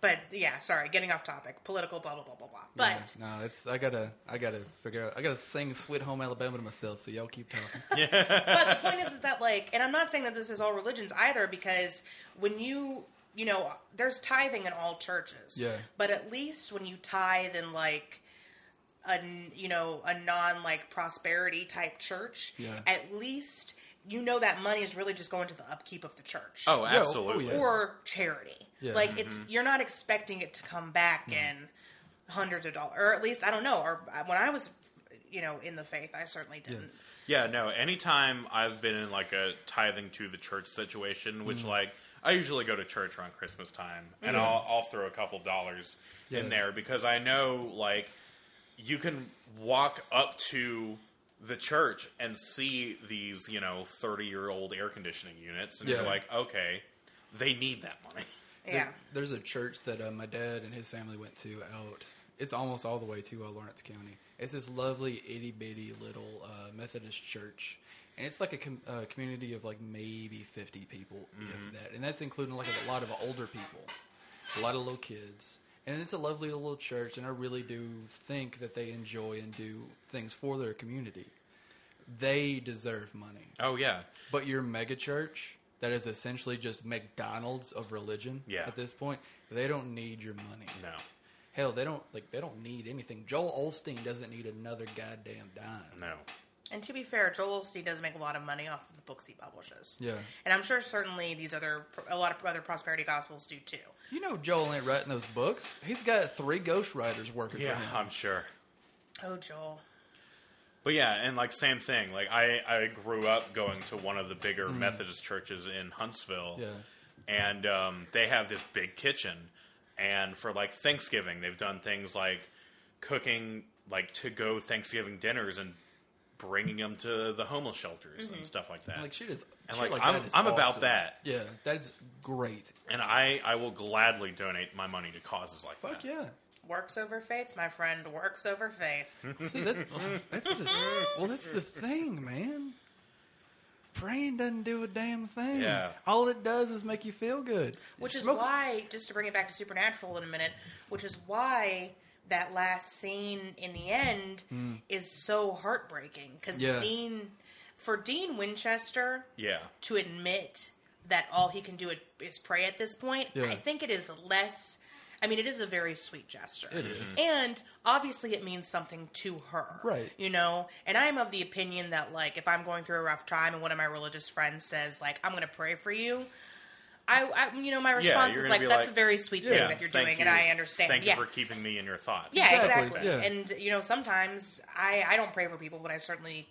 But yeah, sorry, getting off topic. Political, blah blah blah blah blah. But Yeah. no, it's I gotta I gotta figure out I gotta sing "Sweet Home Alabama" to myself. So y'all keep talking. but the point is, is that like, and I'm not saying that this is all religions either, because when you, you know, there's tithing in all churches. Yeah. But at least when you tithe in like a, n- you know, a non like prosperity type church, Yeah. at least you know that money is really just going to the upkeep of the church Oh, Yeah, oh, absolutely. yeah. or charity. Yeah. Mm-hmm. Like it's you're not expecting it to come back in hundreds of dollars, or at least I don't know. Or uh, when I was, you know, in the faith, I certainly didn't. Yeah, no. Anytime I've been in like a tithing to the church situation, which like I usually go to church around Christmas time, and I'll I'll throw a couple dollars Yeah. in there because I know like you can walk up to the church and see these you know thirty year old air conditioning units, and you're Yeah. like, okay, they need that money. Yeah. There- There's a church that uh, my dad and his family went to out. It's almost all the way to uh, Lawrence County. It's this lovely itty bitty little uh, Methodist church, and it's like a com- uh, community of like maybe 50 people, if that, and that's including like a lot of older people, a lot of little kids. And it's a lovely little church, and I really do think that they enjoy and do things for their community. They deserve money. Oh yeah, But your mega church that is essentially just McDonald's of religion Yeah. at this point, they don't need your money. no, Hell, they don't like they don't need anything. Joel Olstein doesn't need another goddamn dime. no. And to be fair, Joel Olstein does make a lot of money off of the books he publishes. Yeah. and I'm sure certainly these other a lot of other prosperity gospels do too. You know Joel ain't writing those books. He's got three ghostwriters working Yeah, for him. *laughs* I'm sure. Oh, Joel. But yeah, and like same thing. Like I, I grew up going to one of the bigger Methodist churches in Huntsville, Yeah. and um, they have this big kitchen. And for like Thanksgiving, they've done things like cooking like to go Thanksgiving dinners and bringing them to the homeless shelters and stuff like that. Like shit is And, shit like, like, I'm- that is I'm about awesome. that. Yeah, that's great. and I, I will gladly donate my money to causes like Fuck that. yeah. Works over faith, my friend. Works over faith. *laughs* See that that's the well that's the thing, man. Praying doesn't do a damn thing. Yeah. All it does is make you feel good. Which is Smoke- why, just to bring it back to Supernatural in a minute, which is why that last scene in the end is so heartbreaking because Hmm. Yeah. Dean, for Dean Winchester Yeah, to admit that all he can do it- is pray at this point, Yeah. I think it is less. I mean, it is a very sweet gesture. It Mm-hmm. is. And obviously, it means something to her. Right. You know? And I am of the opinion that, like, if I'm going through a rough time and one of my religious friends says, like, I'm going to pray for you, I, I you know, my response you're gonna is like, be that's like, a very sweet thing Yeah, that you're thank doing, you. and I understand. Thank yeah. you for keeping me in your thoughts. yeah, Exactly, exactly. yeah. And you know, sometimes I I don't pray for people, but I certainly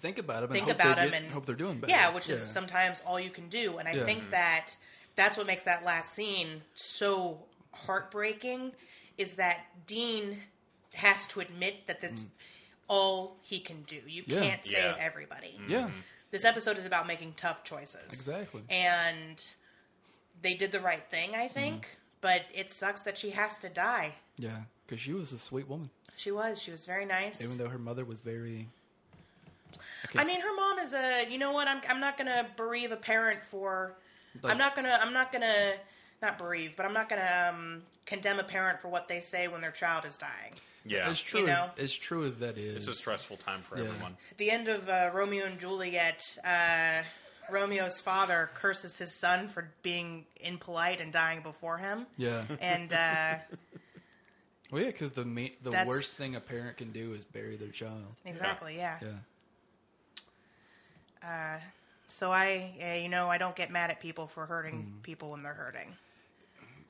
Think about them. think and hope about they them get- and hope they're doing better. Yeah, which is sometimes all you can do, and I Yeah. Mm-hmm. think that that's what makes that last scene so heartbreaking is that Dean has to admit that that's all he can do. You Mm. Yeah. can't save Yeah. everybody. yeah. This episode is about making tough choices. Exactly. And they did the right thing, I think, Mm-hmm. but it sucks that she has to die. Yeah, because she was a sweet woman, She was. She was very nice. even though her mother was very. I mean, her mom is a. You know what? I'm. I'm not gonna bereave a parent for. Like- I'm not gonna. I'm not gonna. Not bereave, but I'm not gonna um, condemn a parent for what they say when their child is dying. yeah. As true You as, know? as true as that is, It's a stressful time for Yeah. everyone. At the end of uh, Romeo and Juliet, uh, Romeo's father curses his son for being impolite and dying before him. *laughs* yeah. *laughs* And uh, Well, yeah, because the me- the That's- worst thing a parent can do is bury their child. exactly, yeah. Yeah, So I, yeah, you know, I don't get mad at people for hurting Mm-hmm. people when they're hurting.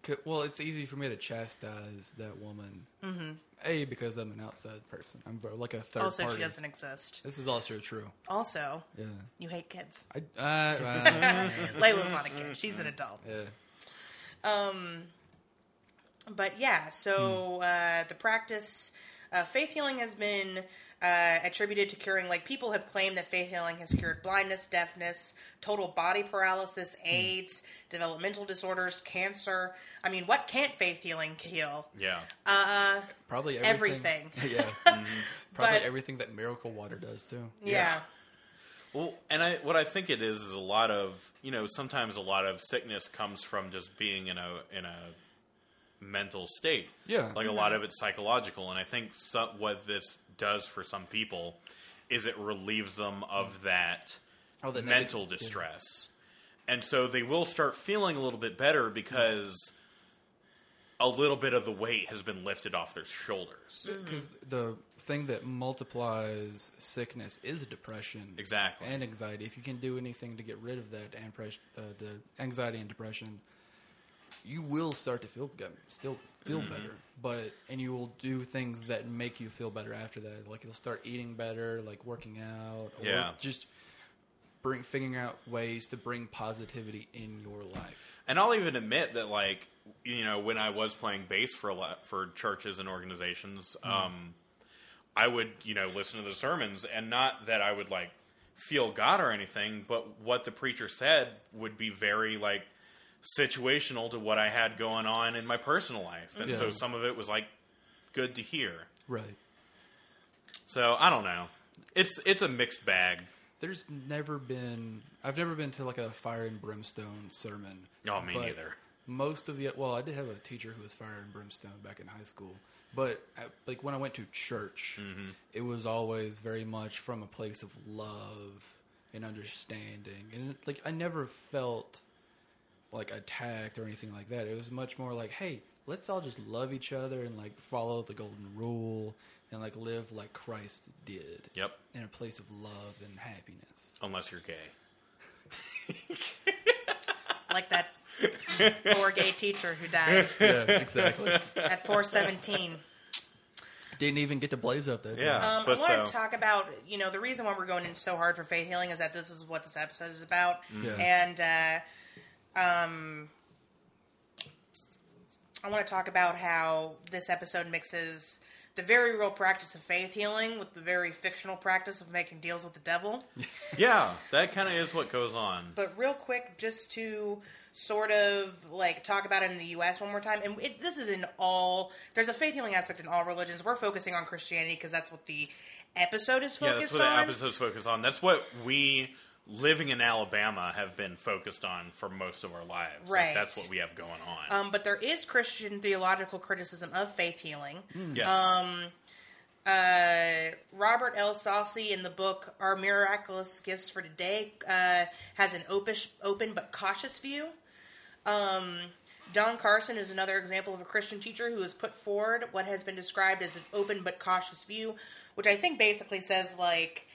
'Cause- well, it's easy for me to chastise that woman. Mm-hmm. A because I'm an outside person. I'm ver- like a third also, party. Oh, she doesn't exist. This is also true. Also, Yeah, you hate kids. I *laughs* uh, uh, Layla's not a kid; she's Mm-hmm. an adult. yeah. But yeah, so uh, the practice, uh, faith healing has been uh, attributed to curing, like, people have claimed that faith healing has cured blindness, deafness, total body paralysis, AIDS, developmental disorders, cancer. I mean, what can't faith healing heal? Yeah. Probably everything. *laughs* yeah. Probably But- everything that miracle water does too. Yeah. Well, and I what I think it is is a lot of you know sometimes a lot of sickness comes from just being in a in a mental state. Yeah. like a lot of it's psychological, and I think so, what this does for some people is it relieves them of that Oh, the neg- mental yeah. distress, and so they will start feeling a little bit better because a little bit of the weight has been lifted off their shoulders. Because the thing that multiplies sickness is depression, Exactly. and anxiety. If you can do anything to get rid of that and pres- uh, the anxiety and depression, you will start to feel good, still feel Mm-hmm. better. But and you will do things that make you feel better after that. Like you'll start eating better, like working out, or Yeah. just bring figuring out ways to bring positivity in your life. And I'll even admit that, like, you know, when I was playing bass for a lot for churches and organizations, Hmm. um, I would, you know, listen to the sermons, and not that I would like feel God or anything, but what the preacher said would be very like situational to what I had going on in my personal life, and so Yeah. some of it was like good to hear. Right. So I don't know. It's it's a mixed bag. There's never been. I've never been to like a fire and brimstone sermon. Oh, me but neither. Most of the well, I did have a teacher who was fire and brimstone back in high school, but I, like when I went to church, Mm-hmm. it was always very much from a place of love and understanding, and like I never felt like attacked or anything like that. It was much more like, hey, let's all just love each other and like follow the golden rule and like live like Christ did Yep. in a place of love and happiness. Unless you're gay. Like that poor gay teacher who died *laughs* Yeah, exactly. at 417. Didn't even get to blaze up that. Yeah. Um, I But want to so- talk about you know the reason why we're going in so hard for faith healing is that this is what this episode is about, Yeah. and uh, um, I want to talk about how this episode mixes the very real practice of faith healing with the very fictional practice of making deals with the devil. Yeah, that kind of is what goes on. But real quick, just to sort of like talk about it in the U.S. one more time, and it, this is in all. There's a faith healing aspect in all religions. We're focusing on Christianity because that's what the episode is Yeah, that's focused what on. the episodes focus on. That's what we living in Alabama have been focused on for most of our lives. Like, Right. that's what we have going on. Um, but there is Christian theological criticism of faith healing. yes. um, Uh, Robert L. Saucy in the book Our Miraculous Gifts for Today uh, has an opish, open but cautious view. Um, Don Carson is another example of a Christian teacher who has put forward what has been described as an open but cautious view, which I think basically says, like,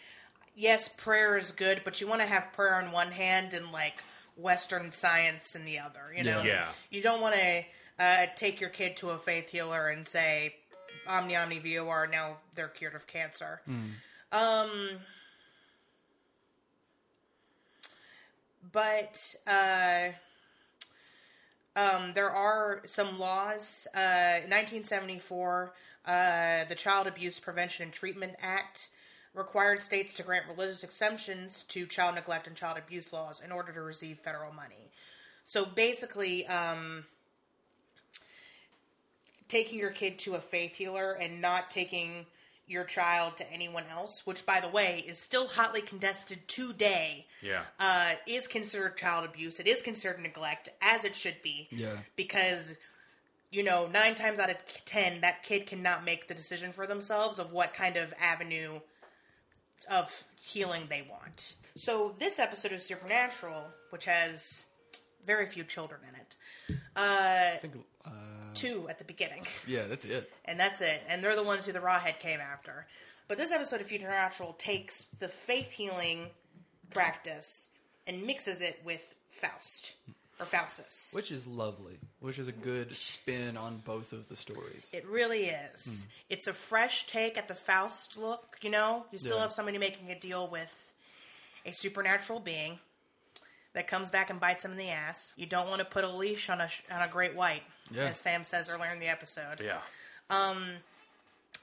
yes, prayer is good, but you want to have prayer on one hand and, like, Western science and the other. You know, Yeah. Yeah. you don't want to uh, take your kid to a faith healer and say Omni Omni VOR now they're cured of cancer. Um, but uh, um, there are some laws. Uh, 1974, uh, the Child Abuse Prevention and Treatment Act required states to grant religious exemptions to child neglect and child abuse laws in order to receive federal money. So basically, um, taking your kid to a faith healer and not taking your child to anyone else, which, by the way, is still hotly contested today Yeah. uh, is considered child abuse. It is considered neglect, as it should be. Yeah. Because, you know, nine times out of ten, that kid cannot make the decision for themselves of what kind of avenue of healing they want. So, this episode of Supernatural, which has very few children in it, I think, uh, two at the beginning yeah, that's it. and that's it. And they're the ones who the Rawhead came after. But this episode of Natural takes the faith healing practice and mixes it with Faust or Faustus. Which is lovely. Which is a good spin on both of the stories. It really is. Hmm. It's a fresh take at the Faust look. You know, you still Yeah. have somebody making a deal with a supernatural being that comes back and bites him in the ass. You don't want to put a leash on a sh- on a great white, Yeah. as Sam says earlier in the episode. Yeah.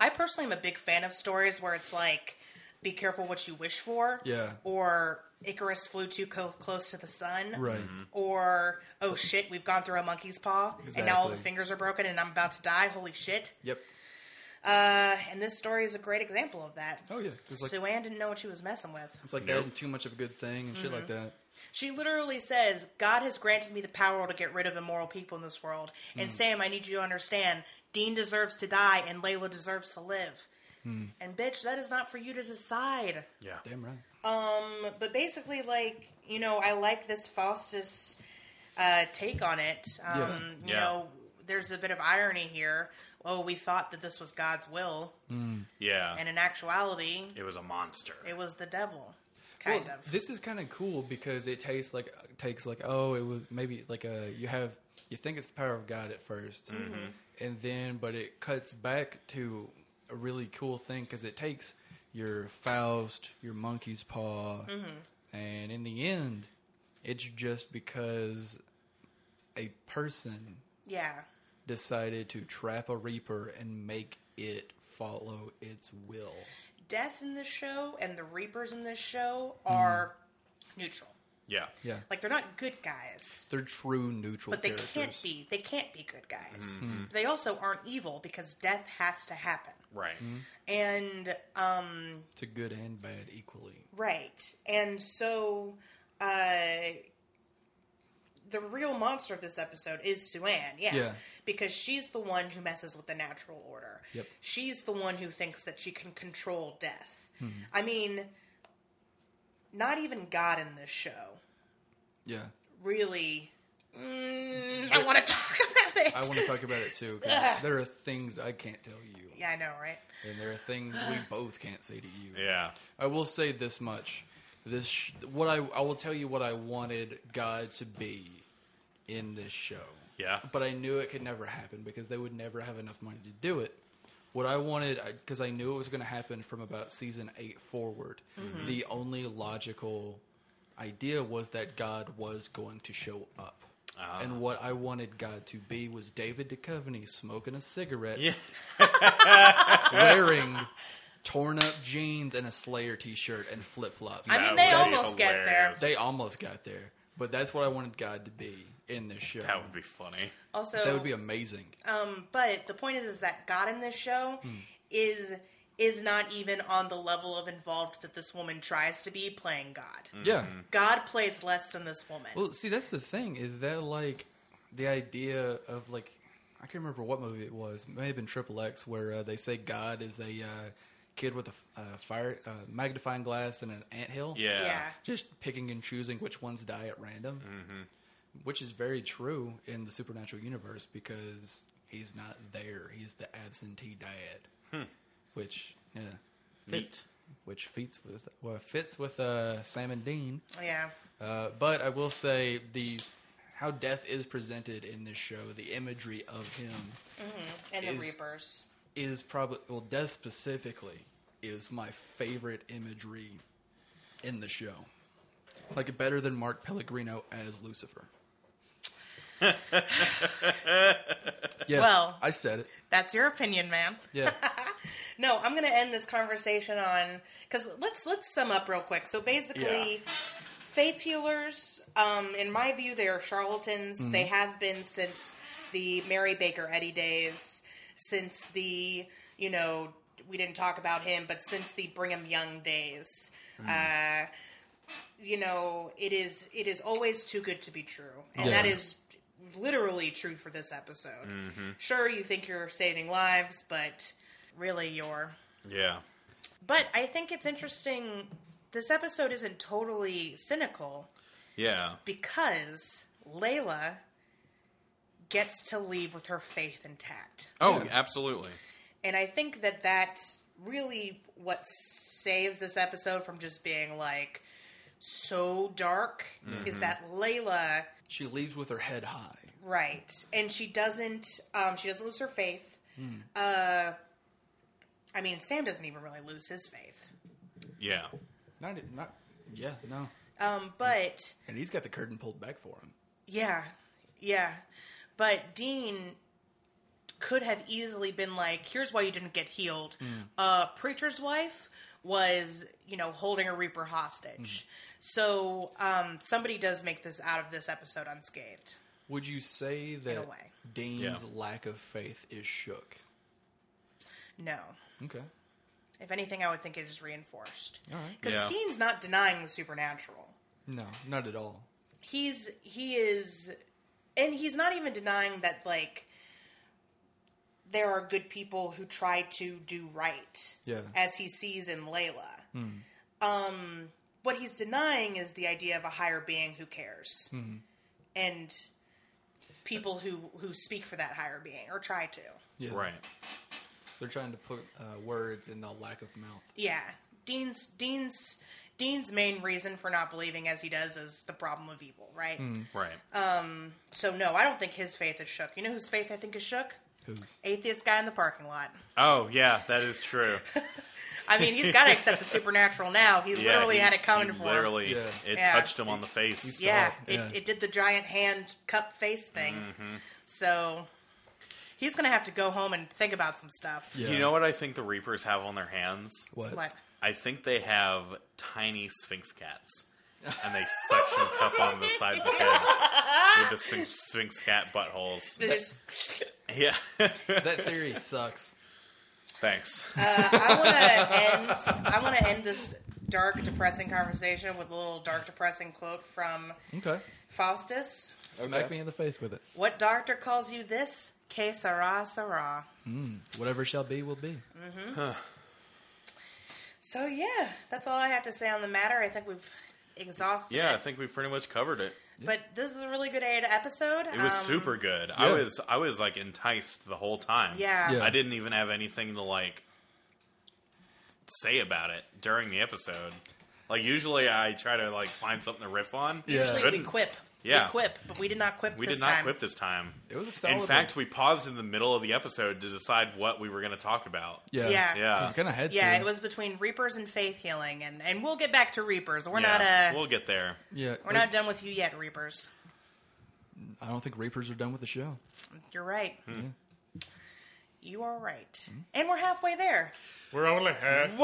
I personally am a big fan of stories where it's like, be careful what you wish for. Yeah. Or Icarus flew too co- close to the sun. Right. Or, oh shit, we've gone through a monkey's paw and now all the Exactly. fingers are broken and I'm about to die. Holy shit. Yep. Uh, and this story is a great example of that. Oh yeah. It's like, Sue Ann didn't know what she was messing with. it's like Nope. adding too much of a good thing and shit like that. She literally says, God has granted me the power to get rid of immoral people in this world. And Hmm. Sam, I need you to understand, Dean deserves to die and Layla deserves to live. Hmm. And bitch, that is not for you to decide. Yeah. Damn right. But basically, like, you know, I like this Faustus uh, take on it. Um, Yeah. You Yeah. know, there's a bit of irony here. Oh, we thought that this was God's will. Yeah. And in actuality, it was a monster. it was the devil. Kind well, of. This is kind of cool because it tastes like takes like oh it was maybe like a you have you think it's the power of God at 1st and then but it cuts back to a really cool thing because it takes your Faust, your monkey's paw, Mm-hmm. and in the end, it's just because a person yeah. decided to trap a reaper and make it follow its will. Death in this show and the Reapers in this show are neutral. yeah. Yeah, Like, they're not good guys. they're true neutral. But they characters. can't be. They can't be good guys. They also aren't evil because death has to happen. Right. Mm-hmm. And um, to good and bad equally. Right. And so uh the real monster of this episode is Sue Ann, yeah. Yeah. Because she's the one who messes with the natural order. Yep. She's the one who thinks that she can control death. Mm-hmm. I mean, not even God in this show Yeah. really. Mm, I want to talk *laughs* about it. I want to talk about it too because there are things I can't tell you, yeah, I know, right? and there are things we both can't say to you. Yeah. I will say this much: this sh- what I I will tell you what I wanted God to be in this show. Yeah. but I knew it could never happen because they would never have enough money to do it. What I wanted, because I knew it was going to happen from about season eight forward, Mm-hmm. the only logical idea was that God was going to show up. And what I wanted God to be was David Duchovny smoking a cigarette, *laughs* wearing torn up jeans and a Slayer t shirt and flip flops. I That mean, they would be almost get there. hilarious. They almost got there, but that's what I wanted God to be in this show. That would be funny. Also, that would be amazing. Um, But the point is, is that God in this show is is not even on the level of involved that this woman tries to be playing God. Yeah. God plays less than this woman. Well, see, that's the thing is that like the idea of like I can't remember what movie it was. It may have been Triple X, where uh, they say God is a uh, kid with a f- uh, fire uh, magnifying glass and an anthill. Yeah. yeah. just picking and choosing which ones die at random, mm-hmm. which is very true in the supernatural universe because he's not there. He's the absentee dad, which yeah, Neat. which fits with well, fits with uh, Sam and Dean. Yeah. Uh, but I will say the how death is presented in this show, the imagery of him And the Is- Reapers. is probably well, death specifically is my favorite imagery in the show. Like better than Mark Pellegrino as Lucifer. yeah, Well- I said it. That's your opinion, man. *laughs* Yeah, No, I'm going to end this conversation on because let's let's sum up real quick. So basically, faith healers, um, in my view, they are charlatans. They have been since the Mary Baker Eddy days, since the you know we didn't talk about him, but since the Brigham Young days. Uh, you know, it is it is always too good to be true, and that Yeah. is literally true for this episode. Sure, you think you're saving lives, but really you're. Yeah. But I think it's interesting. This episode isn't totally cynical Yeah. because Layla gets to leave with her faith intact. Oh, absolutely. And I think that that's really what saves this episode from just being like so dark is that Layla she leaves with her head high. Right, and she doesn't. Um, she doesn't lose her faith. Uh, I mean, Sam doesn't even really lose his faith. Yeah. Not, not, yeah, no. Um, but And he's got the curtain pulled back for him. yeah, yeah. But Dean could have easily been like, "Here's why you didn't get healed." Hmm. Uh, preacher's wife was, you know, holding a Reaper hostage. Hmm. So um, somebody does make this out of this episode unscathed. Would you say that way. Dean's Yeah. lack of faith is shook? No, Okay. if anything, I would think it is reinforced All right. because Yeah. Dean's not denying the supernatural. No, not at all. he's he is and he's not even denying that like there are good people who try to do right Yeah. as he sees in layla um what he's denying is the idea of a higher being who cares and people who who speak for that higher being or try to Yeah. Right. They're trying to put uh, words in the lack of mouth. yeah dean's dean's dean's main reason for not believing as he does is the problem of evil right Right. Uh, so no i don't think his faith is shook you know whose faith i think is shook Who's? atheist guy in the parking lot. oh, yeah, that is *laughs* true. I mean, he's got to accept the supernatural now. He Yeah, literally he- had it coming he for him. Literally, Yeah. it Yeah. touched him on the face. Yeah, saw it. it, Yeah. it did the giant hand cup face thing. Mm-hmm. So he's going to have to go home and think about some stuff. Yeah. You know what I think the Reapers have on their hands? What? What? I think they have tiny sphinx cats, and they suction cup on the sides of heads with the sphinx, sphinx cat buttholes. There's- Yeah. *laughs* *laughs* That theory sucks. Thanks. I want to end. I want to end this dark, depressing conversation with a little dark, depressing quote from Okay. Faustus. Smack me in the face with it. What doctor calls you this? Que sera, sera. Whatever shall be, will be. So yeah, that's all I have to say on the matter. I think we've exhausted. Yeah, I it. think we pretty much covered it. But this is a really good aid episode. It was Um, super good. I yeah. was I was like enticed the whole time. Yeah. Yeah. I didn't even have anything to like say about it during the episode. Like usually I try to like find something to riff on. Yeah. Usually we Couldn't. quip. Yeah. We quip, but we did not quip We this did not time. quip this time. It was a solid. In fact, we paused in the middle of the episode to decide what we were going to talk about. yeah, Yeah. Yeah. kind of had yeah, to. it was between Reapers and Faith Healing, and, and we'll get back to Reapers. We're not Yeah, uh, we'll get there. Yeah, we're not done with you yet, Reapers. I don't think Reapers are done with the show. You're right. Hmm. You are right, and we're halfway there. We're only halfway.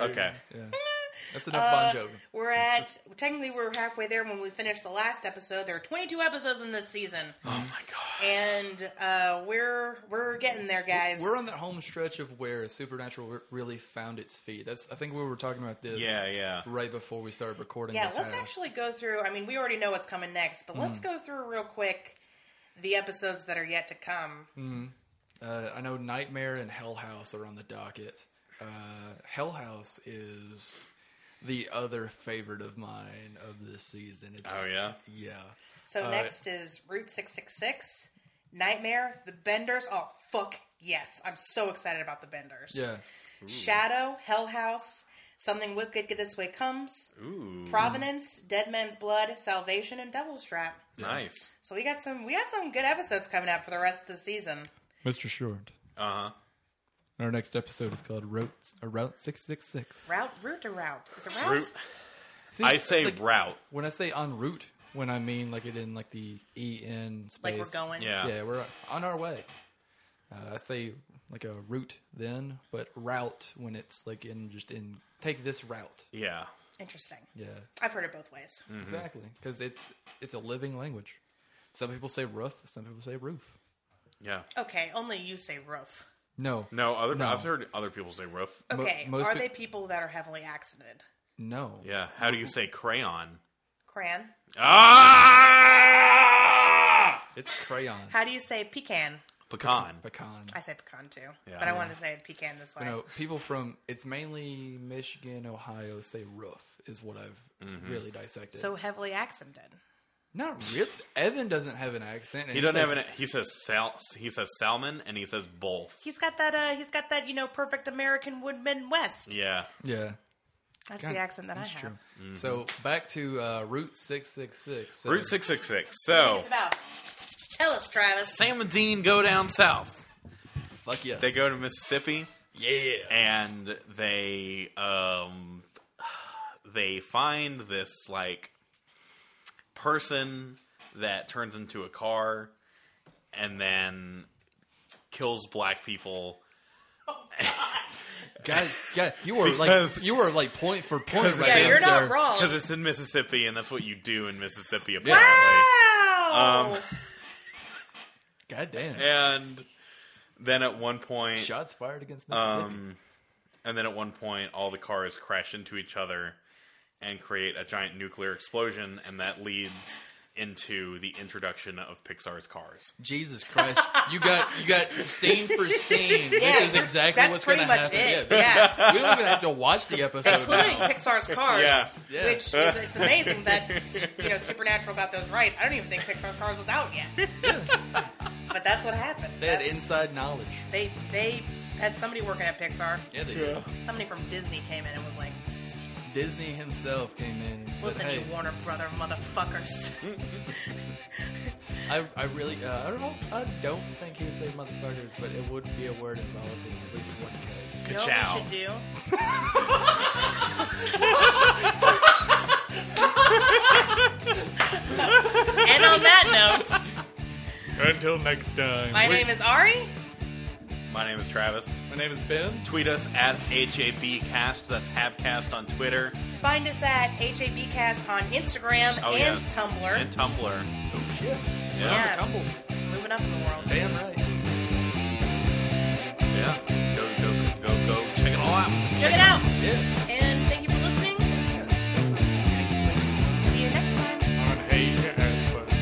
Okay. Yeah, *laughs* that's enough Bon Uh, Jovi. We're at technically we're halfway there when we finished the last episode. There are 22 episodes in this season, Oh my god. and uh, we're we're getting there, guys. We're on that home stretch of where Supernatural re- really found its feet. That's I think we were talking about this. Yeah, yeah. Right before we started recording. Yeah, this let's half. actually go through. I mean, we already know what's coming next, but let's Mm-hmm. go through real quick the episodes that are yet to come. Mm. Uh, I know Nightmare and Hell House are on the docket. Uh, Hell House is the other favorite of mine of this season. It's, Oh yeah. yeah. So next is Route 666, Nightmare, The Benders. Oh, fuck yes. I'm so excited about The Benders. Yeah. Shadow, Hell House, Something Wicked This Way Comes, Ooh, Providence, Dead Man's Blood, Salvation, and Devil's Trap. nice. So we got some we got some good episodes coming out for the rest of the season. Mr. Short. Uh huh. Our next episode is called Route or Route Six Six Six. Route, route to route. Is it route? Route. I say like, route. when I say en route, when I mean like it in like the E N space. Like we're going. Yeah. Yeah, we're on our way. Uh, I say like a route then, but route when it's like in just in take this route. Yeah. Interesting. Yeah, I've heard it both ways. Mm-hmm. exactly. Because it's it's a living language. Some people say roof. Some people say roof. Yeah. Okay, only you say roof. No, No, other No. Uh, I've heard other people say roof. Mo- Okay, most are pe- they people that are heavily accidented? no. Yeah. How do you say crayon? Crayon. Ah! It's crayon, How do you say pecan? Pecan. pecan. I say pecan too, Yeah. but I Yeah. wanted to say pecan this way. You know, people from it's mainly Michigan, Ohio say roof is what I've Mm-hmm. really dissected. So heavily accented. Not real. Evan doesn't have an accent. And He doesn't says, have an. He says sal. He says salmon, and he says both. He's got that. Uh, he's got that. You know, perfect American woodman West. Yeah. Yeah, That's God, the accent that I that's have. true. So back to uh, Route six six six. Mm-hmm. Route six six six. What do you think So It's about. Tell us, Travis. Sam and Dean go down south. Fuck yes. They go to Mississippi, Yeah. and they um they find this like person that turns into a car, and then kills black people. God, God, you were Because- like you were like point for point. Right yeah, now, you're sir. not wrong. Because it's in Mississippi, and that's what you do in Mississippi, apparently. Um, Wow. God damn. And then at one point, Shots fired against Mississippi. Um, and then at one point, all the cars crash into each other and create a giant nuclear explosion, and that leads into the introduction of Pixar's Cars. Jesus Christ! You got you got scene for scene. *laughs* Yeah, this is exactly that's what's going pretty to much happen. it. Yeah, Yeah. we don't even have to watch the episode. including now. Pixar's Cars, Yeah. Yeah. which is it's amazing that you know Supernatural got those rights. I don't even think Pixar's Cars was out *laughs* yet, but that's what happens. They had That's- inside knowledge. they they had somebody working at Pixar. Yeah, they did. Somebody from Disney came in and was like, "Psst, Disney himself came in and said, "Listen, "Hey, Hmm? you Warner Brother motherfuckers." I, I really, uh, I don't, I don't think he would say motherfuckers, but it would be a word involving at least one K. You know what Ka-chow. we should *laughs* do? *laughs* and on that note, Until next time. my we- name is Ari. My name is Travis. My name is Ben. Tweet us at HABcast, that's Habcast on Twitter Find us at HABcast on Instagram oh, and yes. Tumblr. And Tumblr. Oh shit! Yeah. Yeah. Tumbles. Moving up in the world. Damn right. Yeah. Go, go, go, go, go. Check it all out. Check it out. Yeah. And thank you for listening. See you next time. On Hey Ass Button.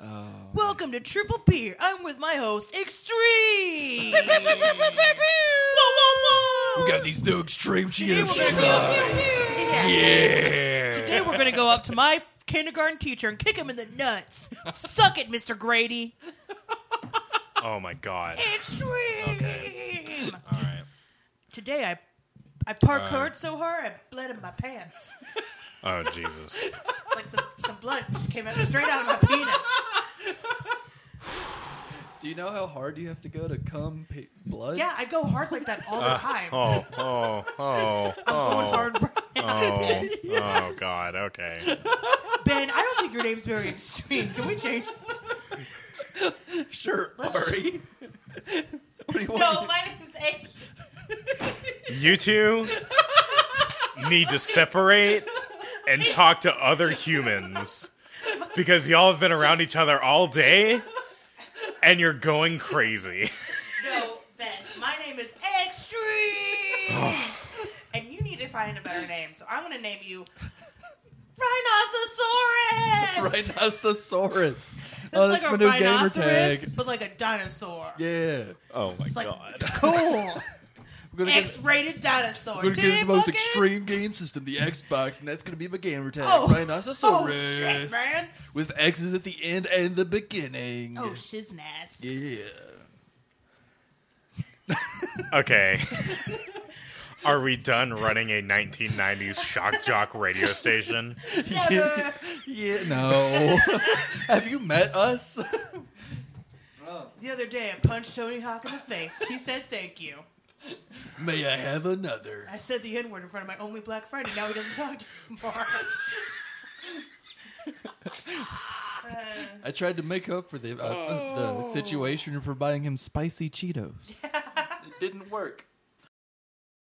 Oh. Welcome to Triple P. I'm with my host, Extreme. pew, pew, pew, pew, pew, pew. We got these new extreme cheaters. Yeah. Today we're gonna go up to my kindergarten teacher and kick him in the nuts. Suck it, Mr. Grady. Oh, my God. Extreme. All right. Today I I parkoured so hard I bled in my pants. Oh, Jesus. Like some, some blood just came out straight out of my penis. Do you know how hard you have to go to come pe- blood? Yeah, I go hard like that all the time. Oh, oh, oh, I'm going hard. right now. oh, oh, God. Okay. Ben, I don't think your name's very extreme. Can we change? *laughs* Sure, Ari. what do you want? No, my name's A. You two need to separate and talk to other humans because y'all have been around each other all day and you're going crazy. No, Ben, my name is *sighs* Extreme. and you need to find a better name. So I'm going to name you *laughs* Rhinoceros! Rhinocerosaurus. It's oh, like that's a my new gamer rhinoceros, tag. but like a dinosaur. Yeah. Oh my *laughs* like- god. Cool. We're gonna get, X-rated dinosaur. we're gonna Did get into it the most fucking- extreme game system, the Xbox, and that's gonna be my gamer tag. Oh. Rhinoceros. Oh, shit, man. With X's at the end and the beginning. Oh, shiznaz. yeah. Okay. Are we done running a 1990s shock jock radio station? yeah. Yeah, *laughs* no. Have you met us? The other day, I punched Tony Hawk in the face. He said thank you. May I have another? I said the N word in front of my only black friend, and now he doesn't talk to me anymore. I tried to make up for the uh, the situation for buying him spicy Cheetos. *laughs* it didn't work.